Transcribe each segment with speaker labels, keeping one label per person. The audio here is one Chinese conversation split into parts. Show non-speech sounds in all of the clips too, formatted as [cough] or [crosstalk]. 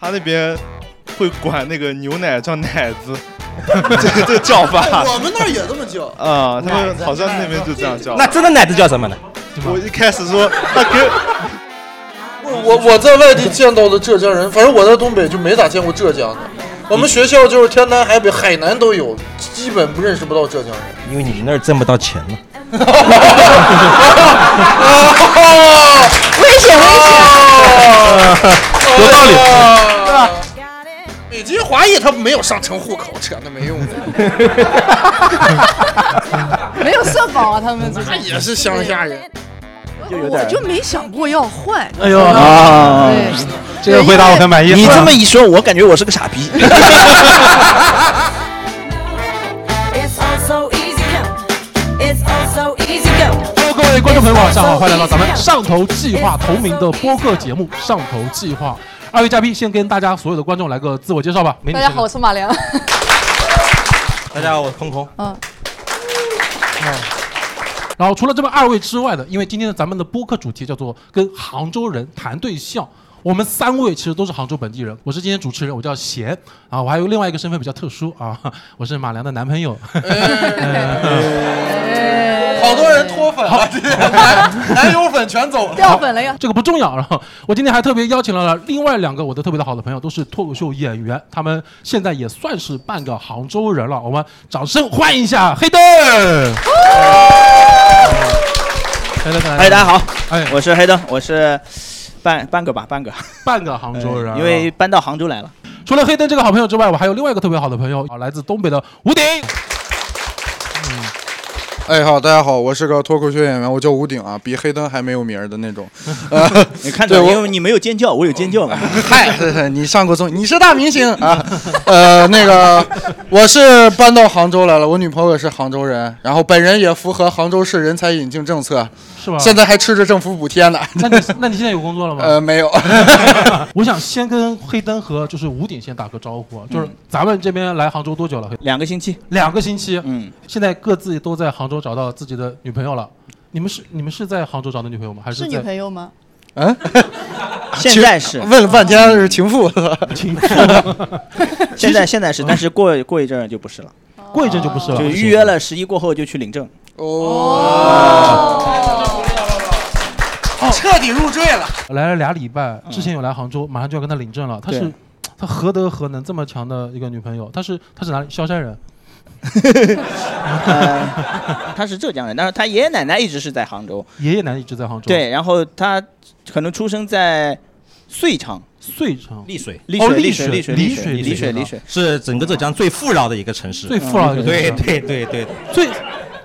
Speaker 1: 他那边会管那个牛奶叫奶
Speaker 2: [laughs]
Speaker 1: 子，这个这个叫法
Speaker 2: 我们那儿也这么叫。
Speaker 1: 啊、他们好像那边就这样叫。
Speaker 3: 那真的奶子叫什么呢？
Speaker 1: 我一开始
Speaker 2: [laughs]
Speaker 1: 说他给
Speaker 2: 我我在外地见到的浙江人，反正我在东北就没咋见过浙江的。我们学校就是天南海北，海南都有，基本不认识不到浙江人。
Speaker 3: 因为你们那儿挣不到钱了。
Speaker 2: 啊危险危险！有道理，对吧？啊北京华裔他没有上城户口，扯那没用的，
Speaker 4: 没有社保啊，他们这
Speaker 2: 他
Speaker 4: 种
Speaker 2: 也是乡下人。
Speaker 4: 我就没想过要换。
Speaker 5: 哎呦
Speaker 6: 啊
Speaker 4: 对，
Speaker 6: 这个回答我很满意。
Speaker 5: 你这么一说，我感觉我是个傻逼。
Speaker 7: It's all so easy go. It's all so easy go.
Speaker 6: 各位观众朋友们，晚上好，欢迎来到咱们上头计划同名的播客节目《上头计划》。二位嘉宾先跟大家所有的观众来个自我介绍吧。美女
Speaker 4: 大家
Speaker 6: 先来，
Speaker 4: 好，我是马良。
Speaker 3: 大家好，我是空空。
Speaker 4: [laughs] 嗯，
Speaker 6: 嗯然后除了这么二位之外的，因为今天的咱们的播客主题叫做“跟杭州人谈对象”，我们三位其实都是杭州本地人。我是今天主持人，我叫贤啊，我还有另外一个身份比较特殊啊，我是马良的男朋友。 [laughs] 嗯
Speaker 2: 好多人脱粉了，这男男友粉全走了。
Speaker 4: [laughs] 掉粉了呀！
Speaker 6: 这个不重要。然后我今天还特别邀请了另外两个我的特别的好的朋友，都是脱口秀演员，他们现在也算是半个杭州人了。我们掌声欢迎一下黑灯。来来来，
Speaker 5: 嗨，大家
Speaker 6: 好，
Speaker 5: 好，
Speaker 6: 哎，
Speaker 5: 我是黑灯，我是半半个吧，半个
Speaker 6: 半个杭州人，啊
Speaker 5: 因为搬到杭州
Speaker 6: [laughs]
Speaker 5: 来了。
Speaker 6: 除了黑灯这个好朋友之外，我还有另外一个特别好的朋友啊，来自东北的吴鼎。
Speaker 8: 哎，好，大家好，我是个脱口秀演员，我叫吴鼎啊，比黑灯还没有名儿的
Speaker 5: [laughs]
Speaker 8: 那种。呃
Speaker 5: 你看到，
Speaker 8: 对我
Speaker 5: 因为你没有尖叫，我有尖叫嘛。
Speaker 8: 嗨，你上过综艺，你是大明星啊。呃，那个，我是搬到杭州来了，我女朋友也是杭州人，然后本人也符合杭州市人才引进政策，
Speaker 6: 是吧？
Speaker 8: 现在还吃着政府补贴呢。
Speaker 6: 那你那你现在有工作了
Speaker 8: [laughs]
Speaker 6: 吗？
Speaker 8: 呃，没
Speaker 6: [laughs]
Speaker 8: 有，
Speaker 6: 我想先跟黑灯和就是吴鼎先打个招呼啊，
Speaker 8: 嗯
Speaker 6: 就是咱们这边来杭州多久了？黑
Speaker 5: 两个星期，
Speaker 6: 两个星期，
Speaker 5: 嗯，
Speaker 6: 现在各自都在杭州找到自己的女朋友了。你们是你们是在杭州找的女朋友吗？还
Speaker 4: 是女
Speaker 6: 在
Speaker 4: 朋友吗？ [laughs]
Speaker 5: 现在是，
Speaker 8: 啊问了半天是情
Speaker 6: [laughs]
Speaker 8: 妇。
Speaker 5: 现在现在是，但是过过一阵儿就不是了，
Speaker 6: [laughs] 过一阵就不是了？
Speaker 5: 就预约了十一过后就去领证。
Speaker 3: 哦
Speaker 2: 彻底入赘了。
Speaker 6: 来了俩礼拜，
Speaker 8: 嗯
Speaker 6: 之前有来杭州，马上就要跟他领证了。他是
Speaker 5: 对
Speaker 6: 他何德何能这么强的一个女朋友？他是他是哪里？萧
Speaker 8: [laughs]
Speaker 6: 山人。
Speaker 5: 呃，他是浙江人，但是他爷爷奶奶一直是在杭州。
Speaker 6: 爷爷奶奶一直在杭州。，
Speaker 5: 对，然后他可能出生在遂昌，
Speaker 6: 遂昌
Speaker 3: 丽水
Speaker 5: 丽
Speaker 6: 哦
Speaker 5: 水，丽
Speaker 6: 丽水
Speaker 5: 丽水，
Speaker 6: 丽
Speaker 5: 丽
Speaker 6: 水
Speaker 5: 水，
Speaker 6: 丽
Speaker 5: 丽水，
Speaker 6: 水
Speaker 5: 丽水。
Speaker 3: 是整个浙江最富饶的一个城市。
Speaker 6: 最富饶的一个
Speaker 3: 对
Speaker 6: 城市
Speaker 3: 对对对，
Speaker 6: 最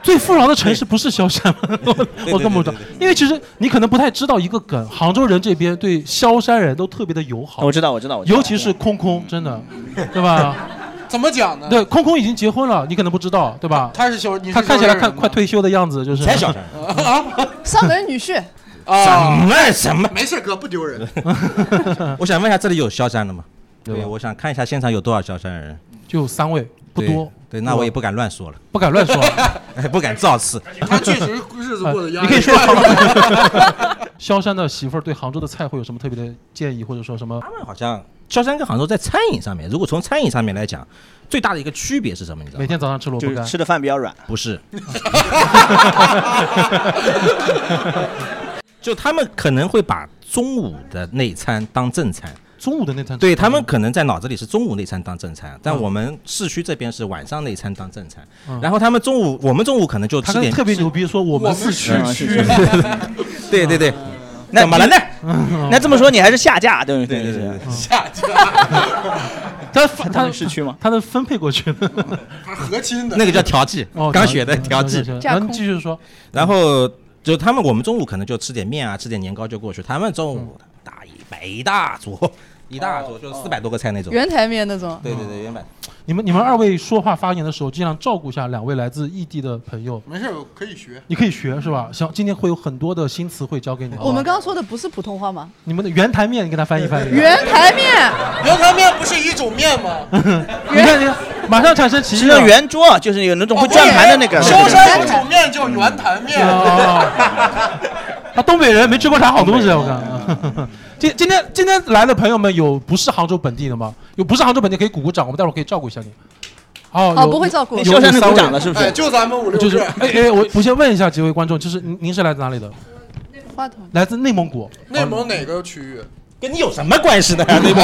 Speaker 6: 最富饶的城市不是萧山吗？我 [laughs] 我更不知道
Speaker 3: 对对对对，
Speaker 6: 因为其实你可能不太知道一个梗，杭州人这边对萧山人都特别的友好
Speaker 5: 我，知道，我知道，我知道。
Speaker 6: 尤其是空空，真的，
Speaker 3: 嗯
Speaker 6: 对
Speaker 3: [laughs]
Speaker 6: 吧？
Speaker 2: 怎么讲呢？
Speaker 6: 对，空空已经结婚了，你可能不知道，对吧？
Speaker 2: 他是小，你是
Speaker 6: 他看起来看快
Speaker 2: 退
Speaker 6: 退休的样子，就是
Speaker 3: 才小山。
Speaker 8: 啊
Speaker 4: 上门女婿，
Speaker 2: 啊！
Speaker 3: 什么什么？
Speaker 2: 没事，哥不丢
Speaker 5: [laughs]
Speaker 2: 人。
Speaker 3: 我想问一下，这里有萧山的吗？
Speaker 6: 对
Speaker 3: 对，
Speaker 6: 吧
Speaker 3: 我想看一下现场有多少萧山人，
Speaker 6: 就三位不
Speaker 3: 对
Speaker 6: 多，
Speaker 3: 对，那我也不敢乱说了，
Speaker 6: [laughs] 不敢乱说。
Speaker 3: [laughs]
Speaker 6: 呃
Speaker 3: 哎，不敢造次。
Speaker 2: 他确实日
Speaker 6: [laughs]
Speaker 2: 子过得压
Speaker 3: [laughs]
Speaker 2: 力。
Speaker 6: 你可以说杭州萧山的媳妇儿对杭州的菜会有什么特别的建议，或者说什么？
Speaker 3: 他们好像 [laughs] 萧山跟杭州在餐饮上面，如果从餐饮上面来讲，最大的一个区别是什么？你知道
Speaker 6: 每
Speaker 3: 吗？
Speaker 6: 天早上吃萝卜
Speaker 5: 就
Speaker 6: 干
Speaker 5: 是，吃的饭比较软，
Speaker 3: [laughs] 不是，就他们可能会把中午的内餐当正餐，
Speaker 6: 中午的那餐。
Speaker 3: 对他们可能在脑子里是中午内餐当正餐，但我们市区这边是晚上内餐当正餐。然后他们中午，我们中午可能就
Speaker 6: 他
Speaker 3: 吃
Speaker 6: 跟
Speaker 3: 点
Speaker 6: 特别牛逼，说我们市区
Speaker 5: 嗯是是
Speaker 3: [laughs] 对对对，
Speaker 5: 那
Speaker 3: 嗯怎么了呢？嗯
Speaker 5: [laughs] 那这么说你还是下架，对不对？
Speaker 3: 对对对，
Speaker 6: 他他他
Speaker 5: 市区吗？
Speaker 6: 他能分配过去的。
Speaker 2: 和亲的
Speaker 3: 那个叫调剂
Speaker 6: 哦，，
Speaker 3: 刚学的调剂。
Speaker 6: 然
Speaker 4: 架
Speaker 6: 后
Speaker 4: 空
Speaker 6: 你继续说，
Speaker 3: 然后就他们，我们中午可能就吃点面啊，吃点年糕就过去。他们中午大一摆一大桌，一大桌
Speaker 4: 哦
Speaker 3: 就是四百多个菜那种。
Speaker 4: 圆台面那种。
Speaker 3: 对
Speaker 2: 嗯
Speaker 3: 对对，原版。
Speaker 6: 你们你们二位说话发言的时候，尽量照顾一下两位来自异地的朋友。
Speaker 2: 没事，可以学。
Speaker 6: 你可以学是
Speaker 4: 嗯
Speaker 6: 吧？行，今天会有很多的新词汇教给你。好不好
Speaker 4: 我们刚刚说的不是普通话吗？
Speaker 6: 你们的圆台面，你给他翻译翻译。
Speaker 4: 圆
Speaker 2: [laughs]
Speaker 4: 台面，
Speaker 2: 原台面不是一种面吗？
Speaker 6: 你看你看，马上产生歧义
Speaker 5: 吃
Speaker 6: 了。哦
Speaker 5: 的圆桌，就是有那种会转盘的那个。
Speaker 2: 萧山有种面叫圆坛面， [laughs]
Speaker 6: 啊，他东北人没吃过啥好东西啊，我看。啊 [laughs] 今今天今天来的朋友们有不是杭州本地的吗？有不是杭州本地可以鼓鼓掌，我们待会儿可以照顾一下你。哦，
Speaker 4: 哦，
Speaker 6: 有
Speaker 4: 不会照顾
Speaker 5: 你
Speaker 6: 有
Speaker 5: 萧山的
Speaker 6: 三
Speaker 5: 鼓
Speaker 6: 位
Speaker 5: 掌了是不
Speaker 2: 哎，
Speaker 5: 是？
Speaker 2: 就咱们五六
Speaker 6: 就是
Speaker 2: 个，
Speaker 6: 哎哎，我我先问一下几位观众，就是您您是来自哪里的？
Speaker 4: 话筒。
Speaker 6: 来自内蒙古。
Speaker 2: 内蒙哪个区域？哎
Speaker 3: 跟你有什么
Speaker 2: [laughs]
Speaker 3: 关系的呀？内蒙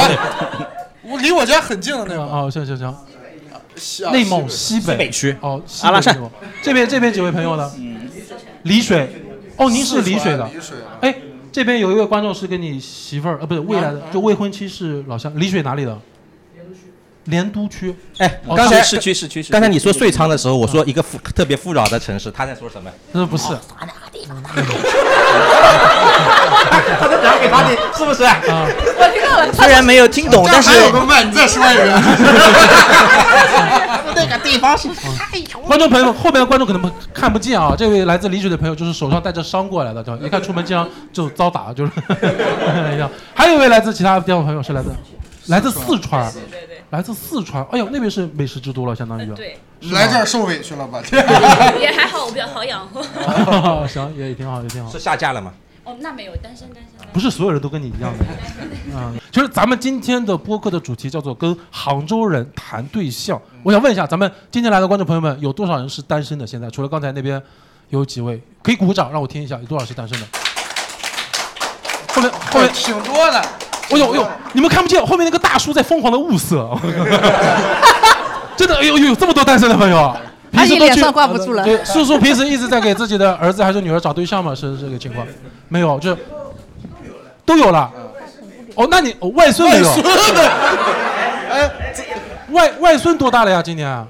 Speaker 2: 我离我家很近的那个
Speaker 6: 哦，行行行，
Speaker 2: 西啊
Speaker 6: 内蒙
Speaker 2: 西
Speaker 6: 西北。
Speaker 3: 北区，
Speaker 6: 哦，西
Speaker 5: 阿拉
Speaker 6: 北
Speaker 5: 善
Speaker 6: 内蒙这边这边几位朋友呢？丽水。哦，您是丽水的
Speaker 2: 四川。丽水啊
Speaker 6: 哎，这边有一位观众是跟你媳妇儿，呃，不是未来的，就未婚妻是老乡，丽水哪里的？莲都区。
Speaker 3: 哎，
Speaker 6: 哦
Speaker 3: 刚才
Speaker 5: 市区市区市区。
Speaker 3: 刚才你说遂昌的时候，我说一个富特别富饶的城市，他在说什么？哦
Speaker 6: 那不是
Speaker 3: 他在讲给他听，是不
Speaker 5: [laughs]
Speaker 3: 是？
Speaker 6: 啊，
Speaker 4: 我听
Speaker 3: [laughs]
Speaker 4: 到了，
Speaker 5: 虽然没有听懂，但是啊
Speaker 2: 还有个麦，你再说一
Speaker 6: [laughs]
Speaker 2: 遍。
Speaker 3: 哦
Speaker 6: 观众朋友们，后面的观众可能看不见啊。这位来自丽水的朋友，就是手上带着伤过来的，对吧？一看出门经常就遭打，就是 [laughs] 一样。还有一位来自其他地方的朋友是来自来自四川，来自四川。哎呦，那边是美食之都了，相当于。
Speaker 9: [laughs] 对，
Speaker 2: 来
Speaker 8: [laughs]
Speaker 2: 这儿受委屈了吧？
Speaker 9: 也还好，我比较好养活。
Speaker 6: [laughs] 行，也也挺好，也挺好
Speaker 3: 是。下架了吗？
Speaker 9: [laughs] 哦，那没有，单身单身。单身
Speaker 6: 不是所有人都跟你一样的，嗯，就是咱们今天的播客的主题叫做跟杭州人谈对象。我想问一下，咱们今天来的观众朋友们，有多少人是单身的？现在除了刚才那边有几位，可以鼓掌让我听一下，有多少是单身的？后面后面，
Speaker 2: 挺多的。
Speaker 6: 哎呦哎呦，你们看不见，后面那个大叔在疯狂的物色，真的，哎呦哎呦，这么多单身的朋友啊！平时
Speaker 4: 阿姨
Speaker 6: 都
Speaker 4: 脸
Speaker 6: 去
Speaker 4: 上挂不住了
Speaker 6: 对，叔叔平时一直在给自己的儿子还是女儿找对象吗？是是这个情况？没有，就是都有了。哦，那你哦外
Speaker 3: 啊
Speaker 6: 孙没有？
Speaker 10: [laughs] 哎
Speaker 6: 外外孙多大了呀？今年？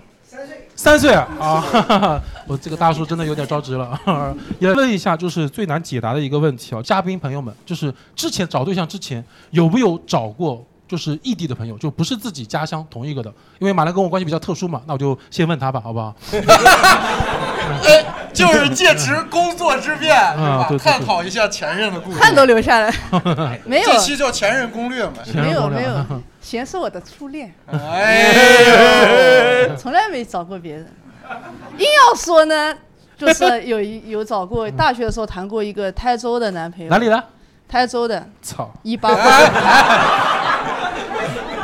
Speaker 6: 三岁。啊 [laughs] 哈哈哈，我这个大叔真的有点着急了。 [laughs] 也问一下，就是最难解答的一个问题啊，嘉宾朋友们，就是之前找对象之前有没有找过？就是异地的朋友，就不是自己家乡同一个的，因为马兰跟我关系比较特殊嘛，那我就先问他吧，好不好？
Speaker 2: 哎，就是借职工作之便，是吧
Speaker 6: 对对对
Speaker 2: 探讨一下前任的故事。
Speaker 4: 汗都流下来。 [laughs] 没有
Speaker 2: 这，期叫前任攻略嘛？
Speaker 6: 先
Speaker 4: 没
Speaker 6: 让
Speaker 4: 有，
Speaker 6: 我聊
Speaker 4: 没有，贤是我的初恋，
Speaker 2: 哎呦，
Speaker 4: [laughs] 从来没找过别人。硬要说呢，就是有一有找过，大学的时候谈过一个台州的男
Speaker 3: [laughs]
Speaker 4: 朋友，
Speaker 6: 哪里？的？
Speaker 4: 台州的，
Speaker 6: 操！
Speaker 4: 一八八，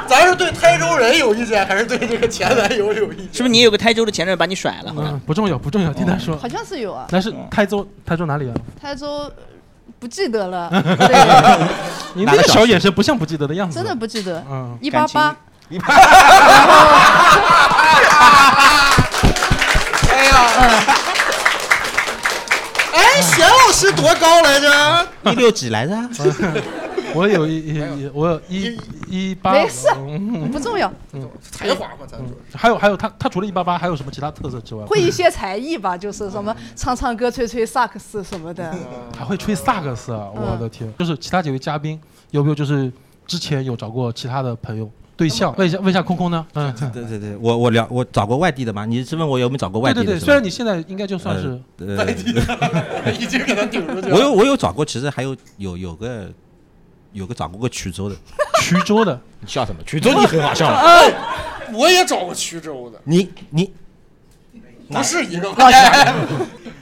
Speaker 2: 咱是对台州人有意见，还是对这个前男友有意
Speaker 5: 是
Speaker 2: 见？
Speaker 5: 不是你有个台州的前任把你甩了？好像
Speaker 6: 嗯，不重要，不重要，听他说。
Speaker 4: 好像是有啊，
Speaker 6: 那是台州，台州哪里啊？
Speaker 4: 台州呃不记得
Speaker 6: [laughs]
Speaker 4: 了，对，
Speaker 6: 你那个小眼神不像不记得的样子。
Speaker 4: 真的，不记得，
Speaker 6: 嗯，
Speaker 4: 一八八，
Speaker 2: 哎呀，哎，贤老师多高来着？
Speaker 3: [laughs] 一六几来啊着？
Speaker 6: [laughs] 我有一一我有一一八，
Speaker 4: 没事
Speaker 6: 嗯
Speaker 4: 不重要，
Speaker 2: 才华嘛，咱说。
Speaker 6: 还有还有，他他除了一八八，还有什么其他特色之外？
Speaker 4: 会一些才艺吧，就是什么
Speaker 6: 嗯
Speaker 4: 唱唱歌、吹吹萨克斯什么的，
Speaker 6: 还嗯会吹萨克斯啊！我
Speaker 4: 嗯
Speaker 6: 的天，就是其他几位嘉宾有没有就是之前有找过其他的朋友对象？问一下问一下空空呢？嗯，
Speaker 3: 对对对，我我聊我找过外地的嘛？你是问我有没有找过外
Speaker 6: 对
Speaker 3: 地
Speaker 6: 对
Speaker 3: 的？
Speaker 6: 对，
Speaker 3: 是吧
Speaker 6: 虽然你现在应该就算是
Speaker 3: [laughs] 呃
Speaker 2: 外地
Speaker 3: [laughs]
Speaker 6: [laughs]
Speaker 2: 已经给他顶出去了。
Speaker 3: 我有我有找过，其实还有有有个有个找过个衢州的，
Speaker 6: 衢州的，啊
Speaker 3: 你笑什么？衢州你很好笑
Speaker 6: [laughs]
Speaker 3: 吗，
Speaker 2: 我也找过衢州的，
Speaker 3: 你你
Speaker 2: 不是一个哎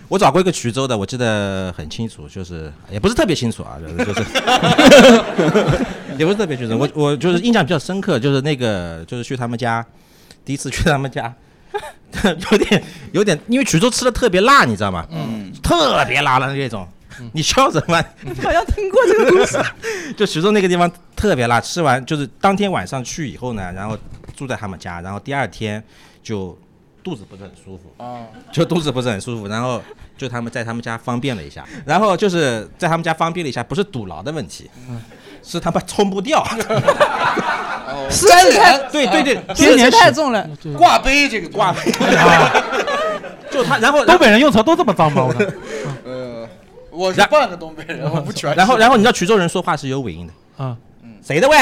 Speaker 3: 我找过一个衢州的，我记得很清楚，就是也不是特别清楚啊， [laughs] 就是就是也不是特别清楚。我我就是印象比较深刻，就是那个就是去他们家，第一次去他们家， [laughs] 有点有点，因为衢州吃的特别辣，你知道吗？嗯，特别辣的那种。你笑什么？ [laughs]
Speaker 4: 好像听过这个故事，
Speaker 3: 就徐州那个地方特别辣，吃完就是当天晚上去以后呢，然后住在他们家，然后第二天就肚子不是很舒服，就肚子不是很舒服，然后就他们在他们家方便了一下，然后就是在他们家方便了一下，不是堵牢的问题，
Speaker 6: 嗯
Speaker 3: 是他妈冲不掉，
Speaker 4: 湿气太，
Speaker 3: 对对对，
Speaker 4: 湿气太重了，
Speaker 2: 挂杯这个挂杯。
Speaker 3: [laughs] 就他，然后
Speaker 6: [laughs] 东北人用词都这么脏吗？我看
Speaker 2: 呃，我是
Speaker 3: 然
Speaker 2: 半个东北人，我不全是。
Speaker 3: 然后然后你知道徐州人说话是有尾音的，
Speaker 6: 嗯，
Speaker 3: 谁的喂？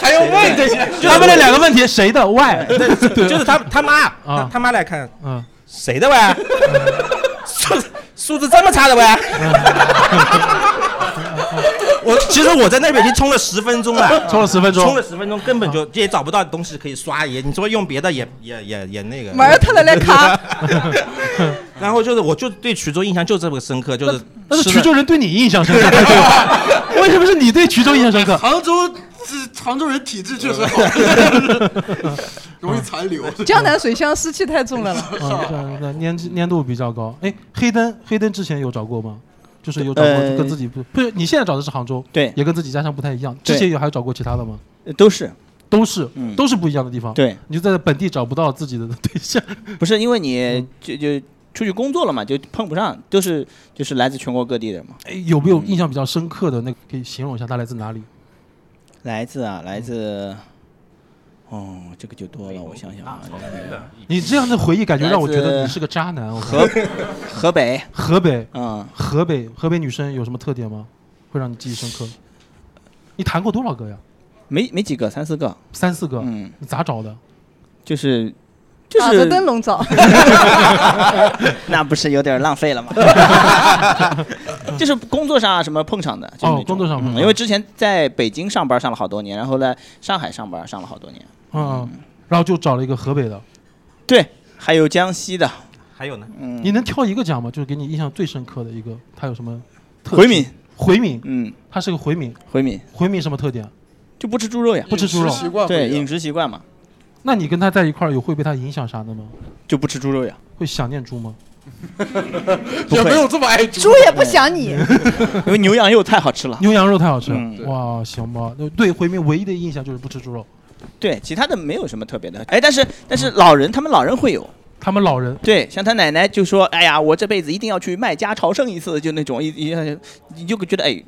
Speaker 2: 还要问这些，
Speaker 3: 就
Speaker 6: 他问了两个问题，谁的外？
Speaker 3: 就是他他妈他
Speaker 6: 啊
Speaker 3: 他妈来看
Speaker 6: 嗯，
Speaker 3: 谁的喂？素质素质这么
Speaker 6: [laughs]
Speaker 3: 差的喂？我其实我在那边已经充了 [laughs] 十分钟了，
Speaker 6: [laughs] 充了十分钟
Speaker 3: 充了十分钟，根本就也找不到东西可以刷，也你说用别的也也也也那个。
Speaker 4: 马上特来来卡，
Speaker 3: [laughs] 然后就是，我就对衢州印象就这么深刻，就是
Speaker 6: 但是
Speaker 3: 吃的
Speaker 6: 衢州人对你印象深刻，对吧为什么是你对衢州印象深刻？
Speaker 8: 杭州这杭州人体质确实好，
Speaker 6: 嗯
Speaker 8: 容易残留。
Speaker 4: 江南水乡湿气太重了
Speaker 5: [laughs]
Speaker 4: 了。
Speaker 6: 啊，这样的粘粘度比较高。哎，黑灯黑灯之前有找过吗？就是有找过
Speaker 5: 呃
Speaker 6: 跟自己不不是你现在找的是杭州，
Speaker 5: 对
Speaker 6: 也跟自己家乡不太一样。
Speaker 5: 对
Speaker 6: 之前有还有找过其他的吗？
Speaker 5: 呃都是
Speaker 6: 都是
Speaker 5: 嗯
Speaker 6: 都是不一样的地方。，
Speaker 5: 对，
Speaker 6: 你就在本地找不到自己的对象。
Speaker 5: [laughs]
Speaker 6: [laughs]
Speaker 5: 不是因为你就就出去工作了嘛，就碰不上，都是就是来自全国各地的嘛。
Speaker 6: 哎，有没有印象比较深刻的那个？可以形容一下它来自哪里？
Speaker 5: 来自
Speaker 6: 嗯
Speaker 5: 啊，来自，哦，这个就多了，我想想啊，
Speaker 6: 你这样的回忆感觉让我觉
Speaker 5: 来
Speaker 6: 得
Speaker 5: 自
Speaker 6: 你是个渣男。我靠
Speaker 5: 河 [laughs] 河北，
Speaker 6: 河北，
Speaker 5: 嗯，
Speaker 6: 河北河北女生有什么特点吗？会让你记忆深刻？你谈过多少个呀？
Speaker 5: 没没几个，三四个，
Speaker 6: 三四个。
Speaker 5: 嗯，
Speaker 6: 你咋找的？
Speaker 5: 就是就
Speaker 4: 打着灯
Speaker 5: 是，
Speaker 4: 笼 [laughs] 找，
Speaker 5: [laughs] 那不是有点浪费了吗？ [laughs] 就是工作上啊什么碰上的，就是那
Speaker 6: 哦
Speaker 5: 种，
Speaker 6: 工作上碰
Speaker 5: 嗯
Speaker 6: 到
Speaker 5: 因为之前在北京上班上了好多年，然后来上海上班上了好多年，
Speaker 6: 嗯，然后就找了一个河北的。
Speaker 5: 对，还有江西的，
Speaker 3: 还有呢，
Speaker 5: 嗯，
Speaker 6: 你能挑一个讲吗？就是给你印象最深刻的一个，他有什么特质？
Speaker 5: 回民，
Speaker 6: 回民，
Speaker 5: 嗯，
Speaker 6: 他是个回民。
Speaker 5: 回民
Speaker 6: 回民什么特点？
Speaker 5: 就不吃猪肉呀，
Speaker 6: 不吃猪肉
Speaker 8: 饮食习惯不一
Speaker 5: 对，
Speaker 8: 样
Speaker 5: 饮食习惯嘛，
Speaker 6: 那你跟他在一块儿有会被他影响啥的吗？
Speaker 5: 就不吃猪肉呀，
Speaker 6: 会想念猪吗？
Speaker 5: 不
Speaker 8: 也没
Speaker 5: 会，
Speaker 8: 有这么爱猪
Speaker 4: 猪。也不想你。
Speaker 5: 因为牛羊肉太好吃了，
Speaker 6: 牛羊肉太好吃了。
Speaker 5: 嗯
Speaker 8: 对
Speaker 6: 哇，行吧。那对回民唯一的印象就是不吃猪肉。
Speaker 5: 对，其他的没有什么特别的，哎，但是但是老人他们老人会有。
Speaker 6: 他们老人
Speaker 5: 对，像他奶奶就说：“哎呀，我这辈子一定要去麦加朝圣一次。”就那种一一下就你就觉得哎，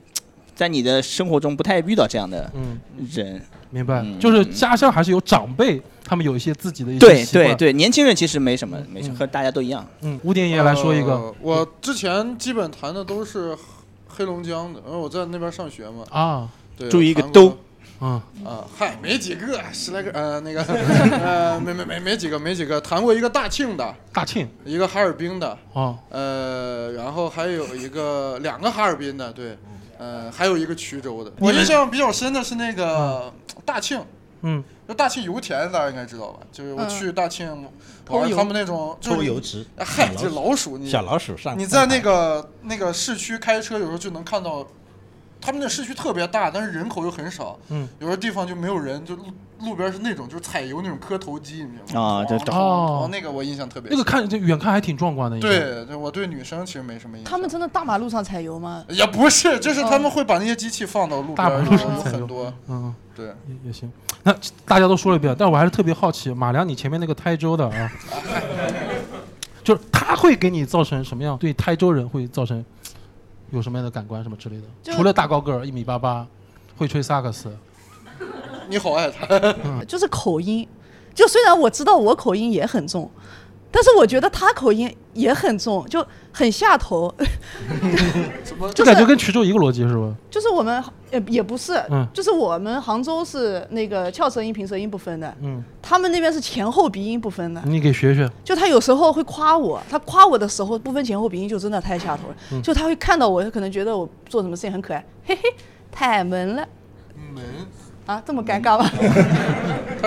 Speaker 5: 在你的生活中不太遇到这样的
Speaker 6: 嗯，
Speaker 5: 人。
Speaker 6: 明白，
Speaker 5: 嗯
Speaker 6: 就是家乡还是有长辈，他们有一些自己的一些
Speaker 5: 对
Speaker 6: 习惯。
Speaker 5: 对对，年轻人其实没什么，没什
Speaker 6: 嗯
Speaker 5: 么，和大家都一样。
Speaker 6: 嗯，吴典也来说一个
Speaker 8: 呃我之前基本谈的都是黑黑龙江的，因为我在那边上学嘛。
Speaker 6: 啊，
Speaker 8: 对，
Speaker 5: 注意一个
Speaker 8: 韩国
Speaker 5: 兜
Speaker 6: 嗯，
Speaker 8: 啊，嗨，没几个，十来个，呃，那个，呃，没没没没几个，没几个，谈过一个大庆的，
Speaker 6: 大庆
Speaker 8: 一个哈尔滨的，
Speaker 6: 哦，
Speaker 8: 呃，然后还有一个两个哈尔滨的，对，呃，还有一个衢州的。我印象比较深的是那个大庆，
Speaker 6: 嗯，
Speaker 8: 就大庆油田，大家应该知道吧？就是我
Speaker 4: 嗯
Speaker 8: 去大庆
Speaker 4: 偷
Speaker 8: 玩
Speaker 4: 油
Speaker 8: 他们那种就是
Speaker 3: 抽
Speaker 8: 你哎
Speaker 3: 油脂，
Speaker 8: 嗨，这老鼠你
Speaker 3: 小老鼠上。
Speaker 8: 你在那个那个市区开车，有时候就能看到，他们那市区特别大，但是人口又很少。
Speaker 6: 嗯，
Speaker 8: 有时候地方就没有人，就路路边是那种就是采油那种磕头机，你知道吗？
Speaker 5: 啊这
Speaker 8: 咚
Speaker 5: 懂
Speaker 8: 咚
Speaker 6: 哦
Speaker 8: 那个我印象特别
Speaker 6: 那
Speaker 8: 深。
Speaker 6: 个看这远看还挺壮观的，应该，
Speaker 8: 对对，我对女生其实没什么印象。
Speaker 4: 他们真的大马路上踩油吗？哦
Speaker 8: 也不是，就是他们会把那些机器放到路边，
Speaker 6: 大马
Speaker 8: 然
Speaker 6: 路
Speaker 8: 后
Speaker 6: 上
Speaker 8: 有
Speaker 6: 采油
Speaker 8: 很多。
Speaker 6: 嗯，
Speaker 8: 对，
Speaker 6: 也也行。那大家都说了一遍，但我还是特别好奇，马良，你前面那个台州的啊，就是他会给你造成什么样？对台州人会造成有什么样的感官什么之类的？
Speaker 4: 就
Speaker 6: 除了大高个儿一米八八，会吹萨
Speaker 4: [laughs]
Speaker 6: 克斯，
Speaker 8: 你好爱他，
Speaker 4: 就是口音，就虽然我知道我口音也很重，但是我觉得他口音也很重，就很下头。
Speaker 6: 就
Speaker 4: 就是
Speaker 6: 感觉跟衢州一个逻辑是吧？
Speaker 4: 就是我们也也不是，
Speaker 6: 嗯
Speaker 4: 就是我们杭州是那个翘舌音、平舌音不分的，
Speaker 6: 嗯，
Speaker 4: 他们那边是前后鼻音不分的。
Speaker 6: 你给学学。
Speaker 4: 就他有时候会夸我，他夸我的时候不分前后鼻音，就真的太下头了。就他会看到我，他可能觉得我做什么事情很可爱，嘿嘿，太萌了
Speaker 8: 门，
Speaker 4: 啊，这么尴尬吗？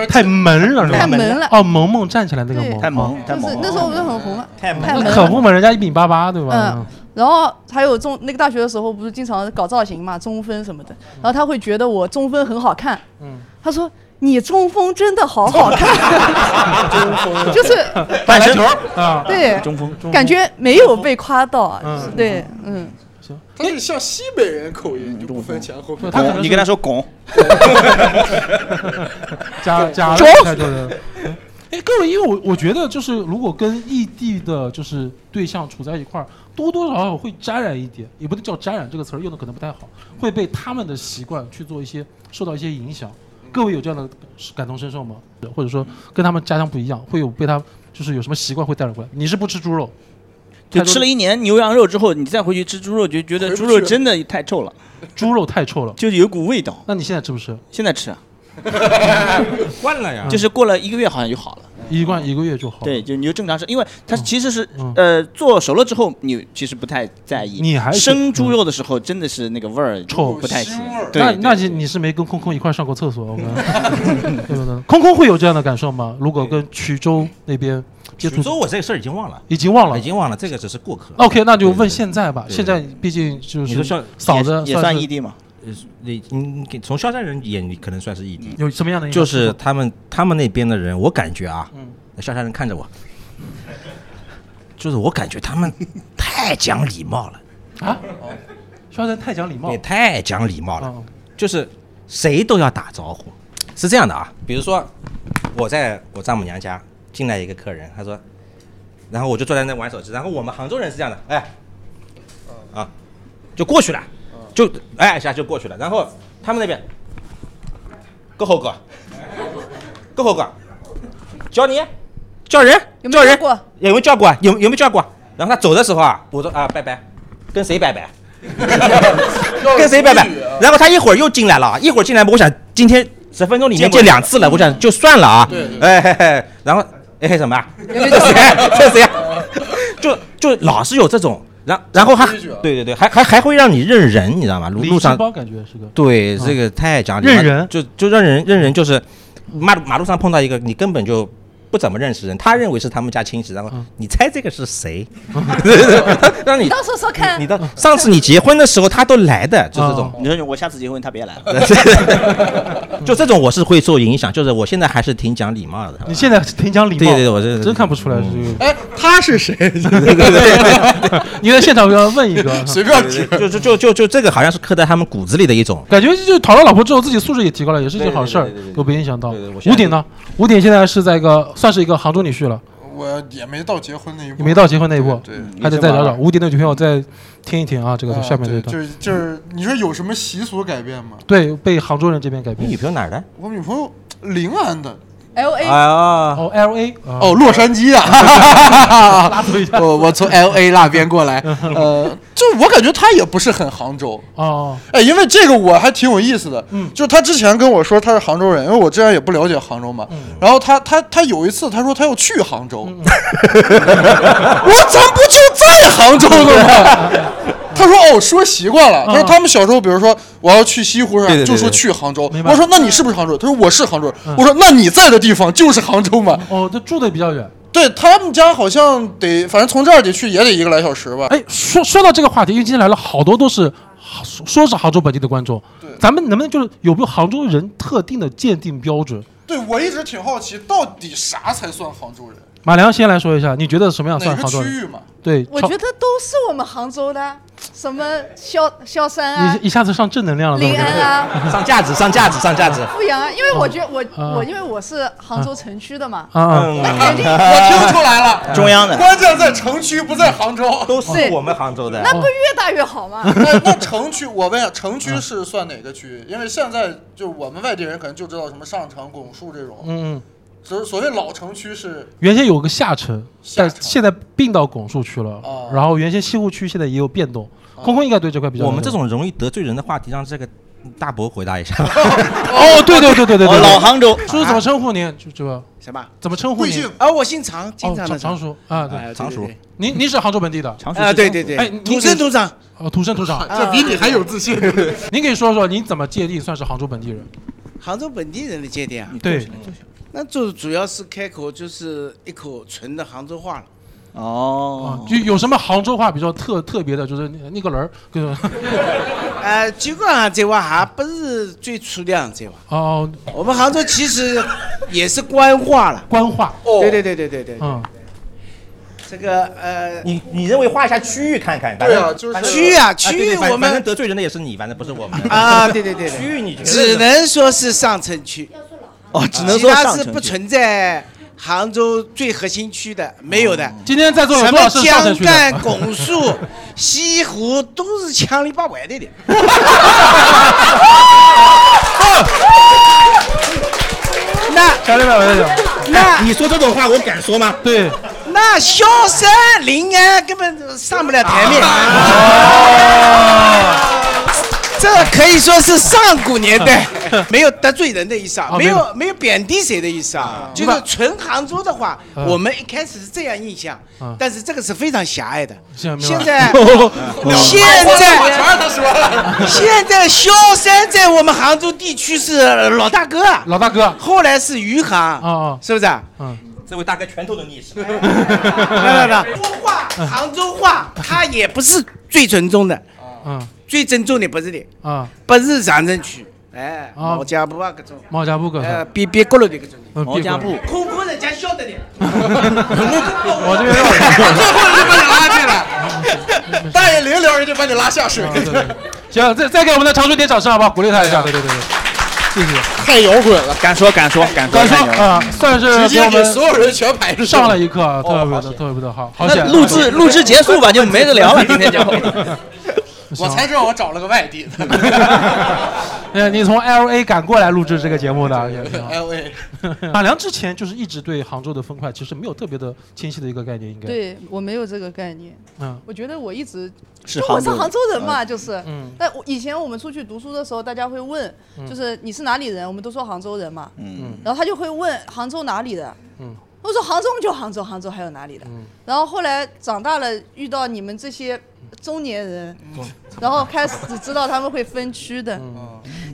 Speaker 6: 太萌了是吧？
Speaker 4: 太萌了
Speaker 6: 哦，萌萌站起来那个萌，
Speaker 4: 对
Speaker 5: 太萌
Speaker 6: 哦，
Speaker 5: 太
Speaker 4: 就是
Speaker 5: 萌
Speaker 4: 那时
Speaker 5: 了。
Speaker 4: 候不是很红吗？
Speaker 5: 太
Speaker 4: 太
Speaker 5: 萌
Speaker 4: 萌
Speaker 5: 了，
Speaker 4: 了
Speaker 6: 可不嘛，人家一米八八对吧
Speaker 4: 嗯？然后还有中那个大学的时候，不是经常搞造型嘛，中分什么的。然后他会觉得我中分很好看，
Speaker 6: 嗯
Speaker 4: 他说你中锋真的好好看，就是
Speaker 5: 半身
Speaker 8: 아,
Speaker 6: 啊，
Speaker 4: 对，
Speaker 5: 中锋，
Speaker 4: 感觉没有被夸到，啊
Speaker 6: 嗯
Speaker 4: 就是对，嗯，
Speaker 8: 他是像西北人口音，就不分前后鼻。
Speaker 6: 他可能
Speaker 5: 拱嗯你跟他说拱，
Speaker 6: [laughs] 加加
Speaker 4: 中
Speaker 6: 太多人。哎，各位，因为我我觉得就是，如果跟异地的，就是对象处在一块儿，多多少少会沾染一点，也不能叫沾染这个词儿用的可能不太好，会被他们的习惯去做一些受到一些影响。各位有这样的感同身受吗？或者说跟他们家乡不一样，会有被他就是有什么习惯会带着过来？你是不吃猪肉，
Speaker 5: 就
Speaker 6: 太多
Speaker 5: 吃了一年牛羊肉之后，你再回去吃猪肉，就觉得
Speaker 8: 回不
Speaker 5: 猪肉
Speaker 8: 去
Speaker 5: 真的太臭了，
Speaker 6: 猪肉太臭了，
Speaker 5: 就是有股味道。
Speaker 6: 那你现在吃不吃？
Speaker 5: 现在吃
Speaker 6: [laughs]
Speaker 5: 啊，
Speaker 3: 惯了呀，
Speaker 5: [laughs] 就是过了一个月好像就好了。
Speaker 6: 一罐一个月就好。
Speaker 5: 对，，就你就正常吃，因为它其实是、
Speaker 6: 嗯
Speaker 5: 呃做熟了之后，你其实不太在意。
Speaker 6: 你还是嗯
Speaker 5: 生猪肉的时候，真的是那个味儿
Speaker 6: 臭
Speaker 5: 不太行
Speaker 8: 腥味儿。
Speaker 5: 对
Speaker 6: 那
Speaker 5: 对
Speaker 6: 那你你是没跟空空一块上
Speaker 3: [laughs]
Speaker 6: 过厕所，我们对不对？空空会有这样的感受吗？如果跟衢州那边接触
Speaker 3: 徐州我这个事儿已经忘了，
Speaker 6: 已经忘了
Speaker 3: 已。经忘了，这个只是过客。
Speaker 6: OK，那就问
Speaker 3: 对对
Speaker 6: 现在吧。
Speaker 3: 对
Speaker 6: 现在毕竟就
Speaker 3: 你说像
Speaker 6: 是嫂子
Speaker 5: 也也算
Speaker 6: 是
Speaker 5: 异地嘛。
Speaker 3: 呃你你给从萧山人眼里可能算是异地，
Speaker 6: 有什么样的一嗯个
Speaker 3: 就
Speaker 6: 情
Speaker 3: 是
Speaker 6: 况
Speaker 3: 他们他们那边的人，我感觉啊，萧山人看着我，就是我感觉他
Speaker 6: [laughs]
Speaker 3: 们太讲礼貌了，
Speaker 6: 啊，萧山太讲礼貌
Speaker 3: 也太讲礼貌了，
Speaker 6: 啊，
Speaker 3: 就是谁都要打招呼。是这样的啊，比如说我在我丈母娘家进来一个客人，他说，然后我就坐在那玩手机，然后我们杭州人是这样的，哎，啊，就过去了，就哎一下就过去了，然后他们那边够猴哥，够猴哥，叫你叫人
Speaker 4: 有没
Speaker 3: 叫
Speaker 4: 有
Speaker 3: 人
Speaker 4: 叫过
Speaker 3: 有没有叫过啊？有有没有叫过啊？然后他走的时候啊，我说啊拜拜，跟谁拜拜？跟谁拜拜？然后他一会儿又进来了啊，一会儿进来，我想今天十分钟里面见两次了，我想就算了啊。
Speaker 2: 对对
Speaker 3: 哎嘿嘿，然后哎什么啊？这谁啊？ [laughs] 这谁啊？
Speaker 2: [laughs]
Speaker 3: 就就老是有这种，然然后还
Speaker 2: 规矩啊
Speaker 3: 对对对，还还还会让你认人，你知道吗？路
Speaker 6: 礼
Speaker 3: 路上
Speaker 6: 仪包感觉是个
Speaker 3: 对，
Speaker 6: 啊
Speaker 3: 这个太讲礼貌，
Speaker 6: 认人
Speaker 3: 就就让人认人，就是马路马路上碰到一个你根本就不怎么认识人，他认为是他们家亲戚，然后
Speaker 6: 嗯
Speaker 3: 你猜这个是谁？ [laughs] 对对对让你
Speaker 4: 你到时候说看
Speaker 3: 你，到
Speaker 6: 嗯
Speaker 3: 上次你结婚的时候他都来的，就这种。
Speaker 6: 啊
Speaker 5: 你说我下次结婚他别
Speaker 6: [laughs]
Speaker 5: 来了，
Speaker 3: [laughs] 就这种我是会受影响，就是我现在还是挺讲礼貌的。
Speaker 6: 你现在挺讲礼貌，
Speaker 3: 对对对我这
Speaker 6: 真看不出来是这
Speaker 3: 嗯
Speaker 6: 个。
Speaker 8: 哎，他是 [laughs] 谁？
Speaker 6: [laughs] 你在现场要问一个，
Speaker 3: [laughs]
Speaker 8: 随便提。
Speaker 3: 就就就就就这个好像是刻在他们骨子里的一种。
Speaker 6: 感觉就讨了老婆之后，自己素质也提高了，也是一件好事儿
Speaker 3: 对对对对对，对
Speaker 6: 有被影响到
Speaker 3: 对对我。现在
Speaker 6: 吴鼎呢？吴鼎现在是在一个算是一个杭州女婿了，
Speaker 8: 我也没到结婚那一步，
Speaker 6: 你没到结婚那一步，
Speaker 8: 对，
Speaker 6: 还得再聊聊。吴鼎的女朋友再听一听啊，这个
Speaker 8: 啊
Speaker 6: 下面这
Speaker 8: 对
Speaker 6: 一段，
Speaker 8: 就是就是，你说有什么习俗改变吗？
Speaker 6: 对被杭州人这边改
Speaker 3: 你
Speaker 6: 变
Speaker 3: 女。朋友哪儿的？
Speaker 8: 我女朋友临安的，
Speaker 4: L
Speaker 3: 哎
Speaker 4: A
Speaker 3: 呀，
Speaker 6: 哦，L A
Speaker 8: 哦，，洛杉矶啊， [laughs] 我我从 L A 那边过来，呃，就我感觉他也不是很杭州，
Speaker 6: 哦，
Speaker 8: 哎，因为这个我还挺有意思的，嗯，就他之前跟我说他是杭州人，因为我之前也不了解杭州
Speaker 6: 嗯
Speaker 8: 嘛，然后他他他有一次他说他要去杭州，我说咱不就在杭州了吗？ [laughs] 他说哦，说习惯了。他
Speaker 6: 嗯
Speaker 8: 说他们小时候，比如说我要去西湖
Speaker 3: 对对
Speaker 8: 上，
Speaker 3: 对
Speaker 8: 就说
Speaker 3: 对
Speaker 8: 去杭州。
Speaker 6: 明白嗯
Speaker 8: 我说那你是不是杭州人？他说我是杭州人。我说那你在的地方就是杭州嘛？
Speaker 6: 哦，他住的比较远。
Speaker 8: 对他们家好像得，反正从这儿得去也得一个来小时吧。
Speaker 6: 哎，说说到这个话题，因为今天来了好多都是说说是杭州本地的观众，咱们能不能就是有没有杭州人特定的鉴定标准？
Speaker 8: 对我一直挺好奇，到底啥才算杭州人？
Speaker 6: 马良先来说一下，你觉得什么样
Speaker 8: 哪
Speaker 6: 算
Speaker 8: 个
Speaker 6: 杭州
Speaker 8: 区
Speaker 6: 人？
Speaker 8: 域嘛？
Speaker 6: 对，
Speaker 4: 我
Speaker 6: 超
Speaker 4: 觉得都是我们杭州的，什么萧萧山啊
Speaker 6: 你、一下子上正能量了，
Speaker 4: 临
Speaker 6: 怎么
Speaker 4: 安
Speaker 6: 感觉
Speaker 4: 啊、
Speaker 3: 上架子，上架子，上架子。
Speaker 4: 富阳啊，因为我觉得我
Speaker 6: 啊
Speaker 4: 我因为我是杭州城区的嘛，
Speaker 6: 啊啊，
Speaker 3: 嗯，
Speaker 4: 那
Speaker 10: 哎
Speaker 4: 肯定
Speaker 8: 我听出来了， [laughs]
Speaker 5: 中央的
Speaker 8: 关键在城区，不在杭州。
Speaker 3: 都是我们杭州的
Speaker 4: 那。不越大越好
Speaker 8: [laughs]
Speaker 4: 吗？
Speaker 8: 那那城区，我问一下，城区是算哪个区域？因为现在就我们外地人可能就知道什么上城、拱墅这种，
Speaker 6: 嗯，嗯
Speaker 8: 所所谓老城区是
Speaker 6: 原先有个下城，
Speaker 8: 下
Speaker 6: 但
Speaker 8: 城
Speaker 6: 现在并到拱墅区了
Speaker 8: 哦。
Speaker 6: 然后原先西湖区现在也有变动。空空应该对这块比较了解。
Speaker 3: 我们这种容易得罪人的话题，让这个大伯回答一下。
Speaker 6: 哦，对对对对对
Speaker 5: 哦
Speaker 6: 对，
Speaker 5: 老杭州
Speaker 6: 叔叔怎么称呼您？就这
Speaker 10: 哦
Speaker 6: 个
Speaker 5: 什么？
Speaker 6: 怎么称呼
Speaker 8: 贵
Speaker 6: 您
Speaker 8: 姓？？
Speaker 5: 啊，我姓常，经
Speaker 6: 哦，
Speaker 5: 常
Speaker 6: 常
Speaker 5: 的
Speaker 6: 常熟啊，对，
Speaker 5: 哎对
Speaker 3: 常熟
Speaker 5: 对对
Speaker 6: 您您是杭州本地的，
Speaker 5: 常熟
Speaker 6: 啊
Speaker 5: 是
Speaker 6: 对
Speaker 5: 常熟
Speaker 6: 对对哎你
Speaker 5: 土生土长，啊
Speaker 6: 呃，土生土长。
Speaker 5: 这
Speaker 8: 比你还有自信。
Speaker 6: [laughs] 您可以说说您怎么界定算是杭州本地人？
Speaker 10: 杭州本地人的界定啊，
Speaker 6: 对，
Speaker 10: 那就主要是开口就是一口纯的杭州话了。
Speaker 6: 啊
Speaker 5: 哦，
Speaker 6: 就有什么杭州话比较特特别的，就是那那个人儿，就是
Speaker 10: 呃，尽管这话还不是最粗量这话，
Speaker 6: [laughs] 哦
Speaker 10: 我们杭州其实也是官话了。
Speaker 6: 官话，
Speaker 3: 哦
Speaker 10: 对对对对对对，
Speaker 6: 嗯，
Speaker 10: 这个呃，
Speaker 3: 你你认为画一下区域看哎看？反
Speaker 8: 对
Speaker 3: 正
Speaker 8: 啊就是
Speaker 3: 反正
Speaker 10: 区域啊
Speaker 3: 对对
Speaker 10: 区域
Speaker 3: 反
Speaker 10: 我们
Speaker 3: 反正得罪人的也是你，反正不是我们。 [laughs]
Speaker 10: 啊，对对对
Speaker 3: 区
Speaker 10: 对，
Speaker 3: 域你觉得
Speaker 10: 只能说是上城区，
Speaker 5: 哦，只能
Speaker 10: 其
Speaker 5: 说
Speaker 10: 他
Speaker 5: 上
Speaker 10: 是
Speaker 5: 城
Speaker 10: 不
Speaker 5: 区
Speaker 10: 存在杭州最核心区的，没有的。
Speaker 6: 嗯今天在座有
Speaker 10: 什
Speaker 6: 多
Speaker 10: 么
Speaker 6: 少是上
Speaker 10: 江
Speaker 6: 城区
Speaker 10: 干、
Speaker 6: 的？
Speaker 10: 拱墅、西湖都是强里八拐的了。那
Speaker 6: 小李百文的，
Speaker 10: 那
Speaker 3: 哎你说这种话，我敢说吗？
Speaker 6: 对，
Speaker 10: 那萧山、临安根本上不了台面。 [laughs] 这可以说是上古年代，没有得罪人的意思啊
Speaker 6: 啊，没
Speaker 10: 没
Speaker 6: 有
Speaker 10: 有没有贬低谁的意思啊，就是纯杭州的话，
Speaker 6: 嗯
Speaker 10: 我们一开始是这样印象
Speaker 6: 嗯，
Speaker 10: 但是这个是非常狭隘的。
Speaker 6: 现在没有
Speaker 10: 现在现
Speaker 8: 我全
Speaker 10: 在
Speaker 8: 让他说了。
Speaker 10: [laughs] 现在萧山在我们杭州地区是老大哥啊，
Speaker 6: 老大哥，
Speaker 10: 后来是余杭，
Speaker 6: 啊啊
Speaker 10: 是不是啊？
Speaker 6: 嗯，
Speaker 3: 这位大哥拳头都逆时。 [laughs]
Speaker 10: 来来来，说话杭州话，它也不是最纯正的，
Speaker 6: 嗯
Speaker 10: 最正宗的不是的，
Speaker 6: 啊，
Speaker 10: 不是长城区，哎，
Speaker 6: 啊
Speaker 10: 毛家铺啊各种，
Speaker 6: 毛家铺各种
Speaker 10: 呃，边边角落的各种的，
Speaker 6: 嗯边角落毛家
Speaker 10: 空空人家晓得的，
Speaker 6: [laughs] 我这边
Speaker 10: [laughs]
Speaker 5: [laughs]
Speaker 10: 最后就把你拉进来，大爷临了人就把你拉下水，
Speaker 6: 行，再再给我们的常春点掌声好不好？鼓励他一下，对对对对，谢谢。
Speaker 8: [laughs] 太摇滚了，
Speaker 5: 敢说敢说敢
Speaker 6: 敢说啊，算
Speaker 8: 直
Speaker 6: 是
Speaker 8: 接
Speaker 6: 我们
Speaker 8: 给所有人全排除
Speaker 6: 上了一课啊，
Speaker 5: 哦
Speaker 6: 特别的特别的好，好险。
Speaker 5: 那录制录制结束吧，就没得聊了。今天
Speaker 6: [laughs]
Speaker 5: 就
Speaker 8: [laughs] 我才知道我找了个外地的。 [laughs]
Speaker 6: 呃，你从 L A 赶过来录制这个节目的，也挺好
Speaker 8: L A
Speaker 6: 马良之前就是一直对杭州的分块其实没有特别的清晰的一个概念，应该，
Speaker 4: 对我没有这个概念。
Speaker 6: 嗯，
Speaker 4: 我觉得我一直
Speaker 6: 是
Speaker 4: 就我是
Speaker 6: 杭州人
Speaker 4: 杭州人嘛，
Speaker 6: 嗯
Speaker 4: 就是。
Speaker 6: 嗯
Speaker 4: 但我以前我们出去读书的时候，大家会问
Speaker 6: 嗯，
Speaker 4: 就是你是哪里人？我们都说杭州人嘛。
Speaker 6: 嗯
Speaker 4: 然后他就会问杭州哪里的。
Speaker 6: 嗯
Speaker 4: 我说杭州就杭州，杭州还有哪里的？
Speaker 6: 嗯
Speaker 4: 然后后来长大了，遇到你们这些中年人，然后开始知道他们会分区的。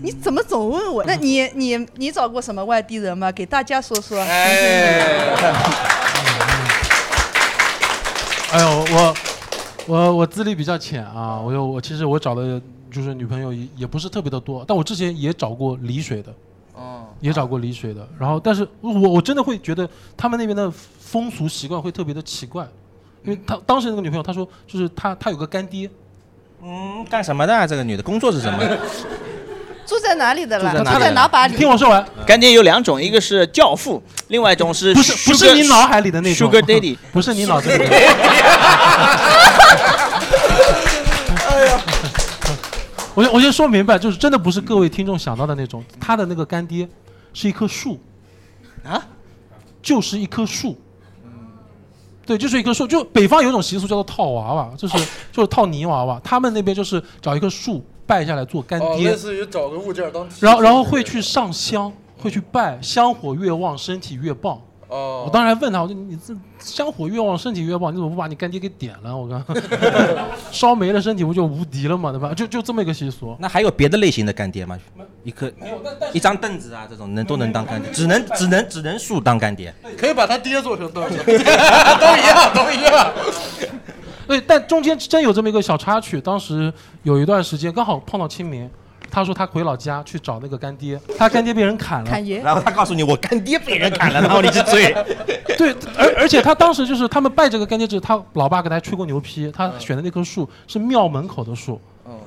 Speaker 4: 你怎么总问我？那你你你找过什么外地人吗？给大家说说。
Speaker 8: 哎 [laughs]
Speaker 6: 哎呦，我我我资历比较浅啊，我有我其实我找的就是女朋友也也不是特别的多，但我之前也找过丽水的，
Speaker 8: 哦，
Speaker 6: 也找过丽水的，然后但是我我真的会觉得他们那边的风俗习惯会特别的奇怪，因为他当时那个女朋友她说就是她她有个干爹，
Speaker 3: 嗯，干什么的啊？这个女的工作是
Speaker 4: [laughs]
Speaker 3: 什么？
Speaker 4: 住在哪里的啦？
Speaker 5: 住在
Speaker 4: 住
Speaker 3: 啊
Speaker 5: 哪里啊
Speaker 4: 在哪把里？
Speaker 6: 听我说完，
Speaker 5: 干爹有两种，一个是教父，另外一种是
Speaker 6: 不是不是
Speaker 5: sugar-
Speaker 6: 你脑海里的那种
Speaker 5: Sugar Daddy，
Speaker 6: [laughs] 不是你脑子里的
Speaker 5: [laughs]
Speaker 6: [laughs] 我先我先说明白，就是真的不是各位听众想到的那种，他的那个干爹是一棵树，
Speaker 5: 啊，
Speaker 6: 就是一棵树。对，就是一棵树，就北方有一种习俗叫做套娃娃，
Speaker 2: [laughs]
Speaker 6: 就是就是套泥娃娃，他们那边就是找一棵树拜下来做干
Speaker 2: 哦，
Speaker 6: 爹，
Speaker 2: 类似于找个物件儿当替
Speaker 6: 然后然后会去上香，会去拜，香火越旺，身体越棒。
Speaker 2: 哦，
Speaker 6: 我当时还问他，我说你这香火越旺，身体越旺，你怎么不把你干爹给点了？我
Speaker 3: [laughs]
Speaker 6: 刚烧没了身体不就无敌了嘛，对吧？就就这么一个习俗。
Speaker 3: 那还有别的类型的干爹吗？一颗一张凳子啊，这种能都能当干爹，只能只能只能树当干爹。
Speaker 2: 可以把他爹做成凳子，
Speaker 8: [laughs] 都一样，都一样。
Speaker 6: 对，但中间真有这么一个小插曲，当时有一段时间刚好碰到清明，他说他回老家去找那个干爹，他干爹被人砍了，
Speaker 4: 侃爷
Speaker 3: 然后他告诉你，我干爹被人砍了，然后你去追。
Speaker 6: 对，而而且他当时就是他们拜这个干爹之后，他老爸给他吹过牛批，
Speaker 3: 嗯
Speaker 6: 他选的那棵树是庙门口的树，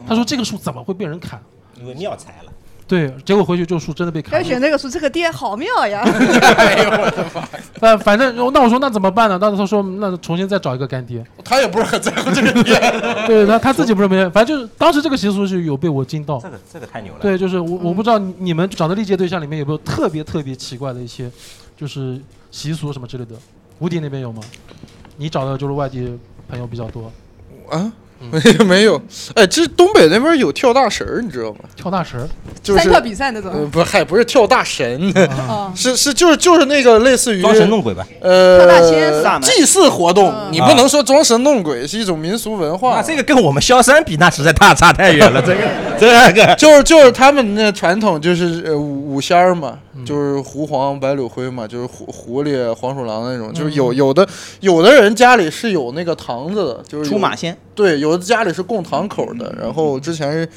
Speaker 6: 他说这个树怎么会被人砍？
Speaker 3: 因为妙才了。
Speaker 6: 对，结果回去这个树真的被砍
Speaker 4: 要哎
Speaker 6: 了。
Speaker 4: 选这个书，这个爹好妙呀！
Speaker 6: 但反正那我说那怎么办呢？当时他说嗯那重新再找一个干
Speaker 3: [laughs]
Speaker 6: 爹，
Speaker 8: 他也不是很在乎这个爹。
Speaker 6: [laughs] 对他他自己不是没，反正就是当时这个习俗是有被我惊到。
Speaker 3: 这个这个太牛了。嗯
Speaker 6: 对，就是我我不知道你你们找的历届对象里面有没有特别特别奇怪的一些，就是习俗什么之类的。吴迪那边有吗？你找的就是外地朋友比较多，
Speaker 8: 啊，
Speaker 3: 嗯
Speaker 8: 没 [laughs] 没有，哎，这东北那边有跳大神儿，你知道吗？
Speaker 6: 跳大神儿。
Speaker 8: 就是
Speaker 4: 三跳啊比赛那
Speaker 8: 呃，
Speaker 4: 种。
Speaker 8: 不，还不是跳大神，
Speaker 4: 啊，
Speaker 8: [laughs] 是是就是就是那个类似于
Speaker 3: 装神弄鬼吧。
Speaker 4: 跳大仙
Speaker 8: 呃
Speaker 4: 萨满嗯
Speaker 8: 祭祀活动，你不能说装神弄鬼是一种民俗文化
Speaker 3: 那。这个跟我们萧山比，那实在太差太远了。
Speaker 8: [laughs]
Speaker 3: 这个这个，
Speaker 8: 就是就是他们那传统就是呃五五仙儿嘛，
Speaker 6: 嗯
Speaker 8: 就是狐黄白柳灰嘛，就是狐狐狸黄鼠狼那种，就是
Speaker 6: 嗯
Speaker 8: 有有的有的人家里是有那个堂子的，就是有
Speaker 5: 出马仙，
Speaker 8: 对，有的家里是供堂口的。然后之前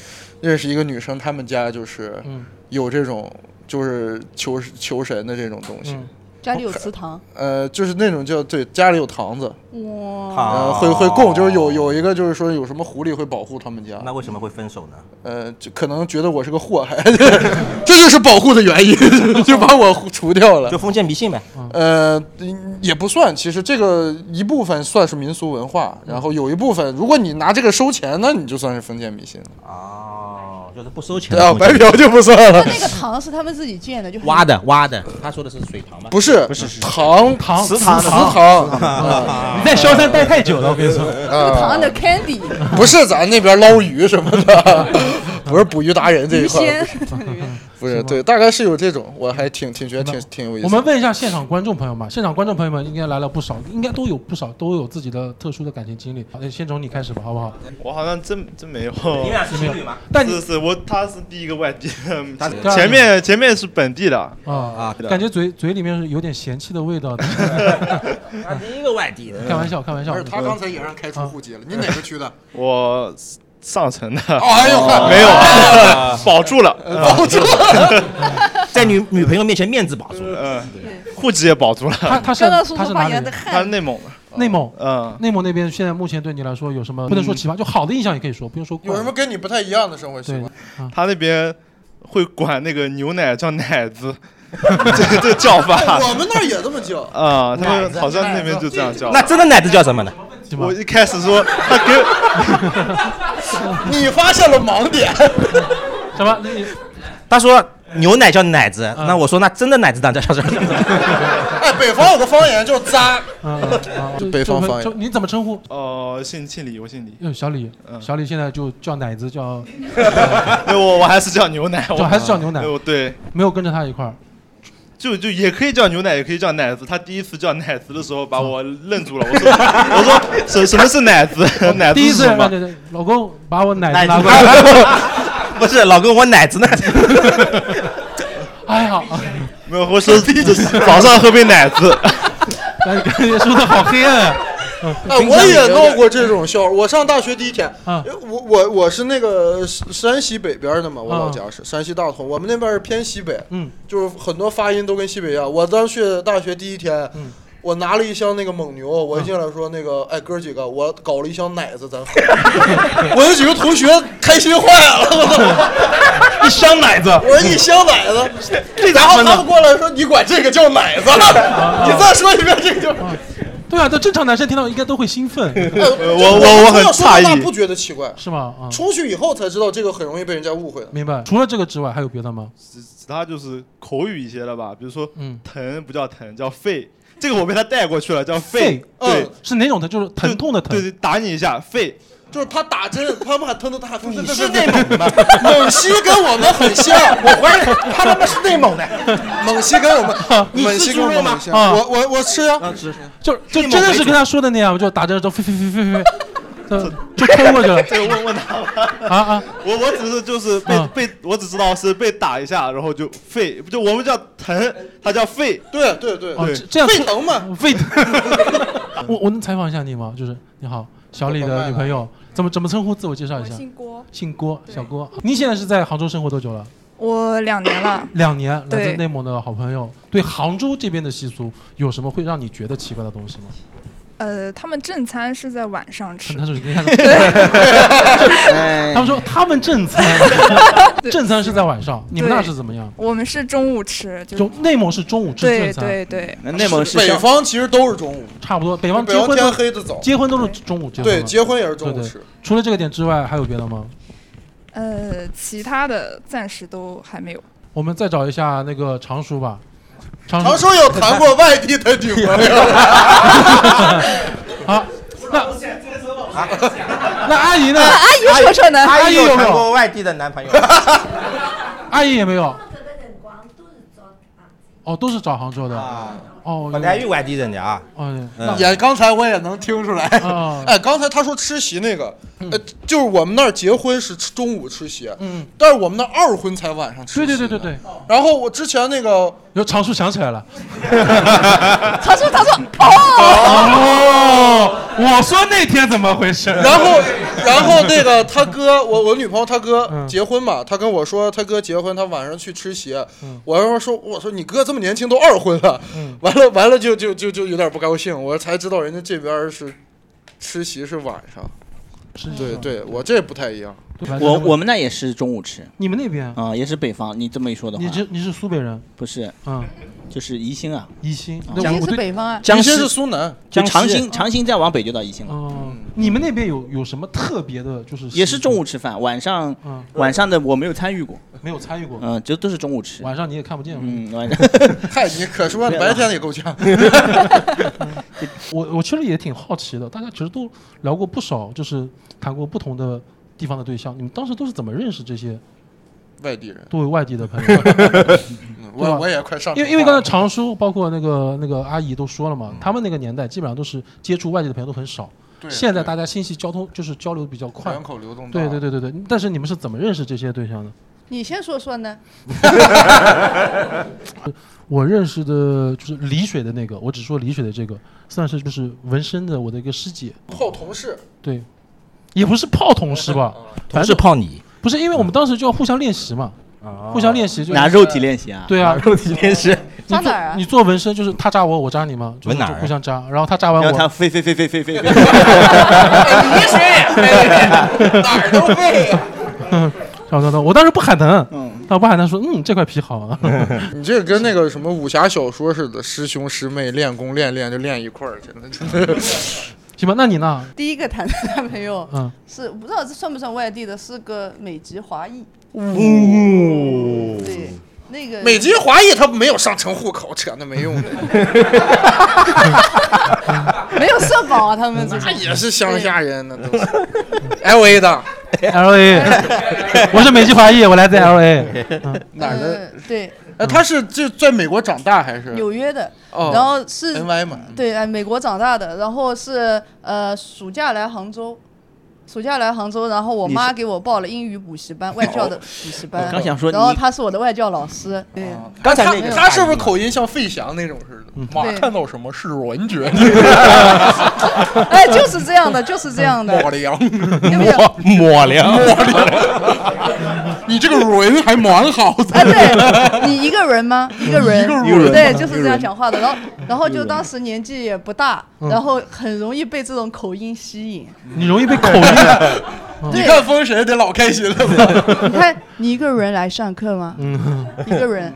Speaker 8: 认识一个女生，他们家就是
Speaker 6: 嗯
Speaker 8: 有这种就是求求神的这种东西，
Speaker 6: 嗯，
Speaker 4: 家里有祠堂，
Speaker 8: 呃，就是那种叫对家里有堂子，
Speaker 5: 嗯
Speaker 4: 哇，
Speaker 8: 呃，
Speaker 3: 好，
Speaker 8: 会会供，就是有有一个就是说有什么狐狸会保护他们家，
Speaker 3: 那为什么会分手呢？
Speaker 8: 呃，就可能觉得我是个祸害， [laughs] 这就是保护的原因， [laughs] 就把我除掉了
Speaker 3: 就。封建迷信呗。
Speaker 8: 呃，也不算，其实这个一部分算是民俗文化，然后有一部分，如果你拿这个收钱，那你就算是封建迷信了。
Speaker 3: 哦，就是不收钱
Speaker 8: 对啊，白嫖就不算
Speaker 4: 那
Speaker 8: 了。
Speaker 4: 那个堂是他们自己建的，就很
Speaker 3: 挖的挖的。他说的是水塘吧？
Speaker 8: 不是，不是堂
Speaker 6: 堂
Speaker 8: 祠
Speaker 6: 堂
Speaker 8: 祠
Speaker 6: 堂
Speaker 8: 堂，啊
Speaker 6: [laughs] 你在萧山待太久了，我跟你说。
Speaker 4: 那个
Speaker 8: 呃
Speaker 4: 堂的 candy
Speaker 8: [laughs] 不是咱那边捞鱼什么的，不是捕鱼达人这一
Speaker 4: 鱼
Speaker 8: 块
Speaker 4: 仙
Speaker 8: 儿，，不是对，大概是有这种，我还挺挺觉得挺挺有意思。
Speaker 6: 我们问一下现场观众朋友们，现场观众朋友们应该来了不少，应该都有不少都有自己的特殊的感情经历。好，那先从你开始吧，好不好？
Speaker 1: [laughs] 我好像真真没有。
Speaker 6: 你俩是情侣吗
Speaker 1: 但 [laughs] 是是我他是第一个外地人
Speaker 6: 他是，
Speaker 1: 前面前面是本地的
Speaker 6: 啊啊，
Speaker 1: 对的
Speaker 6: 感觉嘴嘴里面是有点嫌弃的
Speaker 8: [laughs]
Speaker 6: 味道的。
Speaker 10: 他第一个外
Speaker 6: [laughs]
Speaker 10: 地的，
Speaker 6: 开玩笑，开玩笑。啊
Speaker 8: 不是他刚才也让开除户籍了，你哪个区的？
Speaker 1: 我上层的。哦
Speaker 8: 哎呦
Speaker 1: 没有
Speaker 8: [laughs]
Speaker 3: 啊，
Speaker 1: 保住了，
Speaker 3: 保
Speaker 1: [laughs]
Speaker 3: 住了，在女女朋友面前面子保住了。
Speaker 8: 嗯
Speaker 1: 户籍也保住了。
Speaker 6: 他他是刚刚说他是话哪里人的
Speaker 1: 他是内蒙的。
Speaker 6: 内蒙，
Speaker 1: 嗯，
Speaker 6: 内蒙那边现在目前对你来说有什么不能说奇葩，就好的印象也可以说，不用说
Speaker 8: 有什么跟你不太一样的生活习
Speaker 6: 对啊
Speaker 8: 惯？
Speaker 1: 他那边会管那个牛奶叫奶子， [laughs] 这这叫法。
Speaker 8: 哎我们那儿也这么叫。
Speaker 1: 啊，他们好像那边就这样叫。
Speaker 3: 那真的奶子叫什么呢？
Speaker 1: 我一开始
Speaker 3: [laughs]
Speaker 1: 说他给
Speaker 8: [laughs] 你发现了盲点。
Speaker 6: [laughs] 什么？
Speaker 3: [laughs]
Speaker 6: 你嗯
Speaker 3: 他说牛奶叫奶子，那我说那真的奶子当叫
Speaker 6: [laughs]
Speaker 3: 什么？
Speaker 8: 哎，北方有个方言叫“扎”， [laughs]
Speaker 6: 就
Speaker 8: 北方方
Speaker 6: 嗯就
Speaker 8: 言。
Speaker 6: 你怎么称呼？
Speaker 1: 哦，姓姓李，我姓李。
Speaker 6: 嗯，小李，小李现在就叫奶子，叫
Speaker 1: [laughs] 对，我我还是叫牛奶，我
Speaker 6: 就还是叫牛奶
Speaker 1: 对我对，
Speaker 6: 没有跟着他一块儿。
Speaker 1: 就就也可以叫牛奶，也可以叫奶子。他第一次叫奶子的时候，把我愣住了。我说我说
Speaker 6: [laughs]
Speaker 1: 什什么是奶子？ [laughs] 奶子
Speaker 6: 哦第一
Speaker 1: 是
Speaker 6: 次
Speaker 1: 什么
Speaker 6: 让？人家老公把我奶子
Speaker 3: 奶
Speaker 6: 拿
Speaker 3: 子
Speaker 6: 过来，
Speaker 3: 不是老公，我奶子呢？
Speaker 6: [laughs] 哎呀，
Speaker 1: [laughs] 没有，我
Speaker 6: [laughs]
Speaker 1: 说这是早上喝杯奶子。
Speaker 6: 感觉说的好黑暗啊。
Speaker 8: 哎，我也闹过这种笑话。我上大学第一天，
Speaker 6: 啊
Speaker 8: 我我我是那个山西北边的嘛，我老
Speaker 6: 嗯
Speaker 8: 家是山西大同，我们那边是偏西北，
Speaker 6: 嗯，
Speaker 8: 就是很多发音都跟西北一样。我当去大学第一天，我拿了一箱那个蒙牛，我一进来说那个，哎哥几个，我搞了一箱奶子，咱喝。我有几个同
Speaker 6: [laughs]
Speaker 8: 学开心坏了，我操！一箱奶子，我说一箱奶子，然后他们过来说你管这个叫奶子，
Speaker 6: 啊
Speaker 8: 你再说一遍这个叫。
Speaker 6: 对啊，这正常男生听到应该都会兴奋。
Speaker 8: 哎
Speaker 1: [laughs] 我我我很
Speaker 8: 要说到
Speaker 1: 诧
Speaker 8: 那
Speaker 1: 异
Speaker 8: 不觉得奇怪，
Speaker 6: 是吗？啊，
Speaker 8: 出去以后才知道这个很容易被人家误会的。
Speaker 6: 明白。除了这个之外，还有别的吗？
Speaker 1: 其他就是口语一些的吧，比如说
Speaker 6: 嗯
Speaker 1: 疼不叫疼，叫废。这个我被他带过去了，叫废。对，
Speaker 6: 呃是哪种疼？就是疼痛的疼
Speaker 1: 对。对，打你一下废。
Speaker 8: 就是他打针，他们还疼疼 [laughs] 他，你
Speaker 1: 是内蒙
Speaker 8: 的，蒙西跟我们很像。啊我怀疑 [laughs] 他他妈是内蒙的， [laughs] 蒙西跟我们，
Speaker 6: 你
Speaker 8: 蒙
Speaker 6: 吃
Speaker 8: 西
Speaker 6: 猪
Speaker 8: 跟我
Speaker 6: 肉
Speaker 8: 们
Speaker 6: 吗
Speaker 8: 很像。
Speaker 6: 啊
Speaker 8: 我我我吃呀，
Speaker 6: 就就真的是跟他说的那样，就打着就飞飞飞飞飞，就 [laughs] 就冲过去了。
Speaker 1: 这个问问他吧。
Speaker 6: 啊啊！
Speaker 1: 我我只是就是被、
Speaker 6: 啊
Speaker 1: 被我只知道是被打一下，然后就废，就我们叫疼，他叫废。
Speaker 8: 对对对，
Speaker 6: 哦，这这样
Speaker 8: 沸腾嘛，
Speaker 6: 沸腾。我我能采访一下你吗？就是你好，小李的女朋友，怎么怎么称呼？自我介绍一下。
Speaker 11: 姓郭，
Speaker 6: 姓郭，小郭。你现在是在杭州生活多久了？。
Speaker 11: 我两年了
Speaker 6: 两年。来自
Speaker 11: 对
Speaker 6: 内蒙的好朋友，对杭州这边的习俗有什么会让你觉得奇怪的东西吗？
Speaker 11: 呃，他们正餐是在晚上吃
Speaker 6: 嗯他。
Speaker 11: [laughs]
Speaker 6: 说：“你看， [laughs] 他们说他们正餐，正餐是在晚上，你们那是怎么样？
Speaker 11: 我们是中午吃，
Speaker 4: 嗯
Speaker 11: 就
Speaker 6: 中内蒙是中午吃
Speaker 11: 对
Speaker 6: 正餐，
Speaker 11: 对对，
Speaker 8: 北方其实都是中午，
Speaker 6: 差不多。北方
Speaker 8: 北
Speaker 6: 结
Speaker 8: 方
Speaker 6: 婚
Speaker 8: 天
Speaker 6: 都
Speaker 8: 黑的早。
Speaker 6: 结婚都是中午结婚
Speaker 8: 对
Speaker 6: 嘛
Speaker 8: 结婚也是中午
Speaker 6: 对对
Speaker 8: 吃
Speaker 6: 除了这个点之外，还有别的吗？
Speaker 11: 呃，其他的暂时都还没有。
Speaker 6: 我们再找一下那个常叔吧。常
Speaker 8: 常说有谈过外地的女朋友，
Speaker 6: [laughs] 好，那
Speaker 3: [laughs]
Speaker 6: 啊那啊阿姨呢？
Speaker 3: 啊阿姨阿
Speaker 6: 阿
Speaker 3: 姨
Speaker 6: 姨
Speaker 3: 有
Speaker 6: 有没
Speaker 3: 谈过
Speaker 6: 有？
Speaker 3: 外地的男
Speaker 6: [laughs]
Speaker 3: 朋友？
Speaker 6: 阿姨也没有。哦，都是找杭州的。哦，
Speaker 3: 啊本来有外地人的啊。
Speaker 6: 哦，
Speaker 3: 嗯
Speaker 8: 也哎刚才我也能听出来
Speaker 6: 啊。
Speaker 8: [laughs] 哎，刚才他说吃席那个，呃，就是我们那儿结婚是吃中午吃席，
Speaker 6: 嗯，
Speaker 8: 但是我们那儿二婚才晚上吃。
Speaker 6: 对对对对对。
Speaker 8: 然后我之前那个，
Speaker 6: 有常叔想起
Speaker 3: [laughs]
Speaker 6: 来了。
Speaker 4: 他说他说哦，
Speaker 6: 哦，我说那天怎么回事？
Speaker 8: [laughs] 然后然后那个他哥，我我女朋友他哥结婚嘛，他跟我说他哥结婚，他晚上去吃席，我说说我说你哥这么年轻都二婚了，完了完了就就就就有点不高兴，我才知道人家这边是吃席是晚上，对对，我这不太一样。
Speaker 5: 我我们那也是中午吃。
Speaker 6: 你们那边
Speaker 5: 啊，也是北方。你这么一说的话，
Speaker 6: 你是你是苏北人？
Speaker 5: 不是？
Speaker 6: 嗯，
Speaker 5: 就是宜兴啊。
Speaker 6: 宜兴
Speaker 5: 啊
Speaker 6: 那我宜兴是对北
Speaker 4: 方啊
Speaker 5: 江
Speaker 8: 宜
Speaker 5: 西
Speaker 8: 兴是苏南
Speaker 5: 就
Speaker 8: 江西
Speaker 5: 长兴，长兴再往北就到宜兴了。
Speaker 6: 哦，你们那边有有什么特别的？就是
Speaker 5: 也是中午吃饭，晚上
Speaker 6: 嗯
Speaker 5: 晚上的我没有参与过。
Speaker 6: 没有参与过。
Speaker 5: 嗯，就都是中午吃。
Speaker 6: 晚上你也看不见。
Speaker 5: 嗯，晚上。
Speaker 8: 嗨，你可说白天也够呛。
Speaker 6: [laughs] 我我其实也挺好奇的，大家其实都聊过不少，就是谈过不同的地方的对象，你们当时都是怎么认识这些
Speaker 8: [laughs] 外地人。，
Speaker 6: 作为外地的朋友
Speaker 8: 我
Speaker 6: 对吧
Speaker 8: 我也快上
Speaker 6: 因为因为刚才常叔包括那个那个阿姨都说了嘛，他们那个年代基本上都是接触外地的朋友都很少。
Speaker 8: 嗯对
Speaker 6: 现在大家信息交通就是交流比较快，
Speaker 8: 人口流动大
Speaker 6: 对对对对对，但是你们是怎么认识这些对象的？
Speaker 4: 你先说说
Speaker 8: [laughs]
Speaker 4: 呢？
Speaker 6: 我认识的就是丽水的那个，我只说丽水的这个，算是就是纹身的我的一个师姐，
Speaker 8: 泡同事， [laughs]
Speaker 6: 对，也不是泡同事吧，
Speaker 3: 同事泡你，
Speaker 6: 不是因为我们当时就要互相练习嘛，互相练习就
Speaker 5: 拿肉体练习啊
Speaker 6: 对啊，
Speaker 5: 拿 [laughs] 肉体练习
Speaker 6: 你做
Speaker 5: 扎哪儿啊
Speaker 6: 你做纹身就是他扎我，我扎你吗？就
Speaker 5: 纹
Speaker 6: 是
Speaker 5: 哪儿啊
Speaker 6: 就互相扎，然后他扎完
Speaker 5: 让
Speaker 6: 我，
Speaker 5: 他飞飞飞飞飞
Speaker 6: [laughs]
Speaker 5: 飞飞，
Speaker 6: 哎哪儿都
Speaker 3: [laughs]
Speaker 6: 会。
Speaker 3: 嗯
Speaker 6: 差不多，我当时不喊疼，但我不喊疼说，嗯，这块皮好啊。
Speaker 8: 你这个跟那个什么武侠小说似的，师兄师妹练功练练就练一块儿去了，真的。
Speaker 6: 行吧，那你呢？
Speaker 4: 第一个谈的男朋友，
Speaker 6: 嗯
Speaker 4: 是我不知道这算不算外地的，是个美籍华裔。
Speaker 8: 哦，
Speaker 4: 对，那个
Speaker 8: 美籍华裔他没有上城户口，扯那没用的。
Speaker 4: [laughs] 没有社保啊，他们
Speaker 8: [laughs]
Speaker 4: 这
Speaker 8: 那也是乡下人，那都是 L A 的
Speaker 6: L A，我是美籍华裔，我来自 L A。
Speaker 8: 哪儿的？
Speaker 4: 对，
Speaker 8: 哎，他是就在美国长大还是？
Speaker 4: 纽约的，
Speaker 8: 哦
Speaker 4: 然后是
Speaker 8: NY 嘛
Speaker 4: 对，哎，美国长大的，然后是呃，暑假来杭州，暑假来杭州，然后我
Speaker 5: 你
Speaker 4: 妈
Speaker 5: 是
Speaker 4: 给我报了英语补习班，外教的
Speaker 8: 哦
Speaker 4: 补习班。
Speaker 5: 我刚想说
Speaker 4: 然后
Speaker 5: 你
Speaker 4: 她是我的外教老师，对，
Speaker 8: 哦刚才
Speaker 4: 没有
Speaker 8: 他是不是口音像费翔那种似的？ [laughs] 马
Speaker 4: 嗯对
Speaker 8: 看到什么是文 [laughs] 觉？
Speaker 4: [laughs] 哎，就是这样的，就是这样
Speaker 8: [laughs]
Speaker 4: 的。
Speaker 8: 抹凉，
Speaker 4: 抹 [laughs]
Speaker 3: 抹凉，
Speaker 8: [laughs] 抹凉。你这个人还蛮好
Speaker 4: 哎
Speaker 8: 的。
Speaker 4: 你一个人吗？一个人，
Speaker 8: 一个人一个人
Speaker 4: 对，
Speaker 8: 嘛
Speaker 4: 就
Speaker 8: 一
Speaker 4: 是
Speaker 8: 个
Speaker 4: 这样
Speaker 8: 人
Speaker 4: 讲话的。然后，然后
Speaker 8: 一个
Speaker 4: 就
Speaker 8: 人
Speaker 4: 当时年纪也不大，
Speaker 8: 嗯
Speaker 4: 然后很容易被这种口音吸引。
Speaker 6: 你容易被口啊嗯音。
Speaker 8: 你看封神得老开心了。
Speaker 4: 你看，你一个人来上课吗？
Speaker 6: 嗯，
Speaker 4: 一个人，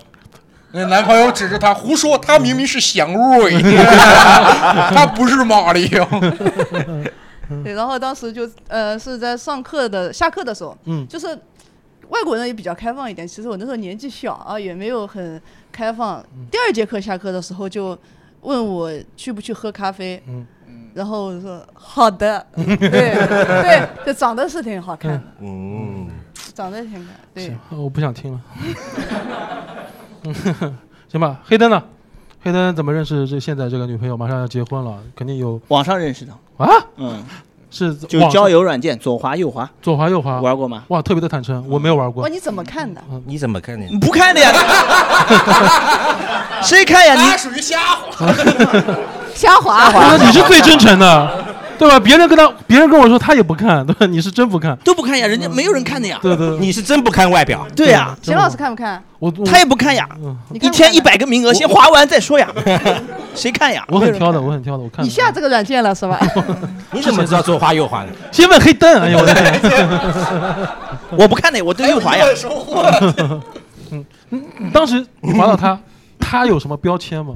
Speaker 8: 那男朋友指着他胡说，他明明是祥瑞，他不是马里奥。
Speaker 4: 对，然后当时就呃是在上课的下课的时候，
Speaker 8: 嗯
Speaker 4: 就是外国人也比较开放一点。其实我那时候年纪小啊，也没有很开放。
Speaker 5: 嗯
Speaker 4: 第二节课下课的时候就问我去不去喝咖啡，
Speaker 6: 嗯
Speaker 4: 然后我说好
Speaker 5: [laughs]
Speaker 4: 的，对对，这长得是挺好看的，
Speaker 3: 嗯，
Speaker 5: 哦
Speaker 4: 长得挺好看，对
Speaker 6: 行。，我不想听了。 [laughs] 行吧，黑灯呢？黑灯怎么认识这现在这个女朋友？马上要结婚了，肯定有
Speaker 5: 网上认识的
Speaker 6: 啊？
Speaker 5: 嗯，
Speaker 6: 是
Speaker 5: 就
Speaker 6: 网上
Speaker 5: 交友软件左滑右滑，
Speaker 6: 左滑右滑
Speaker 5: 玩过吗？嗯
Speaker 6: 哇，特别的坦诚，我没有玩过嗯
Speaker 4: 哇，。你怎么看的？
Speaker 3: 你怎么看的？
Speaker 5: [laughs] 不看的呀， [laughs] 谁看呀？你
Speaker 8: 属于瞎滑，
Speaker 4: 瞎
Speaker 5: 啊
Speaker 4: 滑
Speaker 6: 我 [laughs] 说你是最真诚的，对吧？别人跟他，别人跟我说他也不看，对吧？你是真不看，
Speaker 5: 都不看呀，人家没有人看的呀。
Speaker 6: 对对，
Speaker 3: 你是真不看外表。
Speaker 5: 对呀，
Speaker 4: 邢老师看不看？
Speaker 6: 我
Speaker 5: 他也不看呀，一天一百个名额，先划完再说呀，谁看呀？
Speaker 6: 我很挑的，我很挑的，我看
Speaker 4: 你下这个软件了是吧？
Speaker 3: 你怎么知道左滑右滑的？
Speaker 6: 先问黑灯，哎呦我的天！
Speaker 5: [laughs] 我不看的，我都右滑呀。
Speaker 6: [laughs] 嗯，你当时你滑到他，他有什么标签吗？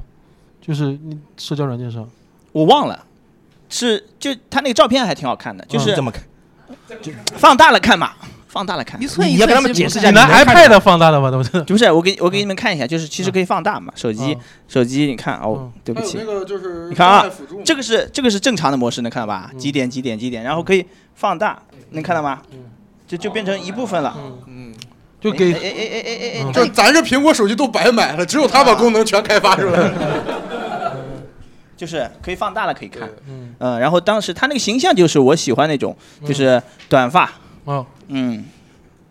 Speaker 6: 就是你社交软件上，
Speaker 5: 我忘了，是就他那个照片还挺好看的，就是
Speaker 6: 嗯怎么
Speaker 3: 看？
Speaker 5: 放大了看嘛，放大了看。
Speaker 4: 你寸一寸你要跟他们解释一下
Speaker 6: 你
Speaker 4: 你能
Speaker 6: 拿
Speaker 4: 看出来
Speaker 6: iPad 放大了吧？怎么这？
Speaker 5: 不是，我给我给你们
Speaker 6: 嗯
Speaker 5: 看一下，就是其实可以放大嘛，手机手机，你看哦，对不起，
Speaker 8: 个就是
Speaker 5: 你看啊，这个是这个是正常的模式，能看到吧？
Speaker 6: 嗯
Speaker 5: 几点几点几点，然后可以放大，能看到吗？
Speaker 6: 嗯
Speaker 5: 就就变成一部分了。
Speaker 8: 嗯，
Speaker 6: [laughs] 就嗯
Speaker 5: 给哎哎哎哎哎哎，
Speaker 8: 就咱这苹果手机都白买了，只有他把功能全开发出来了。
Speaker 5: 就是可以放大了可以看。 [laughs] 嗯然后当时他那个形象就是我喜欢那种，
Speaker 6: 嗯
Speaker 5: 就是短发，
Speaker 6: 哦，
Speaker 5: 嗯，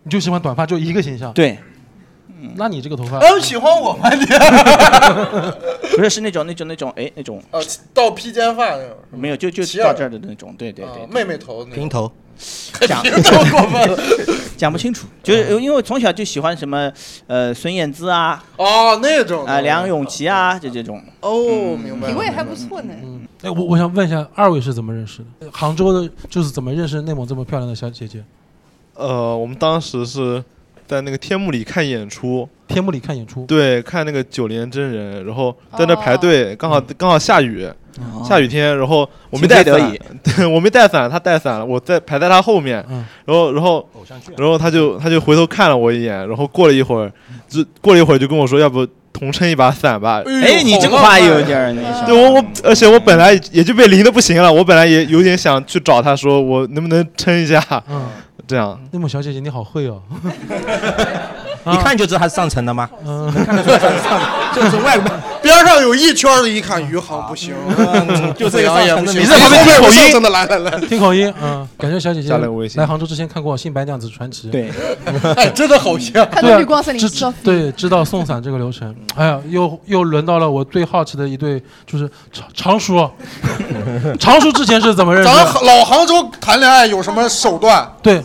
Speaker 6: 你就喜欢短发，就一个形象。
Speaker 5: 对，啊
Speaker 6: 那你这个头发，
Speaker 8: 嗯，喜欢我吗？你
Speaker 5: [laughs] 不是是那种那种那种哎那种
Speaker 8: 呃，到披肩发那种，
Speaker 5: 没有就就
Speaker 8: 齐耳啊
Speaker 5: 到这儿的那种，对对对，
Speaker 8: 妹妹头那种。
Speaker 3: 头，
Speaker 5: 讲
Speaker 8: 平头过分了
Speaker 5: [laughs] 讲不清楚，就是因为我从小就喜欢什么呃孙燕姿啊，
Speaker 8: 哦那种
Speaker 5: 啊梁咏琪啊，就这种。嗯
Speaker 8: 哦，明白。
Speaker 4: 品味还不错呢。
Speaker 6: 哎，我我想问一下，二位是怎么认识的？杭州的，就是怎么认识内蒙这么漂亮的小姐姐？
Speaker 1: 呃，我们当时是在那个天幕里看演出，
Speaker 6: 天幕里看演出，
Speaker 1: 对，看那个九连真人，然后在那排队，
Speaker 5: 嗯
Speaker 1: 刚好刚好下雨，下雨天，然后我没
Speaker 5: 情非
Speaker 1: 带
Speaker 5: 哦得嗯
Speaker 1: 伞
Speaker 5: 已，
Speaker 1: 对我没带伞，他带伞了，我在排在他后面，然后然后然后他就他就回头看了我一眼，然后过了一会儿，就过了一会儿就跟我说，要不同撑一把伞吧。
Speaker 5: 哎，你这个话
Speaker 8: 啊
Speaker 5: 有点儿那个啥。
Speaker 1: 对我我，而且我本来也就被淋的不行了，我本来也有点想去找他说，我能不能撑一下，
Speaker 6: 嗯，
Speaker 1: [laughs] 这样。
Speaker 8: [laughs]
Speaker 6: 内蒙小姐姐你好会哦。
Speaker 3: 一看就知道他是上层的吗？
Speaker 8: 看得出来就是外面边上有一圈的，一看余杭不行，
Speaker 3: 就
Speaker 8: 这
Speaker 3: 这个
Speaker 8: 样也
Speaker 3: 上
Speaker 8: 不
Speaker 3: 层的
Speaker 6: [laughs]
Speaker 8: 行，
Speaker 3: 你这
Speaker 8: 后
Speaker 3: 旁边
Speaker 8: 面
Speaker 3: 口音
Speaker 8: 真的来来来，
Speaker 6: 听口音，嗯，感觉
Speaker 8: [laughs]
Speaker 6: 小姐姐
Speaker 1: 加了个微信
Speaker 6: 来杭州之前看过《新白娘子传奇》， [laughs]
Speaker 8: 对 [laughs] 哎真的好像
Speaker 6: 对啊
Speaker 4: 看到绿光森林
Speaker 6: 知
Speaker 4: 知道飞
Speaker 6: 对，知道送伞这个流程。哎呀，又又轮到了我最好奇的一对，就是常常叔， [laughs] 常叔之前是怎么认识
Speaker 8: 咱
Speaker 6: 的？
Speaker 8: 老杭州谈恋爱有什么手段？
Speaker 6: 对，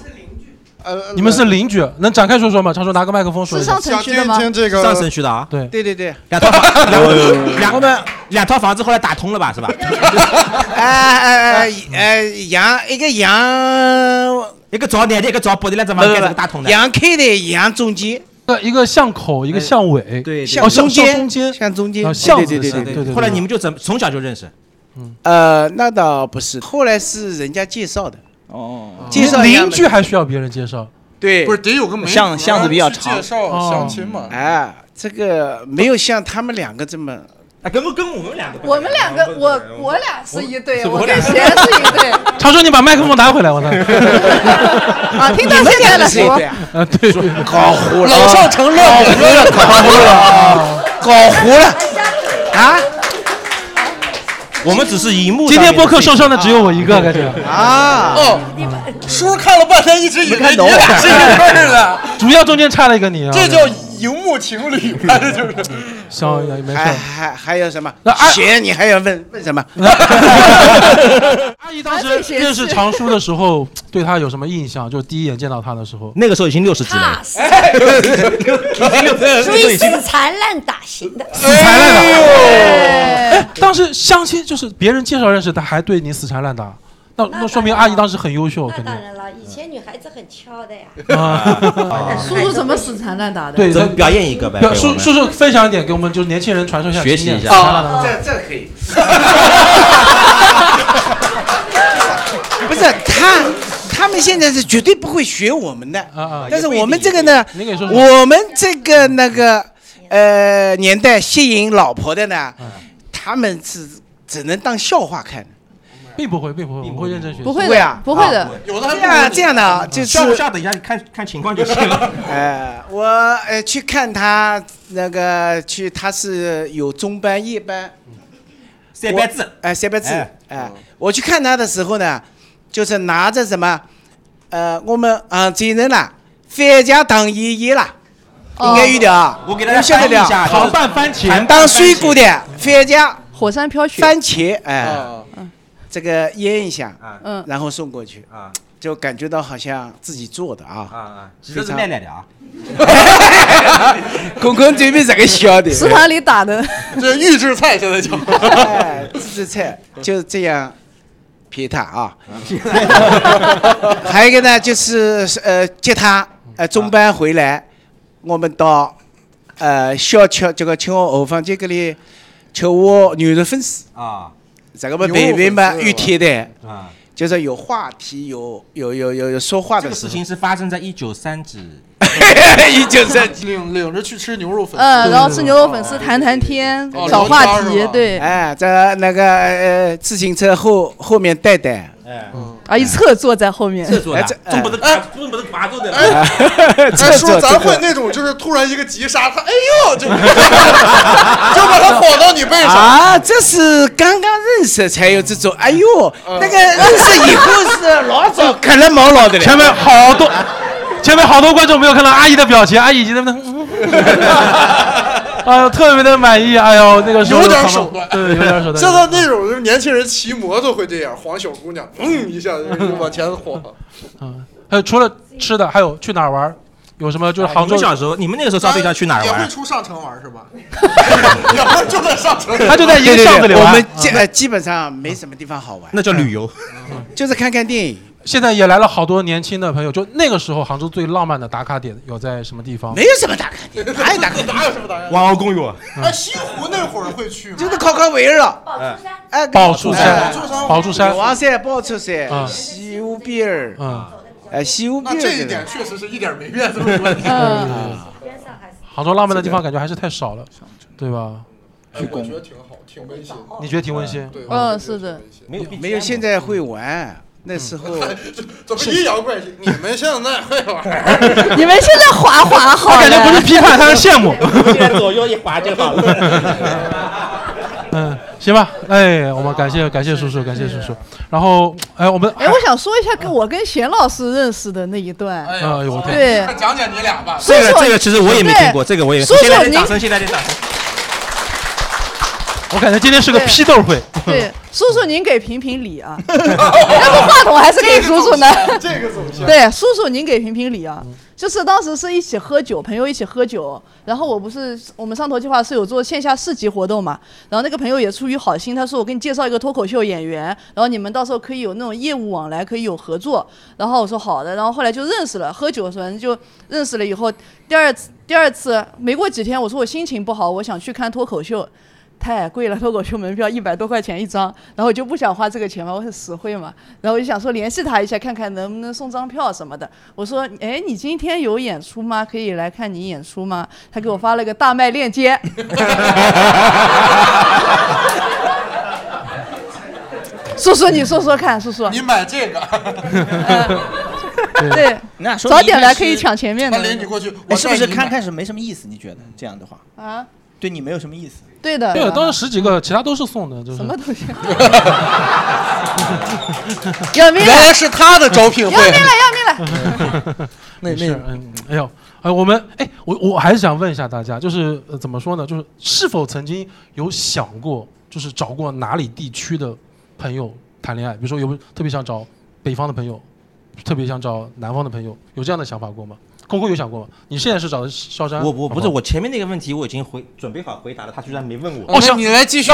Speaker 8: 呃，
Speaker 6: 你们是邻居，能展开说说吗？常叔拿个麦克风说一下。
Speaker 8: 想听听这个
Speaker 3: 上城区的啊，
Speaker 6: [laughs] 对
Speaker 10: 对对对，
Speaker 3: [laughs] 两套房，两
Speaker 10: 然
Speaker 3: 两
Speaker 10: 后呢？
Speaker 3: 两套房子后来打通了吧，是吧？
Speaker 10: 哎哎哎哎，杨一个杨，
Speaker 3: 一个找男的，一个找北的，那怎么
Speaker 10: 不
Speaker 3: 该怎
Speaker 10: 不
Speaker 3: 么
Speaker 10: 不
Speaker 3: 打通的？
Speaker 10: 杨开的杨中间，
Speaker 6: 一个巷 [laughs] 口，一个巷尾，
Speaker 10: 哎对
Speaker 6: 哦
Speaker 10: 向中
Speaker 6: 向
Speaker 10: 间，
Speaker 6: 中间，
Speaker 10: 向中间
Speaker 6: 啊巷子
Speaker 10: 对对
Speaker 6: 是
Speaker 10: 对
Speaker 6: 对对。
Speaker 3: 后来你们就怎从小就认识？
Speaker 6: 嗯
Speaker 10: 呃，那倒不是，后来是人家介绍的。哦，介绍一下
Speaker 6: 邻居还需要别人介绍？
Speaker 10: 对，
Speaker 6: 不是得有个媒人巷巷子比较长
Speaker 8: 呃介绍相亲嘛
Speaker 10: 哎，这个没有像他们两个这么，
Speaker 3: 啊，跟不跟我们两个
Speaker 4: 我们两个，我我俩是一对，
Speaker 10: 我
Speaker 4: 我跟
Speaker 10: 俩
Speaker 4: 贤是一对。
Speaker 6: 常叔，你把麦克风拿回来，
Speaker 10: [laughs]
Speaker 6: 我操！
Speaker 4: 啊，听到现在了，说
Speaker 6: 啊，对，
Speaker 10: 搞糊了，
Speaker 6: 老少成
Speaker 10: 了，搞糊了，搞糊了，搞糊了啊！
Speaker 3: 我们只是荧幕。
Speaker 6: 今天播客受伤的只有我一个，感觉。
Speaker 10: 啊
Speaker 8: 哦，叔看了半天，一直以为
Speaker 6: 啊
Speaker 10: 哎
Speaker 8: 你俩
Speaker 6: [laughs]
Speaker 8: 是一对儿呢，
Speaker 6: 主要中间差了一个你啊。
Speaker 8: 这叫荧幕情
Speaker 6: [laughs]
Speaker 8: 侣吧？这就是。
Speaker 6: 小没
Speaker 10: 还
Speaker 6: 事。
Speaker 10: 还还有什么
Speaker 6: 那二？
Speaker 10: 姐，你还要问问
Speaker 6: [laughs]
Speaker 10: 什么？
Speaker 6: 阿姨当时认识常叔的时候，对他有什么印象？就是第一眼见到他的时候，
Speaker 3: 那个时候已经六十几了，
Speaker 10: 哎 [laughs]
Speaker 9: 属于死缠烂打型的。
Speaker 6: 哎，当时相亲就是别人介绍认识，他还对你死缠烂打，那那说明阿姨当时很优秀，肯定
Speaker 9: 当然了，以前女孩子很挑
Speaker 3: [laughs]
Speaker 9: 的呀。 [laughs]
Speaker 6: 啊。
Speaker 4: 叔叔怎么死缠烂打的？
Speaker 6: 对，
Speaker 3: 咱表演一个呗
Speaker 6: 表
Speaker 3: 给我
Speaker 6: 叔
Speaker 3: 们
Speaker 6: 叔叔分享一点，给我们就是年轻人传授一下
Speaker 3: 学
Speaker 6: 经验
Speaker 3: 习一下
Speaker 6: 死缠烂打
Speaker 10: 这这可以。 [laughs] 不是他，他们现在是绝对不会学我们的。
Speaker 3: 啊
Speaker 10: 但是我们这个呢，我们这个那个呃年代吸引老婆的呢，
Speaker 3: 嗯
Speaker 10: 他们是只能当笑话看。
Speaker 6: 并不会，并不会，我们会认真学习。
Speaker 10: 不会的
Speaker 6: 啊
Speaker 10: 不会的
Speaker 6: 啊
Speaker 10: 有的还不如这样这样的啊就是
Speaker 3: 下不下等一下看看情况就行
Speaker 10: [laughs]
Speaker 3: 了。
Speaker 10: 呃，我呃去看他那个去，他是有中班、夜班，
Speaker 3: 三班制
Speaker 10: 我哎，三班制，
Speaker 3: 哎
Speaker 10: 哎、我去看他的时候呢，就是拿着什么，呃，我们杭州人啊啦，番茄糖爷爷啦，
Speaker 6: 哦
Speaker 10: 应该有的啊，
Speaker 3: 我给大家
Speaker 10: 晓得
Speaker 3: 翻译一
Speaker 10: 的
Speaker 3: 下
Speaker 10: 啊，
Speaker 3: 就是糖拌番茄
Speaker 10: 当水果的番茄，
Speaker 4: 火山飘雪，
Speaker 10: 番茄，哎、
Speaker 4: 哦
Speaker 10: 这个腌一下，
Speaker 4: 嗯
Speaker 10: 然后送过去，
Speaker 3: 啊，
Speaker 10: 就感觉到好像自己做的啊，
Speaker 3: 啊啊，
Speaker 10: 非
Speaker 3: 这是
Speaker 10: 常
Speaker 3: 奶奶的啊。
Speaker 10: [laughs] 公公嘴边这个笑
Speaker 4: [laughs]
Speaker 10: 的，
Speaker 4: 食堂里打的。
Speaker 8: [laughs] 这预制菜现在叫。
Speaker 10: 哎，自制菜就这样撇他
Speaker 3: [laughs]
Speaker 10: 啊。还有一个呢，就是呃接他呃中班回来，我们到呃小吃这个青华后坊街搿里吃我牛肉粉丝，
Speaker 3: 啊
Speaker 10: 这个么美味嘛，
Speaker 3: 哦
Speaker 10: 玉贴的，
Speaker 3: 啊，
Speaker 10: 就是有话题，有有有有有说话
Speaker 3: 这
Speaker 10: 的
Speaker 3: 个
Speaker 10: 时
Speaker 3: 事
Speaker 10: 候。
Speaker 3: 情是发生在一九三几，
Speaker 10: [laughs] 一九三
Speaker 8: 领领着去吃牛肉粉丝，
Speaker 4: 嗯，然后吃牛肉粉丝，谈谈天
Speaker 8: 哦，
Speaker 4: 找话
Speaker 8: 聊天
Speaker 4: 题
Speaker 8: 是吧，
Speaker 4: 对。
Speaker 10: 哎，这那个呃自行车后后面带带，
Speaker 3: 哎，
Speaker 4: 啊，一侧坐在后面，
Speaker 10: 侧坐的哎这哎 [laughs]
Speaker 3: 总不能
Speaker 8: 哎
Speaker 3: 总不能拔住的。
Speaker 8: 哎，叔，咱会那种就是突然一个急刹，他哎呦， [laughs] 就就把他晃到你背上。
Speaker 10: 啊，这是刚刚认识才有这种，哎呦，
Speaker 8: 哦嗯
Speaker 10: 那个认识以后是老早看了毛老的了。
Speaker 6: 前面好多，前面好多观众没有看到阿姨的表情，阿姨已经在那边，
Speaker 3: [laughs]
Speaker 6: 嗯哎呦，特别的满意，哎呦，那个时候
Speaker 8: 有点
Speaker 6: 就
Speaker 8: 手段，
Speaker 6: 对，有点手段。
Speaker 8: 像他那种就是年轻人骑摩托会这样，晃小姑娘，嗯一下就往前晃。
Speaker 6: 还呃有除了吃的，还有去哪儿玩儿？有什么啊就是杭州？
Speaker 3: 哎你们小时候你们那个时候找对象去哪儿玩
Speaker 8: 也会出上城玩是吧？也会就在上城，
Speaker 10: 对对对我们基
Speaker 8: 啊
Speaker 10: 呃基本上没什么地方好玩，嗯
Speaker 3: 那叫旅游。
Speaker 10: 就是看看电影。
Speaker 6: 现在也来了好多年轻的朋友，就那个时候杭州最浪漫的打卡点有在什么地方？
Speaker 10: 没有什么打卡点，哪有打卡？
Speaker 8: 哪有什么打
Speaker 3: 王敖公园，
Speaker 6: 嗯
Speaker 8: 哎，西湖那会儿会去吗？
Speaker 10: 就是考考围了。哎，
Speaker 6: 宝柱山
Speaker 10: 哎
Speaker 6: 宝柱山
Speaker 10: 九王山、宝柱
Speaker 6: 嗯
Speaker 10: 山、西湖边儿，
Speaker 6: 嗯，
Speaker 10: 哎，西湖边
Speaker 8: 那
Speaker 10: 儿嗯
Speaker 8: 这一
Speaker 10: 个
Speaker 8: 点确实是一点没变，这么说你。
Speaker 6: 嗯 [laughs]
Speaker 8: 嗯
Speaker 6: 杭州浪漫的地方感觉还是太少了，对吧？
Speaker 8: 哎我觉得挺好，挺温馨的。哎
Speaker 6: 你觉得挺温馨？
Speaker 8: 对，
Speaker 4: 嗯，是的，
Speaker 3: 没有
Speaker 10: 没有现在会玩，
Speaker 6: 嗯
Speaker 10: 那时候
Speaker 8: 怎么阴阳怪气？你们现在会玩儿？
Speaker 10: 你们现在滑
Speaker 6: [laughs]
Speaker 10: 滑好
Speaker 6: 他感觉不是批判，他是羡慕
Speaker 5: 左右一划就好了。
Speaker 6: 嗯，行吧，哎，我们感谢感谢叔叔，感谢叔叔。然后，哎，我们
Speaker 4: 哎，我想说一下，跟我跟贤老师认识的那一段。
Speaker 6: 哎呦我天
Speaker 4: 对，
Speaker 8: 讲讲你俩吧
Speaker 4: 叔
Speaker 3: 这个
Speaker 4: 叔
Speaker 3: 这个其实我也没听过，
Speaker 4: 对
Speaker 3: [laughs] 这个我也
Speaker 4: 叔
Speaker 3: 现在
Speaker 4: 叔
Speaker 3: 得
Speaker 4: 您
Speaker 3: 掌声，现在得掌声。
Speaker 6: 我感觉今天是个
Speaker 4: 对
Speaker 6: 批斗会。
Speaker 4: 对，叔叔您给评评理
Speaker 8: [laughs]
Speaker 4: 啊，要不话筒还是给叔叔呢？
Speaker 8: 这个总嗯
Speaker 4: 对，叔叔您给评评理啊，就是当时是一起喝酒，朋友一起喝酒，然后我不是我们上头计划是有做线下市集活动嘛，然后那个朋友也出于好心，他说我给你介绍一个脱口秀演员，然后你们到时候可以有那种业务往来，可以有合作，然后我说好的，然后后来就认识了，喝酒的时候就认识了以后，第二次第二次没过几天，我说我心情不好，我想去看脱口秀。太贵了，脱口秀门票一百多块钱一张，然后我就不想花这个钱嘛，我很实惠嘛，然后我就想说联系他一下，看看能不能送张票什么的。我说，哎，你今天有演出吗？可以来看你演出吗？他给我发了个大麦链接， [laughs] 叔叔你说说看，叔叔，
Speaker 8: 你买这个，
Speaker 4: 对，
Speaker 5: 嗯那说
Speaker 4: 早
Speaker 5: 明
Speaker 4: 点
Speaker 5: 应该
Speaker 4: 来可以
Speaker 5: 是
Speaker 4: 抢前面的，
Speaker 5: 哎是不是看看是没什么意思？你觉得这样的话，
Speaker 4: 啊？
Speaker 5: 对你没有什么意思？
Speaker 4: 对的，
Speaker 6: 对，啊当时十几个，其他都是送的，就是
Speaker 4: 什么
Speaker 6: [laughs]
Speaker 4: 东西？
Speaker 6: 要
Speaker 4: 要
Speaker 6: 命
Speaker 4: 命了！
Speaker 6: 了原来是他的招聘会
Speaker 4: 要命了，要命了！
Speaker 6: [laughs] 那那嗯，哎呦，哎，我们哎，我我还是想问一下大家，就是、呃怎么说呢？就是是否曾经有想过，就是找过哪里地区的朋友谈恋爱？比如说有没有特别想找北方的朋友，特别想找南方的朋友，有这样的想法过吗？空空有想过吗？你现在是找的萧山？啊
Speaker 3: 我我不是
Speaker 6: 好好
Speaker 3: 我前面那个问题我已经回准备好回答了，他居然没问我。
Speaker 6: 哦，想啊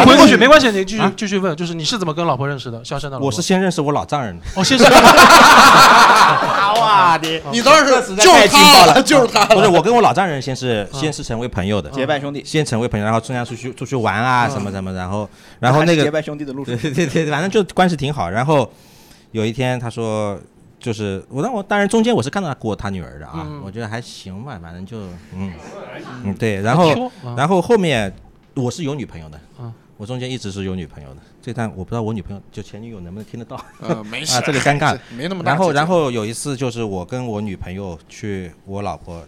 Speaker 6: 回过去没关系，你继续、
Speaker 3: 啊
Speaker 6: 继续问，就是你是怎么跟老婆认识的？萧山的老婆。
Speaker 3: 我是先认识我老丈人的。
Speaker 6: 哦，
Speaker 3: [laughs]
Speaker 6: 先生。
Speaker 5: 哇的，
Speaker 12: 哦
Speaker 1: 哦
Speaker 8: 你当时
Speaker 5: 实在
Speaker 8: 就哦
Speaker 5: 太
Speaker 8: 是
Speaker 5: 劲爆
Speaker 8: 他
Speaker 5: [laughs] 了，嗯
Speaker 8: 就是他
Speaker 3: 不是我跟我老丈人先是先是成为朋友的，
Speaker 5: 结拜兄弟，
Speaker 3: 先成为朋友，然后中间出去出去玩啊
Speaker 5: 嗯
Speaker 3: 什么什么，然后然后那
Speaker 5: 还是
Speaker 3: 个
Speaker 5: 结拜兄弟的路数
Speaker 3: 对对对对，反正就关系挺好。然后有一天他说，就是我当我当然中间我是看到过他女儿的啊，我觉得还行吧，反正就嗯
Speaker 8: 啊
Speaker 3: 嗯对，然
Speaker 5: 还挑
Speaker 3: 后
Speaker 6: 啊
Speaker 5: 嗯
Speaker 3: 然后后面我是有女朋友的
Speaker 6: 嗯。
Speaker 3: 我中间一直是有女朋友的，这段我不知道我女朋友就前女友能不能听得到，
Speaker 8: 呃没事
Speaker 3: 啊，这个尴尬，
Speaker 8: 没那么大
Speaker 3: 然后
Speaker 8: 事情
Speaker 3: 然后有一次就是我跟我女朋友去我老婆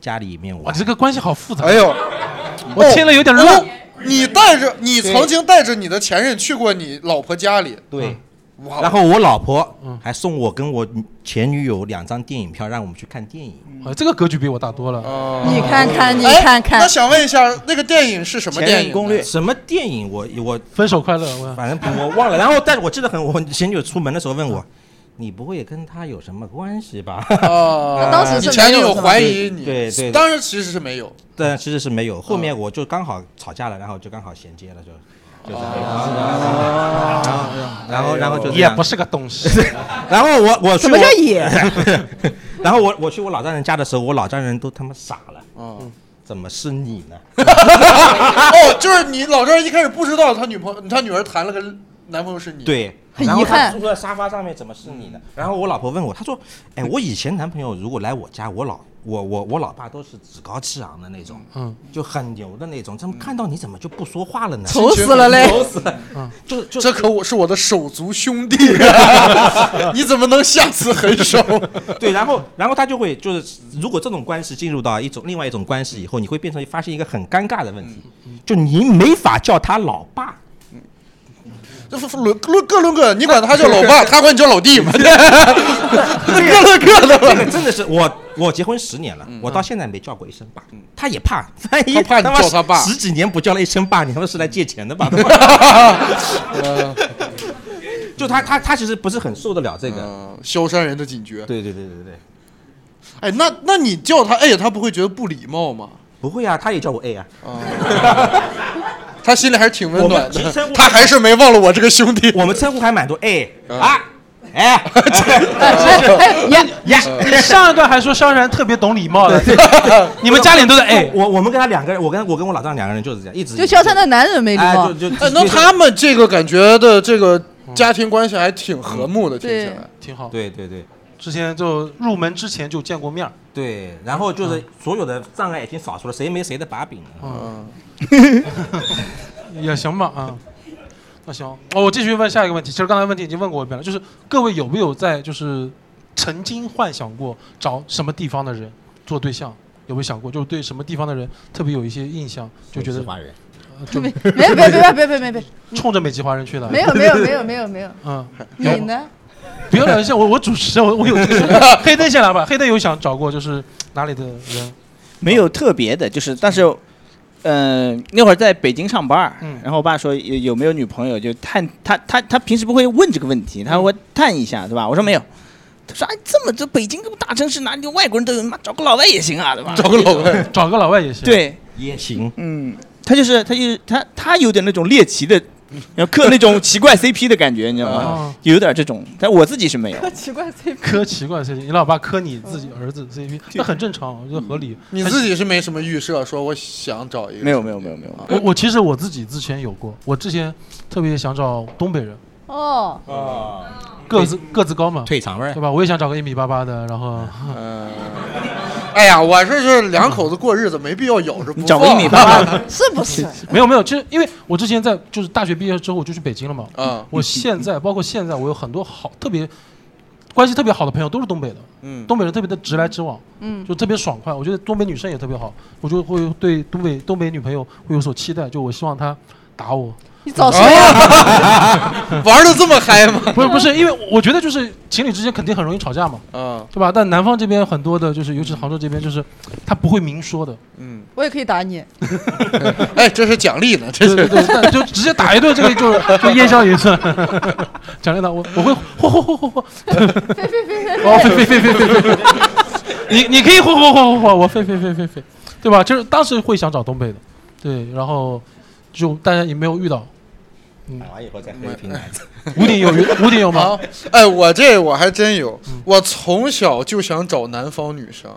Speaker 3: 家里面玩，哦
Speaker 6: 哇，这个关系好复杂。
Speaker 3: 哎呦
Speaker 6: [laughs] 我听了有点乱。
Speaker 8: 你带着你
Speaker 3: 对
Speaker 8: 曾经带着你的前任去过你老婆家里，
Speaker 3: 对，
Speaker 8: 哇，
Speaker 3: 然后我老婆
Speaker 6: 嗯
Speaker 3: 还送我跟我前女友两张电影票，让我们去看电影。
Speaker 6: 啊，这个格局比我大多了。
Speaker 4: 你看看，你
Speaker 8: 哎
Speaker 4: 看看。
Speaker 8: 那想问一下，那个电影是什么电影？
Speaker 3: 略？什么电影？我我
Speaker 6: 分手快乐，
Speaker 3: 反正我忘了。然后，但是我记得很，我前女友出门的时候问我。你不会跟他有什么关系吧？ [laughs]
Speaker 8: 哦
Speaker 3: 啊
Speaker 8: 当时是你前女友怀疑你
Speaker 3: 对对，
Speaker 8: 当时嗯其实是
Speaker 3: [laughs]
Speaker 8: 没有，
Speaker 3: 但其实是没有。后面我就刚好吵架了，然后就刚好衔接了，就就是这样。
Speaker 8: 哦
Speaker 3: [laughs] 然后然后就这
Speaker 6: 也
Speaker 3: 样
Speaker 6: 不是个东西。
Speaker 3: [laughs] 然后我我去
Speaker 6: 什么
Speaker 3: 我
Speaker 6: 叫野
Speaker 3: [laughs] 然后我我去我老丈人家的时候，我老丈人都他妈傻了。
Speaker 8: 嗯，
Speaker 3: 怎么是你呢？
Speaker 8: 哦，就是你老丈人一开始不知道他女朋友，他女儿谈了个男朋友是你，
Speaker 3: 对，然后他坐在沙发上面，怎么是你呢？然后我老婆问我，她说：“哎，我以前男朋友如果来我家，我老我我我老爸都是趾高气昂的那种，
Speaker 6: 嗯，
Speaker 3: 就很牛的那种。怎么看到你怎么就不说话了呢？
Speaker 8: 愁死了嘞
Speaker 3: 愁死了。就就
Speaker 8: 嗯这
Speaker 3: [laughs]
Speaker 8: 可我是我的手足兄弟，你怎么能下此狠手？
Speaker 3: [laughs] 对，然后然后他就会就是，如果这种关系进入到一种另外一种关系以后，你会变成发现一个很尴尬的问题，
Speaker 8: 嗯
Speaker 3: 就你没法叫他老爸。”
Speaker 8: 这论论各论各，你管他叫老
Speaker 3: [laughs]
Speaker 8: 爸，他管你叫老弟嘛？各论各的吧。
Speaker 3: 这个真的是我，我结婚十年了，我到现在没叫过一声爸。他也怕，万一
Speaker 8: 嗯他怕你
Speaker 3: 妈
Speaker 8: 叫他爸
Speaker 3: 十几年不叫了一声爸，你他妈是来借钱
Speaker 8: [laughs]
Speaker 3: 的吧？ [laughs] 就他他他其实不是很受得了这
Speaker 8: 个萧呃山人的警觉。
Speaker 3: 对对对对对，
Speaker 8: 哎，那那你叫他 A，他不会觉得不礼貌吗？
Speaker 3: 不会啊，他也叫我 A 啊。
Speaker 8: [laughs] 他心里还是挺温暖
Speaker 3: 我们其实称
Speaker 8: 的
Speaker 3: 呼，
Speaker 8: 他还是没忘了我这个兄弟。嗯
Speaker 3: 我们称呼还蛮多 A 啊，
Speaker 8: [laughs]
Speaker 3: 哎， [laughs] 呀
Speaker 6: 哎
Speaker 8: 嗯
Speaker 6: 你上一段还说萧然特别懂礼貌的， [laughs] 你们家里人都在哎，
Speaker 3: 我我们跟他两个人，我跟我跟我老丈人两个人就是这样，一
Speaker 4: [laughs]
Speaker 3: 直
Speaker 4: 就萧山的男人没礼貌，
Speaker 5: 呃
Speaker 8: 哎，那他们这个感觉的这个
Speaker 3: 嗯
Speaker 8: 家庭关系还挺和睦的，听起来。
Speaker 6: 挺好。
Speaker 3: 对对对，
Speaker 6: 之前就入门之前就见过面儿。
Speaker 3: 对，然后
Speaker 6: 嗯
Speaker 3: 就是所有的障碍已经扫除了，嗯谁没谁的把柄了。
Speaker 6: 嗯，也行吧啊。那行，哦，我继续问下一个问题。其实刚才问题已经问过一遍了，就是各位有没有在就是曾经幻想过找什么地方的人做对象？有没有想过，就是对什么地方的人特别有一些印象，就觉得
Speaker 3: 华人，
Speaker 6: 呃就
Speaker 4: 没没有没有没有没有没有没有没有
Speaker 6: 冲着美籍华人去的，
Speaker 4: 没有没有没有没有没有，
Speaker 6: [laughs] 嗯，
Speaker 4: 你呢？
Speaker 6: 不要聊一下我，我主持，我我有这个黑灯先来吧。黑灯有想找过就是哪里的人？
Speaker 5: 没有特别的，就是但是，嗯、那会儿在北京上班儿，
Speaker 6: 嗯
Speaker 5: 然后我爸说有有没有女朋友，就探他他他平时不会问这个问题，他
Speaker 6: 嗯
Speaker 5: 会探一下，对吧？我说没有。他说：“哎，这么这北京这么大城市，哪里外国人都有，妈找个老外也行啊，对吧？
Speaker 6: 找个老外，找个老外也行，
Speaker 5: 对，
Speaker 3: 也行。
Speaker 5: 嗯，他就是他就是他他有点那种猎奇的，然后磕那种奇怪 CP 的感觉，你知道吗
Speaker 6: 哦？
Speaker 5: 有点这种，但我自己是没有。
Speaker 4: 奇怪
Speaker 3: [laughs]
Speaker 4: CP，
Speaker 6: 磕奇怪 CP，你老爸磕你自己儿子 CP，那很正常，我觉得合
Speaker 8: [laughs]
Speaker 6: 理。
Speaker 8: 你
Speaker 6: 他
Speaker 8: 自己是没什么预设，啊说我想找一个
Speaker 5: 没有没有
Speaker 12: 啊
Speaker 6: 我我其实我自己之前有过，我之前特别想找东北人，
Speaker 4: 哦，
Speaker 6: 个子个子高嘛，
Speaker 3: 腿长呗，
Speaker 6: 对吧？我也想找个一米八八的，然后，
Speaker 8: 嗯，哎呀，我这是两口子过日子，没必要咬着不放。
Speaker 4: [laughs]
Speaker 8: [laughs]
Speaker 4: 是不是？
Speaker 6: 没有没有，其实因为我之前在就是大学毕业之后我就去北京了嘛，
Speaker 8: 嗯
Speaker 6: 我现在包括现在我有很多好特别关系特别好的朋友都是东北的，
Speaker 8: 嗯
Speaker 6: 东北人特别的直来直往，
Speaker 8: 嗯
Speaker 6: 就特别爽快。我觉得东北女生也特别好，我就会对东北东北女朋友会有所期待，就我希望她打我。
Speaker 4: 你早
Speaker 8: 说呀啊 [laughs] 玩得这么嗨吗
Speaker 6: 不是不是，因为我觉得就是情侣之间肯定很容易吵架嘛，
Speaker 8: 嗯，
Speaker 6: 对吧？但南方这边很多的，就是尤其是杭州这边，就是他不会明说的，
Speaker 8: 嗯，
Speaker 4: 我也可以打你，
Speaker 8: 哎，这是奖励呢，这
Speaker 6: 对
Speaker 8: 是
Speaker 6: 对对，但 [laughs] 就直接打一顿，这个就就烟消云散。 [laughs] 讲真的，我我会嚯嚯嚯嚯嚯，
Speaker 4: 飞飞飞飞
Speaker 6: 哦飞飞飞飞飞飞，你你可以嚯嚯嚯嚯嚯，我飞飞飞飞飞，对吧？就是当时会想找东北的，对，然后就大家也没有遇到，
Speaker 3: 打完以后再喝一瓶奶茶。
Speaker 6: [laughs] 屋顶有
Speaker 8: [laughs]
Speaker 6: 云屋顶有吗嗯
Speaker 8: 啊？哎，我这我还真有，我从小就想找南方女生，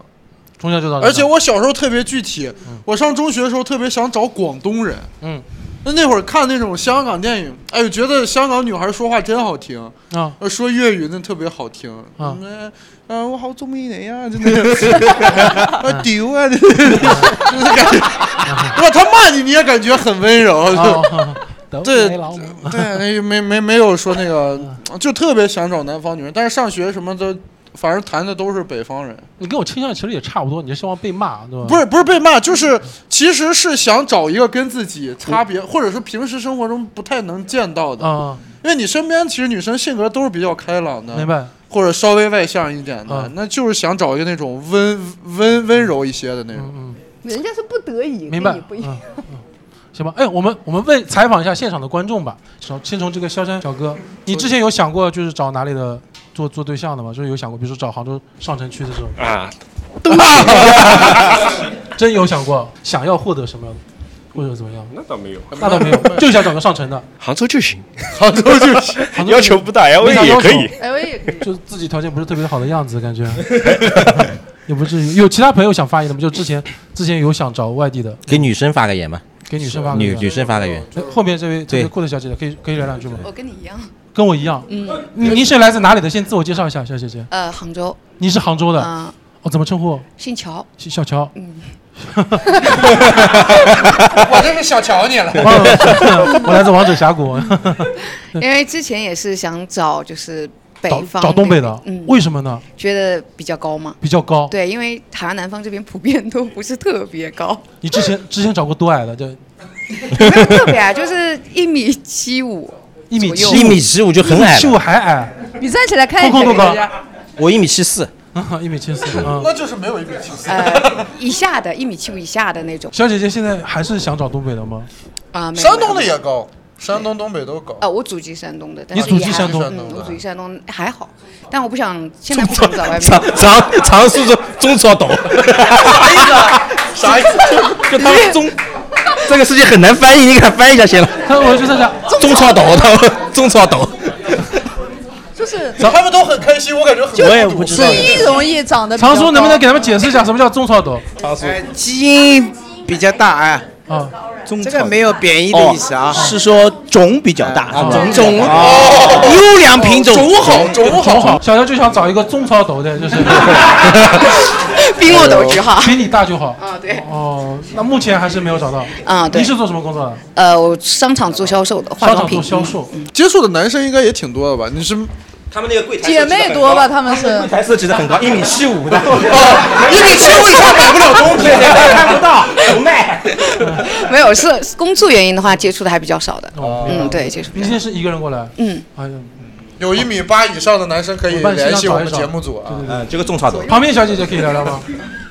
Speaker 6: 从小就到，
Speaker 8: 而且我小时候特别具体，我上中学的时候特别想找广东人。
Speaker 6: 嗯，
Speaker 8: 那那会儿看那种香港电影，哎呦，觉得香港女孩说话真好听
Speaker 6: 啊，
Speaker 8: 呃说粤语那特别好听
Speaker 6: 啊
Speaker 8: [laughs] 嗯， [laughs] 呃我好中意你呀，真
Speaker 10: [laughs]
Speaker 8: 的，啊屌啊，就是感觉， [laughs] 哇，他骂你你也感觉很温
Speaker 6: 啊
Speaker 8: 柔，
Speaker 6: [laughs] 对
Speaker 8: 对 [laughs] 对，没没没有说那个，
Speaker 6: 嗯
Speaker 8: 就特别想找南方女人，但是上学什么的，反正谈的都是北方人。
Speaker 6: 你跟我倾向其实也差不多，你是希望被骂 [laughs] 对吧？嗯
Speaker 8: 不是不是被骂，就是其实是想找一个跟自己差别，或者是平时生活中不太能见到的。
Speaker 6: 啊
Speaker 8: 因为你身边其实女生性格都是比较开朗的，
Speaker 6: 明白？嗯
Speaker 8: 或者稍微外向一点的，那就是想找一个那种温温温柔一些的那种。
Speaker 4: [laughs]
Speaker 6: 嗯
Speaker 4: 人家是不得已，
Speaker 6: 明白
Speaker 4: 跟你不一样。
Speaker 6: 行吧，哎，我们我们问采访一下现场的观众吧。首先从这个萧山小哥，你之前有想过就是找哪里的做做对象的吗？就是有想过，比如说找杭州上城区的这种
Speaker 13: 啊，
Speaker 6: 真有想过想要获得什么样的，或者怎么样？
Speaker 1: 那倒没有，[laughs]
Speaker 6: 那倒没有，就想找个上城的，
Speaker 1: 杭州就行，
Speaker 8: 杭州就行
Speaker 6: 杭州
Speaker 1: [laughs] 要求不大
Speaker 6: 没啥
Speaker 1: ，LV 也
Speaker 6: 要求
Speaker 1: 可以。
Speaker 4: ，LV 也可以，
Speaker 6: 就是自己条件不是特别好的样
Speaker 14: [laughs]
Speaker 6: 子，感觉也不至于。有其他朋友想发言的吗？就之前之前有想找外地的，
Speaker 3: 给女生发个言吧，
Speaker 6: 给女生发个
Speaker 3: 女
Speaker 6: 言
Speaker 3: 女生发个言。
Speaker 6: 哎后面这位这
Speaker 3: 对
Speaker 6: 位酷的小姐姐可以可以聊两句吗？
Speaker 14: 我跟你一样，
Speaker 6: 跟我一样，
Speaker 14: 嗯
Speaker 6: 你您是来自哪里的？先自我介绍一下，小姐姐。
Speaker 14: 呃，杭州，
Speaker 6: 你是杭州的，
Speaker 14: 啊
Speaker 6: 哦，怎么称呼？
Speaker 14: 姓
Speaker 6: [laughs]
Speaker 14: 乔，
Speaker 6: 小小乔。
Speaker 14: 嗯，
Speaker 8: 我这是小瞧你了
Speaker 6: 我来自王者峡谷。
Speaker 14: 因为之前也是想找就是北
Speaker 6: 找
Speaker 14: 方
Speaker 6: 找东北的，
Speaker 14: 嗯，
Speaker 6: 为什么呢？
Speaker 14: 觉得比较高嘛？
Speaker 6: 比较高。
Speaker 14: 对，因为海南南方这边普遍都不是特别
Speaker 6: [laughs]
Speaker 14: 高，
Speaker 6: 你之前之前找过多矮的？对，
Speaker 14: 没有特别矮，就是一米七五，
Speaker 6: 一米
Speaker 14: 左
Speaker 6: 七，
Speaker 14: 右
Speaker 3: 五就很矮了
Speaker 6: 七五还矮。
Speaker 4: 你站起来看一
Speaker 6: 空
Speaker 4: 下
Speaker 6: 空
Speaker 4: 给
Speaker 6: 空
Speaker 4: 大
Speaker 6: 空
Speaker 4: 家。
Speaker 3: 我一米七四，
Speaker 6: [laughs]
Speaker 3: 嗯
Speaker 6: 一
Speaker 3: [laughs]
Speaker 6: 米七四啊。
Speaker 8: 那就是没有一米七四。
Speaker 14: 呃，以下的一米七五以下的那种
Speaker 6: 小姐姐现在还是想找东北的吗？
Speaker 14: 啊，没有
Speaker 8: 山东的也高，山东、东北都高。
Speaker 14: 呃，我祖籍山东的，但
Speaker 6: 你
Speaker 14: 是
Speaker 6: 祖
Speaker 14: 也
Speaker 6: 籍
Speaker 14: 还
Speaker 6: 山东
Speaker 14: 嗯我祖籍山东还好，但我不想现在不想
Speaker 6: [laughs]
Speaker 14: 找外面。
Speaker 3: 长 [laughs] 长长苏州中朝 [laughs] 懂，
Speaker 8: [laughs] 哎啥意
Speaker 6: [laughs]
Speaker 8: 思？
Speaker 3: 就他们 [laughs] 中这个事情很难翻译，你给他翻译一下行了。
Speaker 6: 我就在想，
Speaker 3: 中朝懂，他们 [laughs] 中朝懂。
Speaker 4: [laughs] 就是
Speaker 8: 他们都很开心，我感觉很
Speaker 3: 我也不知道
Speaker 4: 第一容易长得比较
Speaker 6: 常叔能不能
Speaker 4: 高
Speaker 6: 给他们解释一下什么叫中草斗？
Speaker 10: 基因比较大
Speaker 3: 哎
Speaker 10: 啊，
Speaker 6: 啊，
Speaker 10: 这个没有贬义的意思啊，
Speaker 5: 是说种比较大，
Speaker 10: 啊种
Speaker 5: 种
Speaker 10: 哦
Speaker 5: 优良品种，
Speaker 6: 种好。小乔就想找一个中草斗的，就是
Speaker 14: 比我都知道。
Speaker 6: [laughs] 比你大就好。
Speaker 14: 啊，
Speaker 6: [laughs]
Speaker 14: 对。
Speaker 6: 哦，那目前还是没有找到。
Speaker 14: 啊对
Speaker 6: 你是做什么工作的？
Speaker 14: 呃，我商场做销售的，化妆品嗯
Speaker 8: 接触的男生应该也挺多的吧？你是
Speaker 3: 他们那个柜
Speaker 4: 姐妹多
Speaker 8: 嗯
Speaker 4: 吧？他们是
Speaker 3: 柜 [laughs] 台设置的很高，一米七五的，
Speaker 8: 一米七五以下买不了东
Speaker 6: [laughs]
Speaker 8: 西，
Speaker 3: 看不
Speaker 6: 哦
Speaker 10: [laughs]
Speaker 3: 到，不卖。
Speaker 14: [laughs] 没有，是工作原因的话，接触的还比较少的。
Speaker 6: 哦
Speaker 14: 嗯，对，接触。
Speaker 6: 你现在是一个人过来？
Speaker 14: 嗯，
Speaker 6: [laughs] 哎呀，
Speaker 8: [laughs] 有一米八以上的男生可以
Speaker 6: 我帮你
Speaker 8: 联系
Speaker 6: 找
Speaker 8: 我
Speaker 6: 一
Speaker 8: 们
Speaker 6: 找
Speaker 8: 节目组啊。
Speaker 6: 对对
Speaker 3: 嗯，这个种草的。
Speaker 6: 旁边小姐姐可以聊聊吗？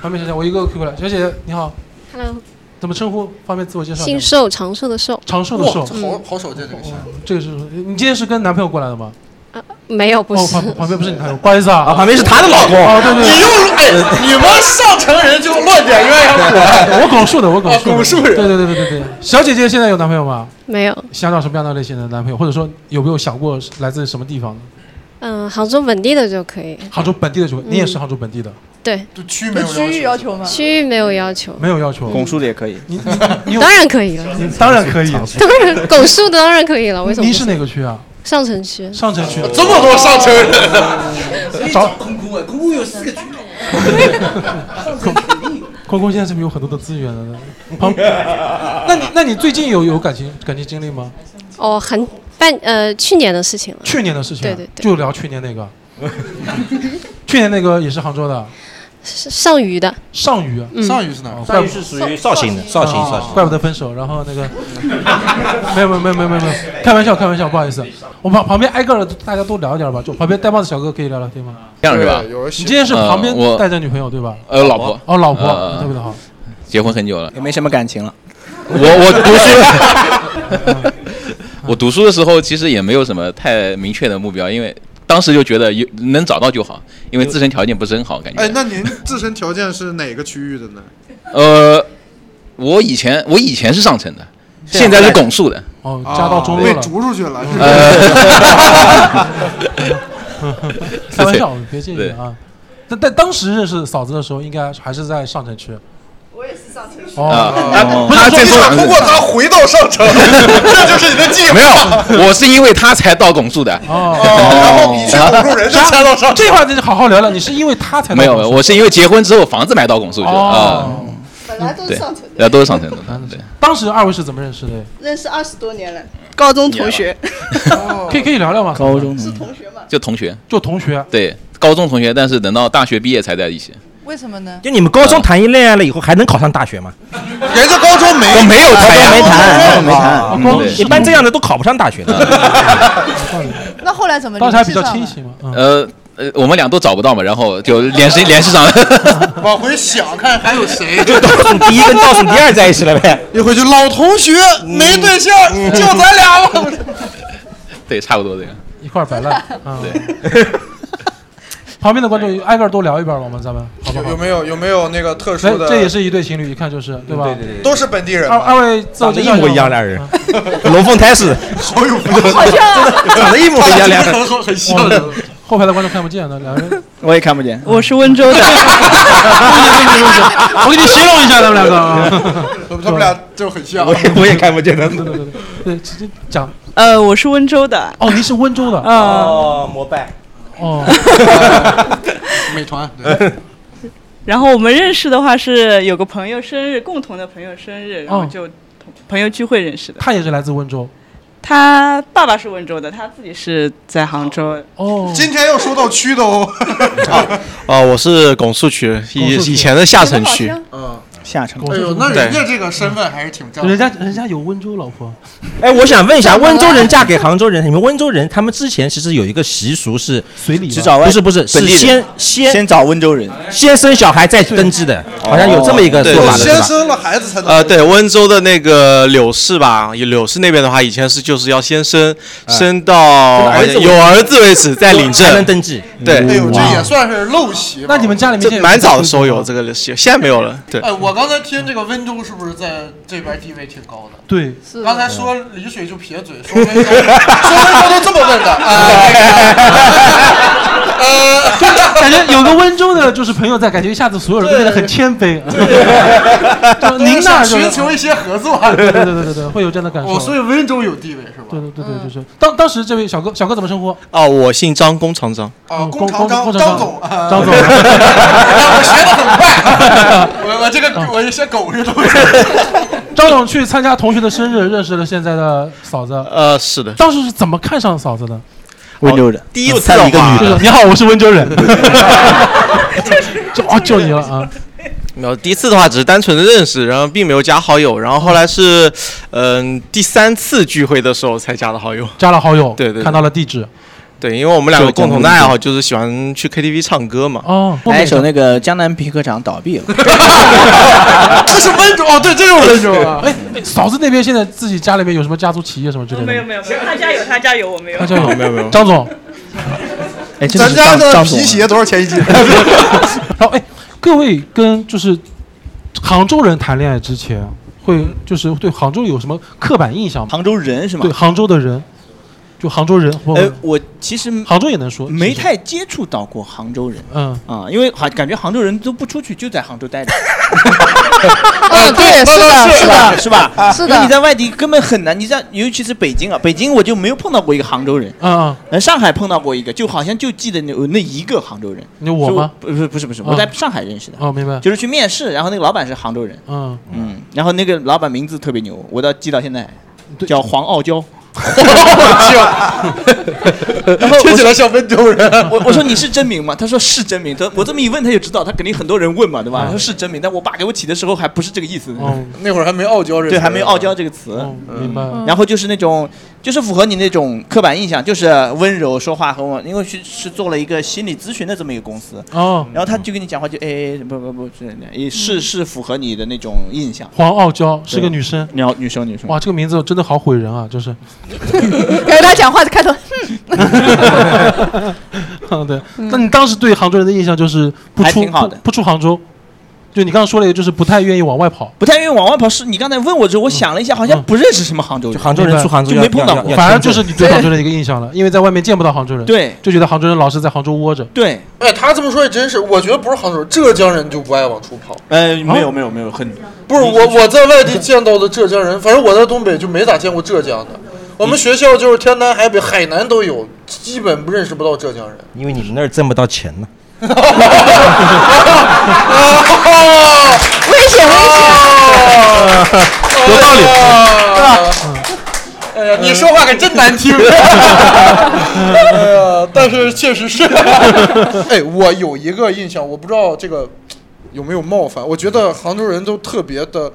Speaker 6: 旁边小姐，我一个 Q 过来，小姐姐你好，
Speaker 15: Hello，
Speaker 6: 怎么称呼？方便自我介绍一下
Speaker 15: 姓
Speaker 6: 吗？
Speaker 15: 寿，长寿的寿。
Speaker 6: 长寿的寿。
Speaker 9: 嗯
Speaker 8: 好好少见这个姓。
Speaker 6: 这个是你今天是跟男朋友过来的吗？
Speaker 15: 没有，不
Speaker 6: 哦，
Speaker 15: 是。
Speaker 6: 旁旁边不是你男朋友，不好意思啊，啊，
Speaker 3: 旁边是她的老公
Speaker 6: 哦，对对对，
Speaker 8: 你又哎，你们上城人就乱点鸳鸯谱。
Speaker 6: 我拱树的，我拱树的，
Speaker 8: 啊拱树人
Speaker 6: 对对对对对对。小姐姐现在有男朋友吗？
Speaker 15: 没有，
Speaker 6: 想找什么样的类型的男朋友，或者说有没有想过是来自什么地方的？
Speaker 15: [laughs] 嗯，杭州本地的就可以。
Speaker 6: 杭州本地的就可以，
Speaker 15: 嗯
Speaker 6: 你也是杭州本地的，
Speaker 15: 对。
Speaker 8: 区
Speaker 4: 没有区域要求吗？
Speaker 15: 区域没有要求，
Speaker 6: 没有要求。
Speaker 5: 拱树的也可以，
Speaker 15: 当
Speaker 6: [laughs]
Speaker 15: 然可以了，
Speaker 6: 你当然
Speaker 5: [laughs]
Speaker 6: 可以。
Speaker 15: 当然拱树的当然可以了，为什么
Speaker 6: 您
Speaker 15: 不
Speaker 6: 是
Speaker 15: 行？
Speaker 6: 哪个区啊？
Speaker 15: 上城区。
Speaker 6: 上城区。
Speaker 8: 这么多上城人，
Speaker 6: 找
Speaker 5: 空空啊，空空有四个区，啊
Speaker 6: 空空现在是不是有很多的资源了呢？旁，那你那你最近有有感情感情经历吗？
Speaker 15: 哦，很半呃，去年的事情了。
Speaker 6: 去年的事情啊、
Speaker 15: 对对对，
Speaker 6: 就聊去年
Speaker 15: [laughs]
Speaker 6: 那个，去年那个也是杭州的
Speaker 15: 是上虞的。
Speaker 6: 上虞啊，
Speaker 15: 嗯上虞
Speaker 8: 是哪
Speaker 6: 哦
Speaker 3: 上虞是属于绍兴的绍兴绍兴
Speaker 6: 啊怪不得分手。然后那个， [laughs] 没有没有没有没有没有，没有开玩笑开玩笑，不好意思，我旁旁边挨个的大家都聊一聊吧，就旁边戴帽子小哥可以聊聊天吗？
Speaker 16: 这样是吧？嗯
Speaker 6: 你今天是旁边带着女朋友对吧？
Speaker 16: 呃，老婆
Speaker 6: 哦，老婆
Speaker 16: 呃
Speaker 6: 特别的好。
Speaker 16: 结婚很久了，
Speaker 6: 嗯
Speaker 5: 也没什么感情了。
Speaker 16: 我我
Speaker 5: [laughs]
Speaker 16: 读书，我读书的时候其实也没有什么太明确的目标，因为当时就觉得有能找到就好，因为自身条件不是很好，感觉。
Speaker 8: [laughs] 哎，那您自身条件是哪个区域的
Speaker 6: [laughs]
Speaker 8: 呢？
Speaker 16: 呃，我以前我以前是上城的，现在是拱墅的。
Speaker 6: 哦，家道中落
Speaker 8: 被
Speaker 6: 了，
Speaker 8: 逐出去了。是吧
Speaker 16: 呃
Speaker 6: 开玩笑，别介意
Speaker 16: 对
Speaker 6: 啊。但但当时认识嫂子的时候，应该还是在上城区。
Speaker 4: 我也是上城区
Speaker 6: 哦，
Speaker 16: 啊
Speaker 6: 不
Speaker 16: 他
Speaker 6: 是
Speaker 16: 在
Speaker 6: 说
Speaker 16: 说
Speaker 8: 通过他回到上城，这就是你的计划。
Speaker 16: 呃 [laughs] 没
Speaker 6: [laughs]
Speaker 16: 有，我是因为他才到拱墅的。 [laughs]
Speaker 6: 哦，
Speaker 8: 然后你去拱墅人就
Speaker 6: 啥
Speaker 8: 加到上。
Speaker 6: 这话得好好聊聊。你是因为他才
Speaker 16: 没有，我是因为结婚之后房子买到拱墅去的啊。
Speaker 6: 哦，
Speaker 4: 本来都
Speaker 16: 对，然后都是上层的，对。
Speaker 6: 当时二位是怎么认识的？
Speaker 4: 认识二十多
Speaker 17: [laughs]
Speaker 4: 年了，高中同学。
Speaker 6: 可以可以聊聊吗？
Speaker 16: 高中
Speaker 4: 是同学吗？
Speaker 16: 就同学，
Speaker 6: 就同学，
Speaker 16: 对，高中同学，但是等到大学毕业才在一起。
Speaker 4: 为什么呢？
Speaker 3: 就你们高中谈一恋爱了以后，还能考上大学吗？
Speaker 8: 人家高中没
Speaker 12: 嗯
Speaker 16: 我没有谈呀，
Speaker 3: 没
Speaker 12: 哦
Speaker 4: 哦
Speaker 3: 谈
Speaker 16: 没谈
Speaker 3: 嗯一般这样的都考不上大学的。
Speaker 4: 那后
Speaker 6: [laughs]
Speaker 4: 来怎么？
Speaker 6: 当时还比较
Speaker 4: 联系上了
Speaker 6: 清醒嘛。
Speaker 3: 嗯
Speaker 16: 呃呃，我们俩都找不到嘛，然后就联系联系上了。
Speaker 3: [laughs]
Speaker 8: 往回想看还有
Speaker 6: [laughs]
Speaker 8: 谁？
Speaker 3: 数第一跟倒数第二在一起了呗。
Speaker 8: 一回去老同学
Speaker 6: 嗯
Speaker 8: 没对象，就咱俩吧。
Speaker 16: 对，差不多这样。
Speaker 6: 一块儿摆烂。嗯，旁边的观众挨个儿都聊一遍吧，我们咱们 [laughs] 好不好？
Speaker 8: 有没有有没有那个特
Speaker 6: 哎
Speaker 8: 殊，的？
Speaker 6: 这也是一对情侣，一看就是，对吧？
Speaker 8: 对对对都是本地人
Speaker 6: 二二位自我介绍
Speaker 3: 长得一模
Speaker 8: [laughs]
Speaker 3: 一样俩人龙凤胎似的，
Speaker 8: 好有
Speaker 6: 好像啊
Speaker 3: 长得一模一样，俩人
Speaker 8: 很好很像
Speaker 6: 哇后排的观众看不见的，两个人。
Speaker 5: 我也看不见。
Speaker 17: 我是温州的，
Speaker 6: [laughs] 我给你形容一下他们两个啊，
Speaker 8: [laughs] 他们俩就很像。
Speaker 3: 我也看不见他
Speaker 6: 对对对对对，直接讲。
Speaker 17: 呃，我是温州的。
Speaker 6: 哦，您是温州的
Speaker 17: 嗯，[laughs]
Speaker 3: [laughs] 哦，膜拜。
Speaker 6: 哦，
Speaker 8: [laughs] 美团。
Speaker 17: 然后我们认识的话是有个朋友生日，共同的朋友生日，然后
Speaker 6: 哦
Speaker 17: 就
Speaker 6: [laughs]
Speaker 17: 同朋友聚会认识的。
Speaker 6: 他也是来自温州。
Speaker 17: 他爸爸是温州的，他自己是在杭州。
Speaker 6: 哦，
Speaker 8: 今天又说到区的哦， [laughs]
Speaker 12: 啊，我是拱墅区，以以前的下城区，
Speaker 8: 嗯，
Speaker 6: 哦
Speaker 5: 下城
Speaker 8: 哎呦，那人家这个身份还是挺正的。
Speaker 6: 人家人家有温州老婆，
Speaker 3: 哎，我想问一下，温州人嫁给杭州人，你们温州人他们之前其实有一个习俗是
Speaker 6: 随礼
Speaker 3: 只找不是不是是先先哦
Speaker 5: 先找温州人，
Speaker 3: 先生小孩再登记的，好像有这么一个
Speaker 12: 对
Speaker 3: 说法的是
Speaker 8: 先
Speaker 3: 吧？
Speaker 8: 生了孩子才能
Speaker 12: 呃，对，温州的那个柳氏吧，柳氏那边的话，以前是就是要先生生到
Speaker 3: 儿子为止
Speaker 12: 有儿子为止再领证，
Speaker 3: 才能登记。
Speaker 12: 对，
Speaker 8: 哎呦，这也算是陋习吧。
Speaker 6: 那你们家里面现在
Speaker 12: 蛮早的时候有这个习，现在没有了。对，
Speaker 8: 哎，我刚才听这个温州是不是在这边地位挺高的？
Speaker 6: 对，
Speaker 8: 刚才说丽水就撇嘴，
Speaker 6: [laughs]
Speaker 8: 说温州，说温州都这么问的哎啊。
Speaker 6: [laughs] 感觉有个温州的，就是朋友在，感觉一下子所有人都变得很谦
Speaker 8: [laughs]
Speaker 6: 卑。就您那
Speaker 8: 想
Speaker 6: 儿就
Speaker 8: 寻求一些合作，啊
Speaker 6: 对对对对对对，会有这样的感受。
Speaker 8: 哦，所以温州有地位
Speaker 6: [laughs]
Speaker 8: 是吧？
Speaker 6: 对对对对，就是当当时这位小哥小哥怎么称呼？
Speaker 3: 啊，我姓张，工长张。
Speaker 8: 啊，
Speaker 6: 工
Speaker 8: 长
Speaker 6: 工
Speaker 8: 张
Speaker 6: 工
Speaker 8: 张
Speaker 6: 长
Speaker 8: 总，啊 [laughs]
Speaker 6: 张总 [laughs]
Speaker 8: 哎我学的很快， [laughs] 我我这个我一些狗日东西。
Speaker 6: 张总去参加同学的生日，认识了现在的嫂子。
Speaker 3: 呃，是的。哦
Speaker 6: 当时是怎么看上嫂子的？
Speaker 5: 温州人，
Speaker 3: 第一
Speaker 6: 次
Speaker 3: 次的话，
Speaker 6: 就是你好，我是温
Speaker 3: [laughs]
Speaker 6: 州人。就哦，就你了啊！
Speaker 3: 没有，第一次的话只是单纯的认识，然后并没有加好友，然后后来是，嗯、第三次聚会的时候才加的好友。
Speaker 6: 加了好友，
Speaker 3: 对对对
Speaker 6: 看到了地址。
Speaker 3: 对，因为我们两个共同的哎爱好就是喜欢去 KTV 唱歌嘛。
Speaker 6: 哦
Speaker 5: 来一首那个江南皮革厂倒
Speaker 6: [laughs]
Speaker 5: 闭了，
Speaker 8: 这是温州哦，对，这是温州啊。
Speaker 6: 哎，哎嫂子那边现在自己家里面有什么家族企业什么之类的？
Speaker 18: 哦没有没有没有，他家有他家有，我没有。
Speaker 6: 他家有张总，
Speaker 5: 哎，
Speaker 6: 真
Speaker 19: 咱
Speaker 6: 的是
Speaker 19: 家
Speaker 6: 张
Speaker 19: 的
Speaker 6: 张
Speaker 19: 皮
Speaker 6: 总啊
Speaker 19: 鞋多少钱一
Speaker 6: [laughs]
Speaker 19: 斤？
Speaker 6: 然后哎，各位跟就是杭州人谈恋爱之前，会就是对杭州有什么刻板印象吗？
Speaker 5: 杭州人是吗
Speaker 6: 对，杭州的人，就杭州人。或
Speaker 5: 哎，我其实
Speaker 6: 杭州也能说，
Speaker 5: 没太接触到过杭州人，
Speaker 6: 嗯
Speaker 5: 啊，因为好感觉杭州人都不出去，就在杭州待着。 [laughs] 啊
Speaker 4: 嗯，对，是的，
Speaker 5: 是
Speaker 4: 的，
Speaker 5: 是吧？
Speaker 4: 是
Speaker 5: 因为
Speaker 4: 的
Speaker 5: 你。在外地根本很难，你在尤其是北京啊，北京我就没有碰到过一个杭州人，呃
Speaker 6: 嗯，
Speaker 5: 上海碰到过一个，就好像就记得那呃那一个杭州人，
Speaker 6: 那我吗
Speaker 5: 是不是不是不是，
Speaker 6: 嗯
Speaker 5: 我在上海认识的，
Speaker 6: 哦，明白。
Speaker 5: 就是去面试，然后那个老板是杭州人，
Speaker 6: 嗯，
Speaker 5: 嗯，然后那个老板名字特别牛，我到记到现在，叫黄傲娇。 [laughs] 然后我说
Speaker 8: [laughs] 听起来像温州人。
Speaker 5: 我我说 [laughs] 你是真名吗？他说是真名。他我这么一问他就知道，他肯定很多人问嘛，对吧？他说是真名，但我爸给我起的时候还不是这个意思。
Speaker 6: 嗯哦
Speaker 8: 那会儿还没傲娇这词
Speaker 5: 对，还没有傲娇这个词。嗯
Speaker 6: 明白
Speaker 5: 然后就是那种，就是符合你那种刻板印象，就是温柔说话很温，因为是是做了一个心理咨询的这么一个公司。
Speaker 6: 哦
Speaker 5: 然后他就跟你讲话就哎哎不不不是也是是符合你的那种印象。
Speaker 6: 黄傲娇是个女生，
Speaker 5: 你要女生女生。
Speaker 6: 哇，这个名字真的好毁人啊！
Speaker 4: [laughs]
Speaker 6: 就是，
Speaker 4: 感觉他讲话的开头，哼，
Speaker 6: [laughs] 啊对。
Speaker 4: 嗯
Speaker 6: 那你当时对杭州人的印象就是不
Speaker 5: 还
Speaker 6: 出
Speaker 5: 挺好的
Speaker 6: 不不出杭州，就你刚刚说了一个，就是不太愿意往外跑。嗯
Speaker 5: 不太愿意往外跑，是你刚才问我之后，我想了一下，好像不认识什么杭州人，
Speaker 6: 杭州人出杭州
Speaker 5: 就
Speaker 6: 要
Speaker 5: 没碰到
Speaker 6: 要
Speaker 5: 过，
Speaker 6: 要反而就是你对杭州人的一个印象了，因为在外面见不到杭州人，
Speaker 5: 对，
Speaker 6: 就觉得杭州人老是在杭州窝着。
Speaker 5: 对，
Speaker 8: 哎，他这么说也真是，我觉得不是杭州人，浙江人就不爱往出跑。
Speaker 5: 呃，没有没有没有，很
Speaker 8: 不是我我在外地见到的浙江人，反正我在东北就没咋见过浙江的。我们学校就是天南海北，海南都有，基本认识不到浙江人。
Speaker 20: 因为你们那儿挣不到钱呢。
Speaker 8: 啊危险危啊险！有道理，对吧？哎呀， [laughs] 你说话可真难
Speaker 6: [laughs]
Speaker 8: 听。哎呀，但是确实
Speaker 6: [laughs]
Speaker 8: 是。哎，我有一个印象，我不知道这个有没有冒犯。我觉得杭州人都特别的，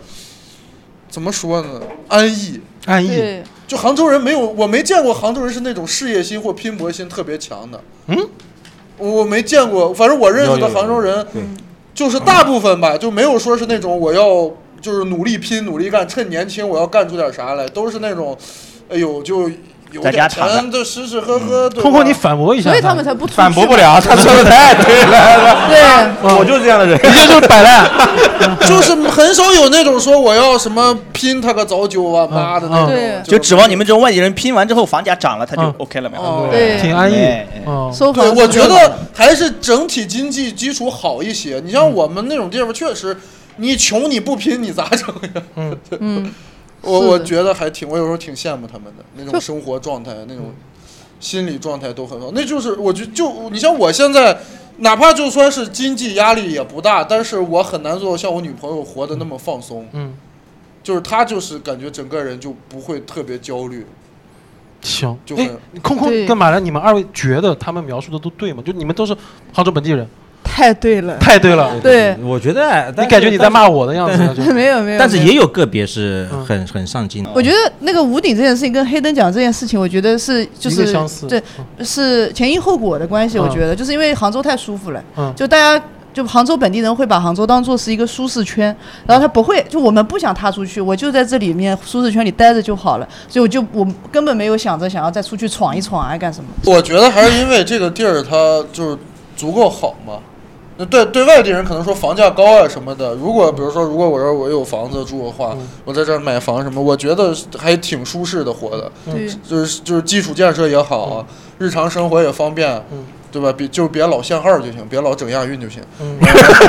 Speaker 8: 怎么说呢？安逸，
Speaker 6: 安
Speaker 8: 逸。就杭州人没有，我没见过杭州人是那种事业心或拼搏心特别强的。
Speaker 6: 嗯，
Speaker 8: 我我没见过，反正我认识的杭州人，就是大部分吧，就没有说是那种我要就是努力拼、努力干，趁年轻我要干出点啥来，都是那种，哎呦就有
Speaker 6: 在家
Speaker 8: 点
Speaker 6: 躺着嗯
Speaker 8: 钱就吃吃喝喝。对吧
Speaker 6: 空空，你反驳一下，
Speaker 4: 所以他们才不出去
Speaker 6: 反
Speaker 4: 反
Speaker 6: 驳
Speaker 4: 驳
Speaker 6: 不
Speaker 4: 不
Speaker 6: 了，
Speaker 4: 了
Speaker 6: 他
Speaker 4: 他
Speaker 6: 说
Speaker 4: 说
Speaker 6: 的
Speaker 4: 得
Speaker 8: [laughs]
Speaker 6: 太
Speaker 4: 太
Speaker 6: 对
Speaker 4: 对
Speaker 6: 了 [laughs]
Speaker 4: 了。对
Speaker 6: 我就是这样的人， [laughs] 你
Speaker 20: 就是摆烂。
Speaker 8: 就是很少有那种说我要什么拼他个早九晚八的那种。
Speaker 5: 就指望你们这种外地人拼完之后房价涨了，他就 OK 了没有？
Speaker 8: 对
Speaker 6: 挺安逸
Speaker 5: 哎。
Speaker 6: 哦
Speaker 8: 对，我觉得还是整体经济基础好一些。你
Speaker 6: 嗯
Speaker 8: 像我们那种地方，确实，你穷你不拼，你咋整呀？ [laughs]
Speaker 6: 嗯
Speaker 4: 嗯，
Speaker 8: 我
Speaker 4: 是的
Speaker 8: 我觉得还挺，我有时候挺羡慕他们的那种生活状态，那种心理状态都很好。那就是我觉就你像我现在，哪怕就算是经济压力也不大，但是我很难做到像我女朋友活得那么放松。
Speaker 6: 嗯，
Speaker 8: 就是她就是感觉整个人就不会特别焦虑。
Speaker 6: 行
Speaker 8: 就，
Speaker 6: 哎
Speaker 8: 很，
Speaker 6: 空空
Speaker 8: 对
Speaker 6: 跟马兰，你们二位觉得他们描述的都对吗？就你们都是杭州本地人，
Speaker 4: 太对了，
Speaker 6: 太对了。
Speaker 4: 对，
Speaker 20: 我觉得
Speaker 6: 你感觉你在骂我的样
Speaker 3: 啊
Speaker 6: 子呢，就
Speaker 4: 没有没有
Speaker 20: 但是
Speaker 4: 没有
Speaker 20: 也有个别是很很上进的。
Speaker 4: 我觉得那个五顶这件事情跟黑灯奖这件事情，我觉得是就
Speaker 20: 一
Speaker 4: 是
Speaker 20: 个相似
Speaker 4: 对，是前因后果的关系。
Speaker 20: 嗯
Speaker 4: 我觉得就是因为杭州太舒服了
Speaker 20: 嗯，
Speaker 4: 就大家。就杭州本地人会把杭州当做是一个舒适圈，然后他不会，就我们不想踏出去，我就在这里面舒适圈里待着就好了，所以我就我根本没有想着想要再出去闯一闯啊干什么。
Speaker 8: 我觉得还是因为这个地儿它就是足够好嘛，那对对外地人可能说房价高啊什么的，如果比如说如果我要我有房子住的话，
Speaker 6: 嗯
Speaker 8: 我在这儿买房什么，我觉得还挺舒适的活的，
Speaker 6: 嗯
Speaker 2: 对
Speaker 8: 就是就是基础建设也好啊，日常生活也方便，
Speaker 6: 嗯
Speaker 8: 对吧？别就别老限号就行，别老整亚运就行，
Speaker 6: 嗯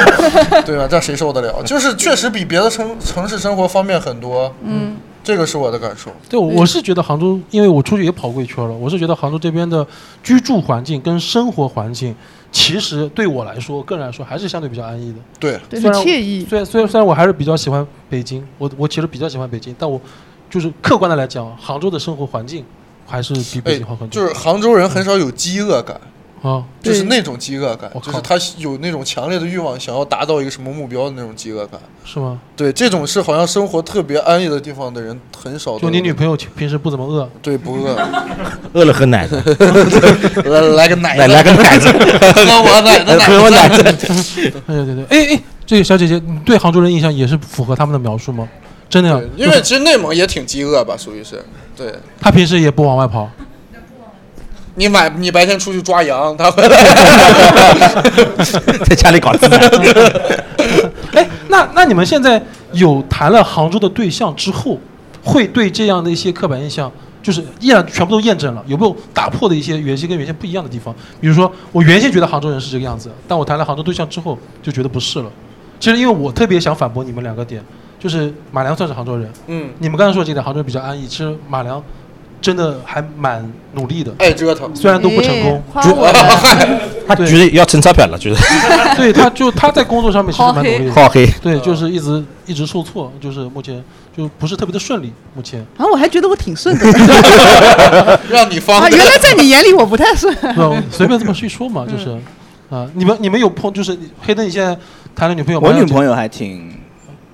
Speaker 8: [laughs] 对吧？这谁受得了？就是确实比别的城城市生活方便很多，
Speaker 6: 嗯，
Speaker 8: 这个是我的感受。
Speaker 6: 对，我我是觉得杭州，因为我出去也跑过一圈了，我是觉得杭州这边的居住环境跟生活环境，其实对我来说，个人来说还是相对比较安逸的。
Speaker 8: 对
Speaker 6: 虽然
Speaker 8: 很惬
Speaker 6: 意。虽然虽然虽然我还是比较喜欢北京，我我其实比较喜欢北京，但我就是客观的来讲，杭州的生活环境还是比北
Speaker 8: 哎
Speaker 6: 京好很，多。
Speaker 8: 就是杭州人很少有饥饿感。
Speaker 6: 啊，
Speaker 8: 就是
Speaker 6: 对
Speaker 8: 那种饥饿感，就是他有那种强烈的欲望，想要达到一个什么目标的那种饥饿感。
Speaker 6: 是吗？
Speaker 8: 对，这种是好像生活特别安逸的地方的人很少都有。
Speaker 6: 就你女朋友平时不怎么饿，
Speaker 8: 对不饿，，
Speaker 3: 饿了喝奶的
Speaker 8: 来 [laughs] 来个奶的 [laughs]
Speaker 3: 来来个奶的
Speaker 8: 喝我奶的奶的
Speaker 3: [laughs] 喝我奶的
Speaker 6: 哎对对对，哎哎，这个小姐姐，你对杭州人印象也是符合他们的描述吗？真的呀，
Speaker 8: 因为其实内蒙也挺饥饿吧，属于是。对，
Speaker 6: 她平时也不往外跑，
Speaker 8: 你买你白天出去抓羊，
Speaker 6: [laughs]
Speaker 8: 他回来
Speaker 3: 在家里搞自
Speaker 6: 残。 [laughs] 哎，那那你们现在有谈了杭州的对象之后，会对这样的一些刻板印象，就是依然全部都验证了，有没有打破的一些原先跟原先不一样的地方？比如说，我原先觉得杭州人是这个样子，但我谈了杭州对象之后，就觉得不是了。其实，因为我特别想反驳你们两个点，就是马良算是杭州人，
Speaker 8: [laughs] 嗯，
Speaker 6: 你们刚才说这点杭州人比较安逸，其实马良真的还蛮努力的，
Speaker 8: 爱折腾，
Speaker 6: 虽然都不成功，
Speaker 4: 哎夸我了
Speaker 6: [laughs]
Speaker 3: 他觉得要挣钞票了，觉得。
Speaker 6: 对，他就他在工作上面其实蛮努力的，
Speaker 3: 好黑好黑
Speaker 6: 对，就是一直一直受挫，就是目前就不是特别的顺利，目前。
Speaker 4: 然后啊我还觉得我挺顺的，
Speaker 6: [laughs]
Speaker 8: 让你
Speaker 4: 啊，原来在你眼里我不太顺。，
Speaker 6: 对，我随便这么去说嘛，就是，啊、你们你们有碰就是你黑灯，你现在谈了女朋友吗？
Speaker 5: 我女朋友还挺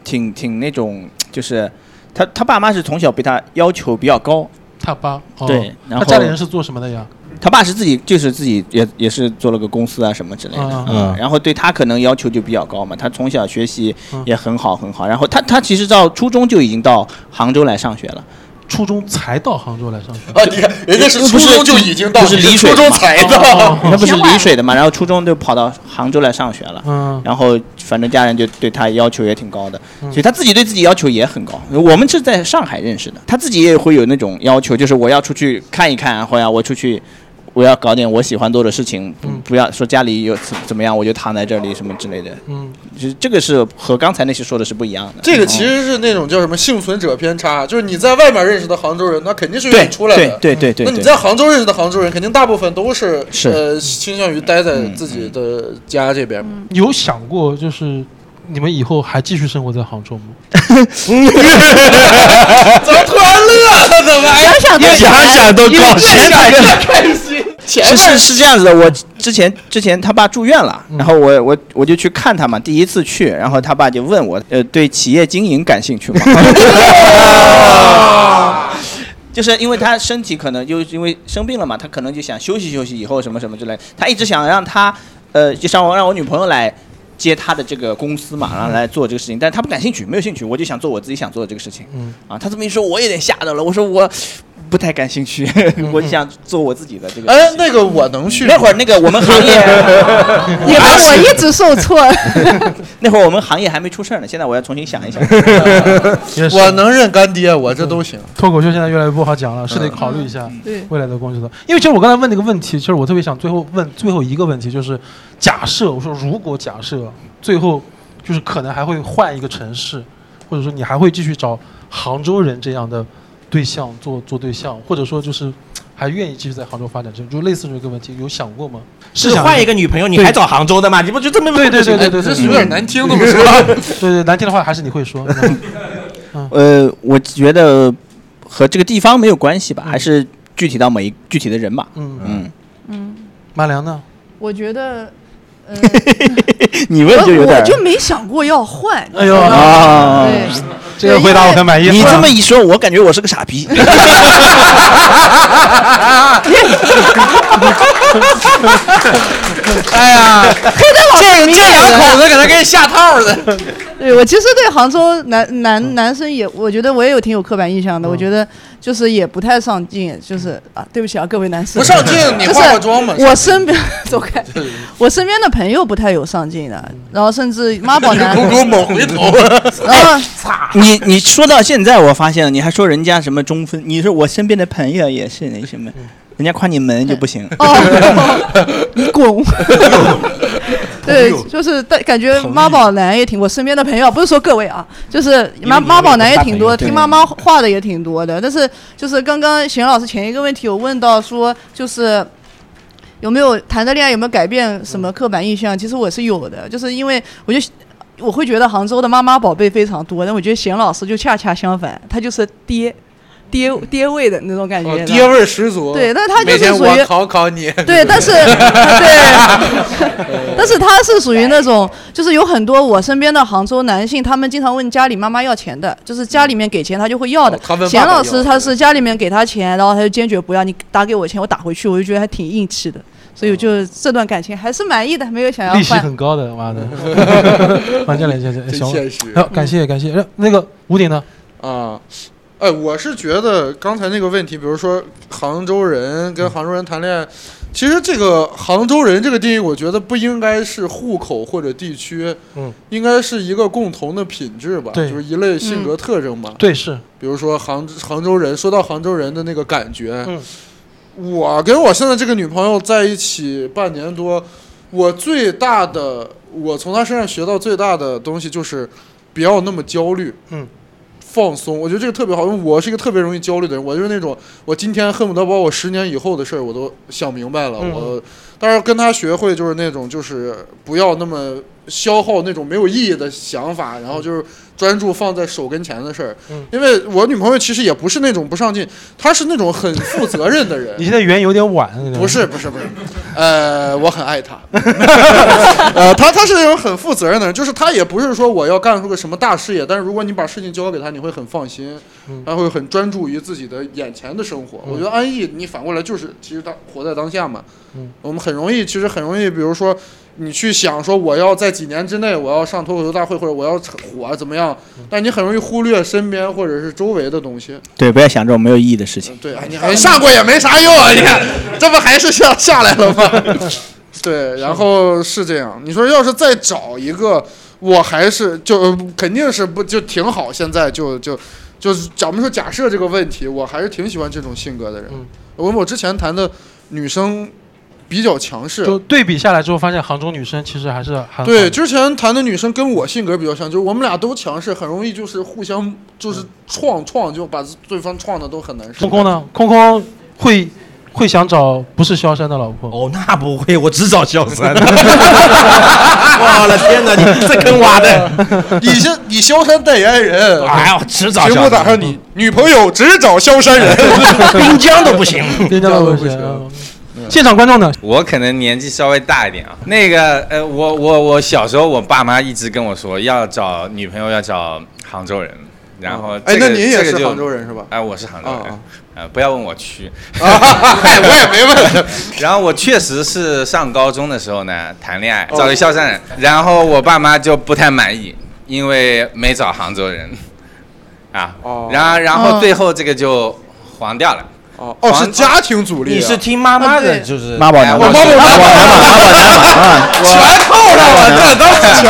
Speaker 5: 挺挺那种，就是她她爸妈是从小对她要求比较高，
Speaker 6: 他爸，哦、
Speaker 5: 对然
Speaker 6: 他
Speaker 5: 后
Speaker 6: 家里人是做什么的呀？
Speaker 5: 他爸是自己，就是自己也也是做了个公司啊什么之类的
Speaker 6: 嗯，嗯
Speaker 5: 然后对他可能要求就比较高嘛，他从小学习
Speaker 6: 嗯
Speaker 5: 也很好很好，然后他他其实到初中就已经到杭州来上学了，
Speaker 6: 初中才到杭州来上学。
Speaker 8: [laughs] 啊，你看人家是初中就已经到，
Speaker 5: 不是
Speaker 8: 你
Speaker 5: 丽水
Speaker 8: 初
Speaker 5: 的嘛
Speaker 8: 中
Speaker 5: 哦
Speaker 8: 才到，
Speaker 5: 他不是丽水的嘛，然后初中就跑到杭州来上学了，
Speaker 6: 嗯
Speaker 5: 然后反正家人就对他要求也挺高的，
Speaker 6: 嗯
Speaker 5: 所以他自己对自己要求也很高。我们是在上海认识的，他自己也会有那种要求，就是我要出去看一看，或者我出去。我要搞点我喜欢做的事情，不不要说家里有怎怎么样，我就躺在这里什么之类的。
Speaker 6: 嗯，
Speaker 5: 就是这个是和刚才那些说的是不一样的。
Speaker 8: 这个其实是那种叫什么幸存者偏差，就是你在外面认识的杭州人，那肯定是
Speaker 5: 对
Speaker 8: 愿意出来的。
Speaker 5: 对对对对
Speaker 8: 那你
Speaker 5: 对
Speaker 8: 在杭州认识的杭州人，肯定大部分都是
Speaker 5: 是
Speaker 8: 呃倾向于待在自己的家这边。
Speaker 6: 有想过就是你们以后还继续生活在杭州吗？
Speaker 8: 怎么突然乐了？怎么？哎呀
Speaker 5: 想想都想想都高
Speaker 8: 越想越
Speaker 5: 前排
Speaker 8: 开心。前
Speaker 5: [laughs] 是
Speaker 8: 面
Speaker 5: 是是这样子的，我之前之前他爸住院了，然后我我我就去看他嘛，第一次去，然后他爸就问我，呃，对企业经营感兴趣吗？就是因为他身体可能就因为生病了嘛，他可能就想休息休息，以后什么什么之类的，他一直想让他呃，就想我让我女朋友来。接他的这个公司嘛，然后来做这个事情，但是他不感兴趣，没有兴趣，我就想做我自己想做的这个事情。
Speaker 6: 嗯
Speaker 5: 啊，他这么一说，我有点吓到了，我说我不太感
Speaker 8: [laughs]
Speaker 5: 兴趣，我想做我自己的这个。
Speaker 8: 哎，那个我能去
Speaker 5: 那会儿那个我们行业
Speaker 8: [laughs]
Speaker 4: 嗯你看我一直受挫。
Speaker 5: [laughs] 那会儿我们行业还没出事儿呢，现在我要重新想
Speaker 8: [laughs]
Speaker 5: 一想。
Speaker 8: 我能认干爹，啊我这 [laughs] 都行。
Speaker 6: 脱口秀现在越来越不好讲了，是得考虑一下
Speaker 8: 对
Speaker 6: 未来的工作的。因为其实我刚才问那个问题，其实我特别想最后问最后一个问题，就是假设我说如果假设最后就是可能还会换一个城市，或者说你还会继续找杭州人这样的对象做做对象，或者说就是还愿意继续在杭州发展，就就类似这个问题有想过吗？
Speaker 3: 是
Speaker 6: 想
Speaker 3: 换一个女朋友，你
Speaker 6: 对
Speaker 3: 还找杭州的吗？你不就这么
Speaker 6: 对对对对对对，
Speaker 3: 这
Speaker 6: 对
Speaker 3: 是有点
Speaker 6: 嗯
Speaker 3: 难听
Speaker 6: 嗯
Speaker 3: 这么说
Speaker 6: 对对对，难听的话还是你会说。
Speaker 5: 呃，我觉得和这个地方没有关系吧，还是具体到每一具体的人吧。
Speaker 6: 嗯
Speaker 5: 嗯，
Speaker 4: 嗯，
Speaker 6: 马良呢？
Speaker 4: 我觉得，嗯，
Speaker 5: [laughs] 你问就有点
Speaker 4: 我我就没想过要换。
Speaker 5: 哎呦
Speaker 4: 啊
Speaker 5: 啊，
Speaker 4: 对
Speaker 5: 这
Speaker 4: 个回答我很
Speaker 6: 满
Speaker 5: 意。你这么一说，我感觉我是个傻逼。
Speaker 8: 哎呀，
Speaker 10: 哎
Speaker 4: [laughs]
Speaker 5: 这这两口子给
Speaker 2: 人给你下套的。
Speaker 4: 对我其实对杭州男男男生也，我觉得我也有挺有刻板印
Speaker 5: 嗯
Speaker 4: 象的。我觉得就是也不太上进，就是啊，对不起啊，各位男士，
Speaker 2: 不上进你
Speaker 4: 就是
Speaker 2: 化化妆嘛
Speaker 4: 我身边 [laughs] 走开，我身边的朋友不太有上进的，然后甚至妈宝男，
Speaker 2: 狗狗猛
Speaker 5: [laughs]
Speaker 2: 回头，
Speaker 4: [laughs]
Speaker 8: [laughs] 啊
Speaker 4: 然
Speaker 2: [laughs]
Speaker 4: 后
Speaker 5: 啊你你说到现在，我发现了，你还说人家什么中分，你说我身边的朋友也是那什么，
Speaker 8: 嗯
Speaker 5: 人家夸你门就不行。
Speaker 4: 你滚！对，就是但感觉妈宝男也挺，我身边的朋友不是说各位啊，就是
Speaker 5: 因为
Speaker 4: 妈
Speaker 5: 你
Speaker 4: 妈宝男也挺多，
Speaker 5: 有点
Speaker 4: 听妈妈话的也挺多的。但是就是刚刚邢老师前一个问题有问到说，就是有没有谈的恋爱有没有改变什么刻板印象？其实我是有的，就是因为我就我会觉得杭州的妈妈宝贝非常多，但我觉得邢老师就恰恰相反，他就是爹。爹爹味的那种感觉、
Speaker 2: 爹味儿十足。
Speaker 4: 对但是他就是
Speaker 2: 每天
Speaker 4: 属于
Speaker 2: 我考考你。
Speaker 4: [laughs] 对，但
Speaker 8: [laughs]
Speaker 4: 是对，但是他是属于那种，就是有很多我身边的杭州男性，他们经常问家里妈妈要钱的，就是家里面给钱他就会要的。
Speaker 2: 他问
Speaker 4: 钱
Speaker 2: 爸爸
Speaker 4: 老
Speaker 2: 要
Speaker 4: 师他是家里面给他钱，然后他就坚决不要，你打给我钱，我打回去，我就觉得还挺硬气的。所以我就这段感情还是满意的，没有想要
Speaker 6: [laughs] 利息
Speaker 4: 换
Speaker 6: 很。高的，妈
Speaker 4: [laughs]
Speaker 6: 的，房间来一下，
Speaker 8: 真
Speaker 6: 行
Speaker 8: 现实，
Speaker 6: 好，感谢感谢。呃那个吴鼎呢？
Speaker 8: 啊，哎，我是觉得刚才那个问题，比如说杭州人跟杭州人谈恋爱，其实这个杭州人这个定义，我觉得不应该是户口或者地区，
Speaker 6: 嗯，
Speaker 8: 应该是一个共同的品质吧，就
Speaker 6: 对
Speaker 8: 是一类
Speaker 4: 嗯
Speaker 8: 性格特征吧。
Speaker 6: 对，是
Speaker 8: 比如说杭杭州人，说到杭州人的那个感觉，
Speaker 6: 嗯，
Speaker 8: 我跟我现在这个女朋友在一起半年多，我最大的，我从她身上学到最大的东西就是不要那么焦虑，
Speaker 6: 嗯，
Speaker 8: 放松。我觉得这个特别好，因为我是一个特别容易焦虑的人，我就是那种我今天恨不得把我十年以后的事儿我都想明白了，
Speaker 6: 嗯
Speaker 8: 我。但是跟她学会就是那种，就是不要那么消耗那种没有意义的想法，然后就是专注放在手跟前的事儿。
Speaker 6: 嗯
Speaker 8: 因为我女朋友其实也不是那种不上进，她是那种很负责任的人。
Speaker 6: [laughs] 你现在圆有点晚。
Speaker 8: 不是不是不是， [laughs] 呃，我很
Speaker 6: [laughs]
Speaker 8: 爱他， [laughs] 呃，他他是那种很负责任的人，就是他也不是说我要干出个什么大事业，但是如果你把事情交给他，你会很放心，
Speaker 6: 嗯啊
Speaker 8: 他会很专注于自己的眼前的生活。我觉得安逸，你反过来就是其实他活在当下嘛，
Speaker 6: 嗯
Speaker 8: 我们很容易，其实很容易，比如说你去想说我要在几年之内我要上脱口秀大会或者我要火怎么样，但你很容易忽略身边或者是周围的东西。
Speaker 5: [laughs] 对，不要想这种没有意义的事情。
Speaker 8: 对，哎，你还下过也没啥用啊！你看，这不还是下下来了吗？ [laughs] 对，然后是这样。你说要是再找一个，我还是就呃肯定是不就挺好。现在就就就是，咱们说假设这个问题，我还是挺喜欢这种性格的人。我我之前谈的女生比较强势，
Speaker 6: 就对比下来之后，发现杭州女生其实还是很好
Speaker 8: 对，之前谈的女生跟我性格比较像，就是我们俩都强势，很容易就是互相就是创创，就把对方创的都很难
Speaker 6: [laughs]
Speaker 8: 受。
Speaker 6: 空空呢？空空会会想找不是萧山的老婆？哦，那不会，我只找萧 [laughs] 山。
Speaker 12: 我的天哪，你这坑挖的！
Speaker 8: [laughs] 你先你萧山代言人，
Speaker 12: 哎呀，只找
Speaker 8: 屏幕打上你女朋友只找萧山人，
Speaker 12: 滨江都不行，
Speaker 6: 滨江都不 [laughs] 行。现场观众呢？
Speaker 21: 我可能年纪稍微大一点啊。那个，呃，我我我小时候，我爸妈一直跟我说要找女朋友要找杭州人，然后
Speaker 8: [laughs] 哎
Speaker 21: 呃这个、
Speaker 8: 那您也
Speaker 21: 这个
Speaker 8: 是
Speaker 21: 就
Speaker 8: 杭州人是吧
Speaker 21: 哎、我
Speaker 8: [laughs]
Speaker 21: 是杭州人，
Speaker 8: 啊
Speaker 21: 呃，不要问我区，
Speaker 8: 哎，我也没问。
Speaker 21: [laughs] 然后我确实是上高中的时候呢谈恋爱，
Speaker 8: 哦
Speaker 21: 找了萧山人，然后我爸妈就不太满意，因为没找杭州人，啊，然后然后
Speaker 6: 哦
Speaker 21: 最后这个就黄掉了。
Speaker 8: 哦哦，是家庭阻力啊。
Speaker 21: 你是听妈妈的，就是
Speaker 5: 妈宝
Speaker 21: 哎
Speaker 5: 男，
Speaker 21: 我
Speaker 5: 宝男，妈宝男，妈宝男，妈宝男，
Speaker 21: 全扣了，我这都是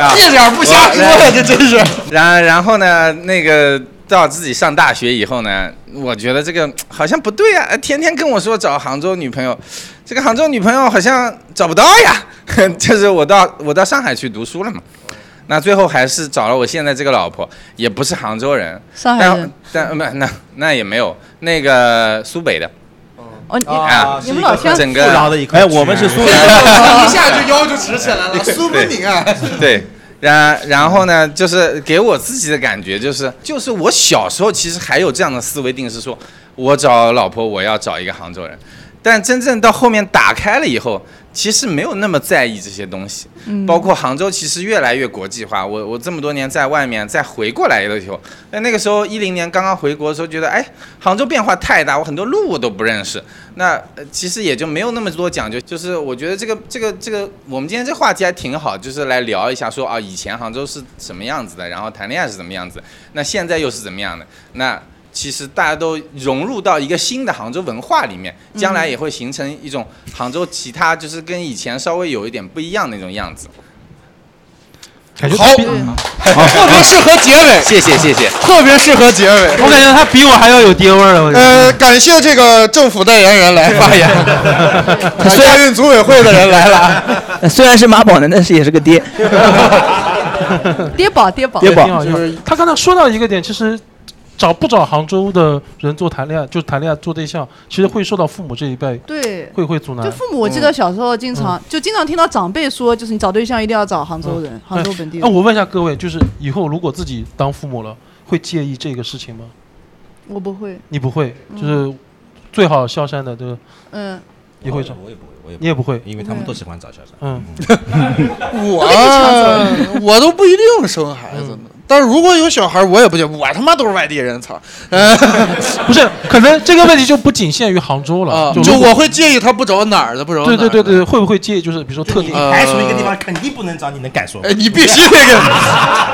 Speaker 5: 啊
Speaker 21: 全，
Speaker 5: 一点不瞎说呀这真
Speaker 21: 是。然然后呢，那个到自己上大学以后呢，我觉得这个好像不对啊，天天跟我说找杭州女朋友，这个杭州女朋友好像找不到呀。 [laughs] 就是我到我到上海去读书了嘛，那最后还是找了我现在这个老婆，也不是杭州人，
Speaker 4: 上海人
Speaker 21: 但但那那那也没有那个苏北的。
Speaker 4: 哦，你
Speaker 21: [laughs] 啊，
Speaker 4: 你们老乡
Speaker 21: 整个
Speaker 5: 哎，我们是
Speaker 4: 啊
Speaker 5: 苏
Speaker 4: [laughs]
Speaker 21: 南
Speaker 8: 一下就腰就直起
Speaker 21: [laughs]
Speaker 8: 来 [laughs] 了，苏门宁啊！
Speaker 21: 对，然然后呢，就是给我自己的感觉就是，就是我小时候其实还有这样的思维定式说，我找老婆我要找一个杭州人，但真正到后面打开了以后，其实没有那么在意这些东西。
Speaker 22: 嗯
Speaker 21: 包括杭州其实越来越国际化。我我这么多年在外面再回过来的时候，那那个时候一零年刚刚回国的时候，觉得哎，杭州变化太大，我很多路我都不认识。那、呃其实也就没有那么多讲究。就是我觉得这个这个这个，我们今天这话题还挺好，就是来聊一下说啊，以前杭州是什么样子的，然后谈恋爱是怎么样子，那现在又是怎么样的？那其实大家都融入到一个新的杭州文化里面，将来也会形成一种杭州其他就是跟以前稍微有一点不一样的那种样子。
Speaker 6: 感觉
Speaker 21: 好
Speaker 8: [laughs] 特别适合结尾，
Speaker 21: 谢谢谢谢。
Speaker 8: 特别适合结尾。
Speaker 21: 我感觉他
Speaker 12: 比我还要有爹味儿了。我觉得
Speaker 8: 呃，感谢这个政府代言人来发言，
Speaker 6: [laughs]
Speaker 8: 亚运组委会的人来了啊。
Speaker 5: [laughs] 呃虽然是妈宝男，但是也是个爹。
Speaker 4: 跌宝跌宝
Speaker 6: 对挺好就是他刚才说到一个点，其实找不找杭州的人做谈恋爱，就是谈恋爱做对象，其实会受到父母这一辈
Speaker 4: 对
Speaker 6: 会会阻拦。
Speaker 4: 就父母，我
Speaker 6: 嗯
Speaker 4: 记得小时候经常、就经常听到长辈说，就是你找对象一定要找杭州人，杭州本地
Speaker 6: 嗯哎那、
Speaker 4: 人。
Speaker 6: 我问一下各位，就是以后如果自己当父母了，会介意这个事情吗？
Speaker 4: 我不会，
Speaker 6: 你不会，
Speaker 4: 嗯
Speaker 6: 就是最好萧山的，对吧？
Speaker 4: 嗯，
Speaker 6: 你会找？
Speaker 3: 我也不会，我也
Speaker 6: 你也不会，
Speaker 3: 因为他们都喜欢找小三。
Speaker 6: 嗯，
Speaker 8: 嗯
Speaker 4: [laughs]
Speaker 8: 我啊 [laughs] 我都不一定生孩子
Speaker 6: 嗯
Speaker 8: 呢，但是如果有小孩，我也不介意。我他妈都是外地人，操！呃，
Speaker 6: [laughs] 不是，可能这个问题就不仅限于杭州了。
Speaker 8: 啊，
Speaker 6: 就
Speaker 8: 就
Speaker 6: 如果
Speaker 8: 我会介意他不找哪儿的，不找
Speaker 6: 对对
Speaker 8: 哪儿
Speaker 6: 对
Speaker 8: 的。
Speaker 6: 对，会不会介意？就是比如说特定
Speaker 8: 呃
Speaker 3: 哎
Speaker 8: 排除一个地方
Speaker 3: 肯定不能找你能敢说
Speaker 8: 哎，你必须
Speaker 4: [laughs]
Speaker 8: 得给，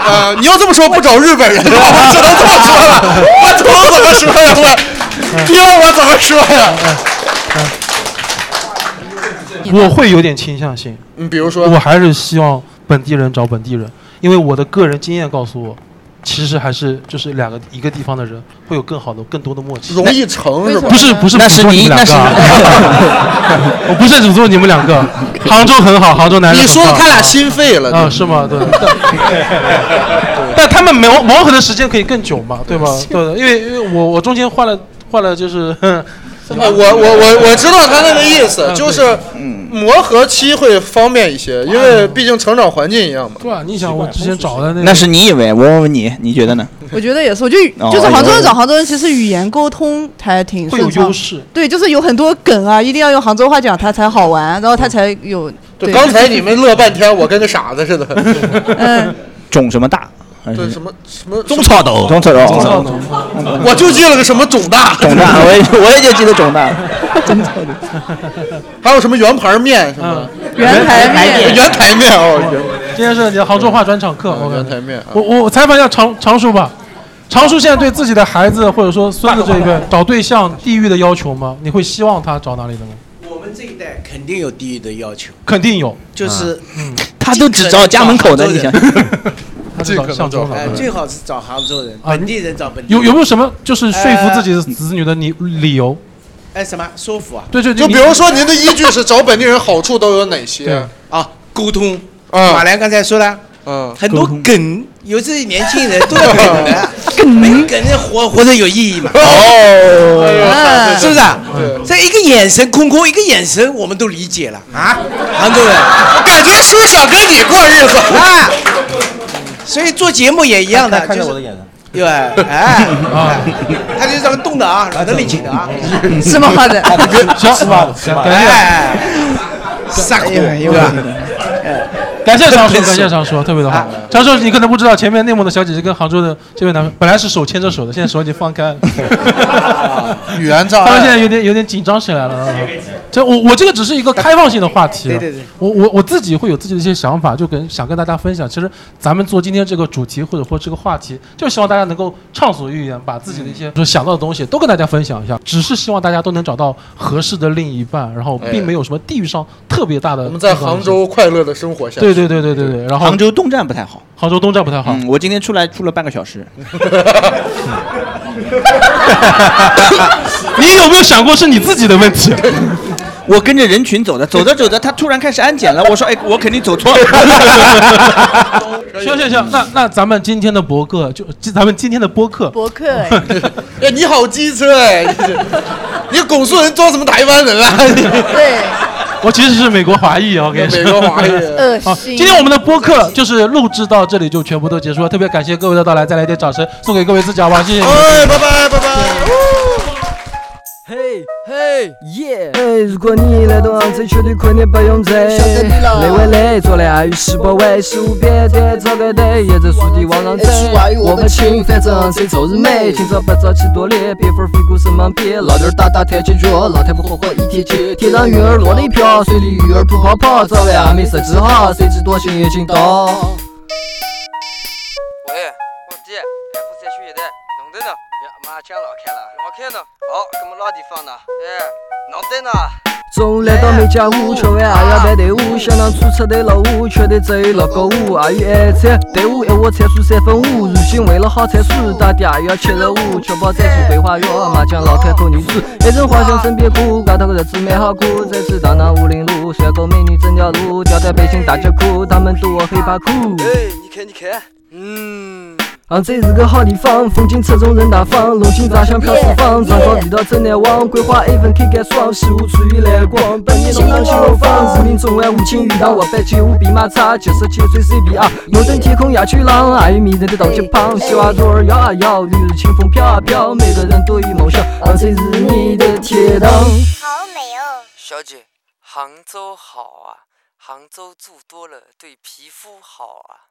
Speaker 8: 呃，你要这么说不找日本人，我只能这么说了， [laughs] 我怎么怎么说呀？我，你要我怎么说呀？
Speaker 6: [laughs] 我会有点倾向性。
Speaker 8: 你比如说，
Speaker 6: 我还是希望本地人找本地人，因为我的个人经验告诉我，其实还是就是两个一个地方的人会有更好的、更多的默契，
Speaker 8: 容易成是吧
Speaker 6: 不是不是，
Speaker 8: 那是
Speaker 6: 诅咒
Speaker 8: 你
Speaker 6: 你们两个啊， [laughs] 我不是诅咒你们两个，杭州很好，杭州男人
Speaker 8: 你
Speaker 6: 很棒。啊
Speaker 8: 说到他俩心肺了，
Speaker 6: 啊，是
Speaker 8: [laughs]
Speaker 6: 吗？对，但但他们磨磨合的时间可以更久嘛，对吧？对的，因为因为我我中间换了换了就是。啊哼
Speaker 8: [laughs] 啊，我我我我知道他那个意
Speaker 5: 啊
Speaker 8: 思，就是磨合期会方便一些，因
Speaker 5: 啊
Speaker 8: 为毕竟成长环境一样嘛。
Speaker 6: 对啊，你想我之前找
Speaker 8: 嗯
Speaker 6: 的那个，
Speaker 5: 那是你以为，我问问你，你觉得呢？
Speaker 4: 我觉得也是，我就
Speaker 5: 哦
Speaker 4: 就是杭州人
Speaker 5: 有
Speaker 4: 找杭州人，其实语言沟通还挺
Speaker 6: 会有
Speaker 4: 顺畅
Speaker 6: 优势。
Speaker 4: 对，就是有很多梗啊，一定要用杭州话讲，它才好玩，然后它才有。对，
Speaker 8: 对，刚才你们乐半天，我跟个傻子似
Speaker 5: [laughs]
Speaker 8: 的。
Speaker 5: 种什么大？
Speaker 8: 对，什么什么
Speaker 5: 中草斗中草斗中草斗
Speaker 8: 我就记了个什么种大，
Speaker 5: 种大，我也我也就记得种
Speaker 8: [laughs]
Speaker 5: 大。
Speaker 8: 还有什么圆盘面什
Speaker 5: 啊
Speaker 8: 么
Speaker 6: 圆
Speaker 8: 台面圆台面哦，
Speaker 6: 今天是你的杭州话专场课，我
Speaker 8: 圆台面。
Speaker 6: 我我我采访一下常常叔吧，常叔现在对自己的孩子或者说孙子这一辈找对象地域的要求吗？你会希望他找哪里的吗？
Speaker 22: 我们这一代肯定有地域的要求，
Speaker 6: 肯定有，
Speaker 22: 就是
Speaker 6: 嗯，
Speaker 22: 他都只找家门口的你想 [laughs]
Speaker 6: 他只找上周
Speaker 22: 哎
Speaker 6: 了，
Speaker 22: 最好是找杭州人，本地人找本地人。
Speaker 6: 啊有有没有什么就是说服自己的子女的你理由？
Speaker 22: 哎什么说服啊？
Speaker 6: 对对
Speaker 8: 就比如说您的依据是找本地人好处都有哪些？
Speaker 22: 啊，沟通。
Speaker 6: 啊
Speaker 8: 嗯
Speaker 22: 马良刚才说了，
Speaker 8: 嗯，
Speaker 22: 很多梗，有这些年轻人都有梗的，没有梗人活活着有意义吗？
Speaker 6: 哎
Speaker 8: 哦
Speaker 22: 是不是啊
Speaker 8: 对？
Speaker 22: 这一个眼神空空，一个眼神我们都理解了啊，
Speaker 6: 嗯
Speaker 22: 杭州人，我
Speaker 6: 哎
Speaker 8: 感觉叔想跟你过日子
Speaker 22: 啊。所以做节目也一样的，
Speaker 3: 看看
Speaker 22: 就
Speaker 3: 看
Speaker 22: 是
Speaker 3: 我的眼神。
Speaker 22: 对，哎，他就是这么动的啊，软的力气的啊，
Speaker 4: 是吗好的
Speaker 6: 行
Speaker 22: 是吗？
Speaker 6: 行
Speaker 22: 哎，傻狗，对吧？
Speaker 6: [laughs]
Speaker 8: 嗯
Speaker 5: 嗯
Speaker 6: 感谢常叔，啊感谢常叔，特别的好。常叔，你可能不知道，前面内蒙的小姐姐跟杭州的这位男朋友本来是手牵着手的，现在手已经放开了。 [laughs]
Speaker 8: 语言障
Speaker 6: 他们现
Speaker 8: 碍。
Speaker 6: 在有点有点紧张起来了。啊这我我这个只是一个开放性的话题啊，
Speaker 22: 对对对
Speaker 6: 我我我自己会有自己的一些想法，就跟想跟大家分享。其实咱们做今天这个主题或者或这个话题，就希望大家能够畅所欲言，把自己的一
Speaker 8: 嗯
Speaker 6: 些说想到的东西都跟大家分享一下。只是希望大家都能找到合适的另一半，然后并没有什么地域上特别大的。
Speaker 8: 我们在杭州快乐的生活下去。
Speaker 6: 对对对对对对，然后
Speaker 5: 杭州东站不太好，
Speaker 6: 杭州东站不太好。
Speaker 5: 嗯，我今天出来住了半个小时。
Speaker 6: [laughs] 你有没有想过是你自己的问题？
Speaker 5: 我跟着人群走的，走着走着，他突然开始安检了。我说：“哎，我肯定走错了。
Speaker 6: 行行行，那那咱们今天的博客就咱们今天的播客，
Speaker 4: 博客哎，
Speaker 8: 哎，你好机车哎！你这你拱树人装什么台湾人
Speaker 6: [laughs]
Speaker 8: 啊？
Speaker 4: 对，
Speaker 6: 我其实是美国华裔啊，我跟你说。
Speaker 8: 美国华裔
Speaker 4: 恶心
Speaker 6: [laughs] 好今天我们的播客就是录制到这里就全部都结束了，特别感谢各位啊
Speaker 8: 哎
Speaker 6: 的到来，再来一点掌声送给各位自己好不好？谢谢你们。
Speaker 8: 哎，拜拜拜拜。
Speaker 20: 嘿嘿耶！嘿，如果你来到杭州，绝对困得不用愁。累归累，做了于是不为，事无边端，找个对，一直树地往上走。哎我们轻，反正杭州就是美。今朝不早起多累，别分飞过什么边。老头打打太极拳，老太婆活活一天气。天上云儿落了一瓢，水里鱼儿吐泡泡。早晚还没十几号，谁知多心已经到。
Speaker 23: 喂，老弟，哎，我再去一袋，弄得呢？呀，麻将老开了，老开呢？好，那么老地方呢？哎，弄得呢？
Speaker 20: 总来到每家屋，吃完阿爷排啊队伍，相当粗吃的老五，缺的只有六个五，阿有爱菜，队伍一窝菜蔬三分五，如今为了好菜蔬，大爹也要七十五，吃饱再去回花园，麻将老太婆女子，一阵花香身边过，外头个日子蛮好过，再去荡荡武林路，帅哥美女整条路，吊带背心打着裤，他们都我黑怕哭。
Speaker 23: 哎，你看，你看，嗯。
Speaker 20: 杭州是个好地方，风景侧重人大方，龙井茶香飘四方，长高味道真难忘，桂花 A 粉 K 干爽，西湖春雨来光，百年弄堂去楼房，市民中环五金鱼塘，滑板街舞比马叉，七十七岁 C B R，摩登天空也去浪，还有迷人的荡秋胖，西瓜桌儿摇啊摇，绿日清风飘啊飘，每个人都有梦想，杭州是你的天堂。
Speaker 24: 小姐，杭州好啊，杭州住多了对皮肤好啊。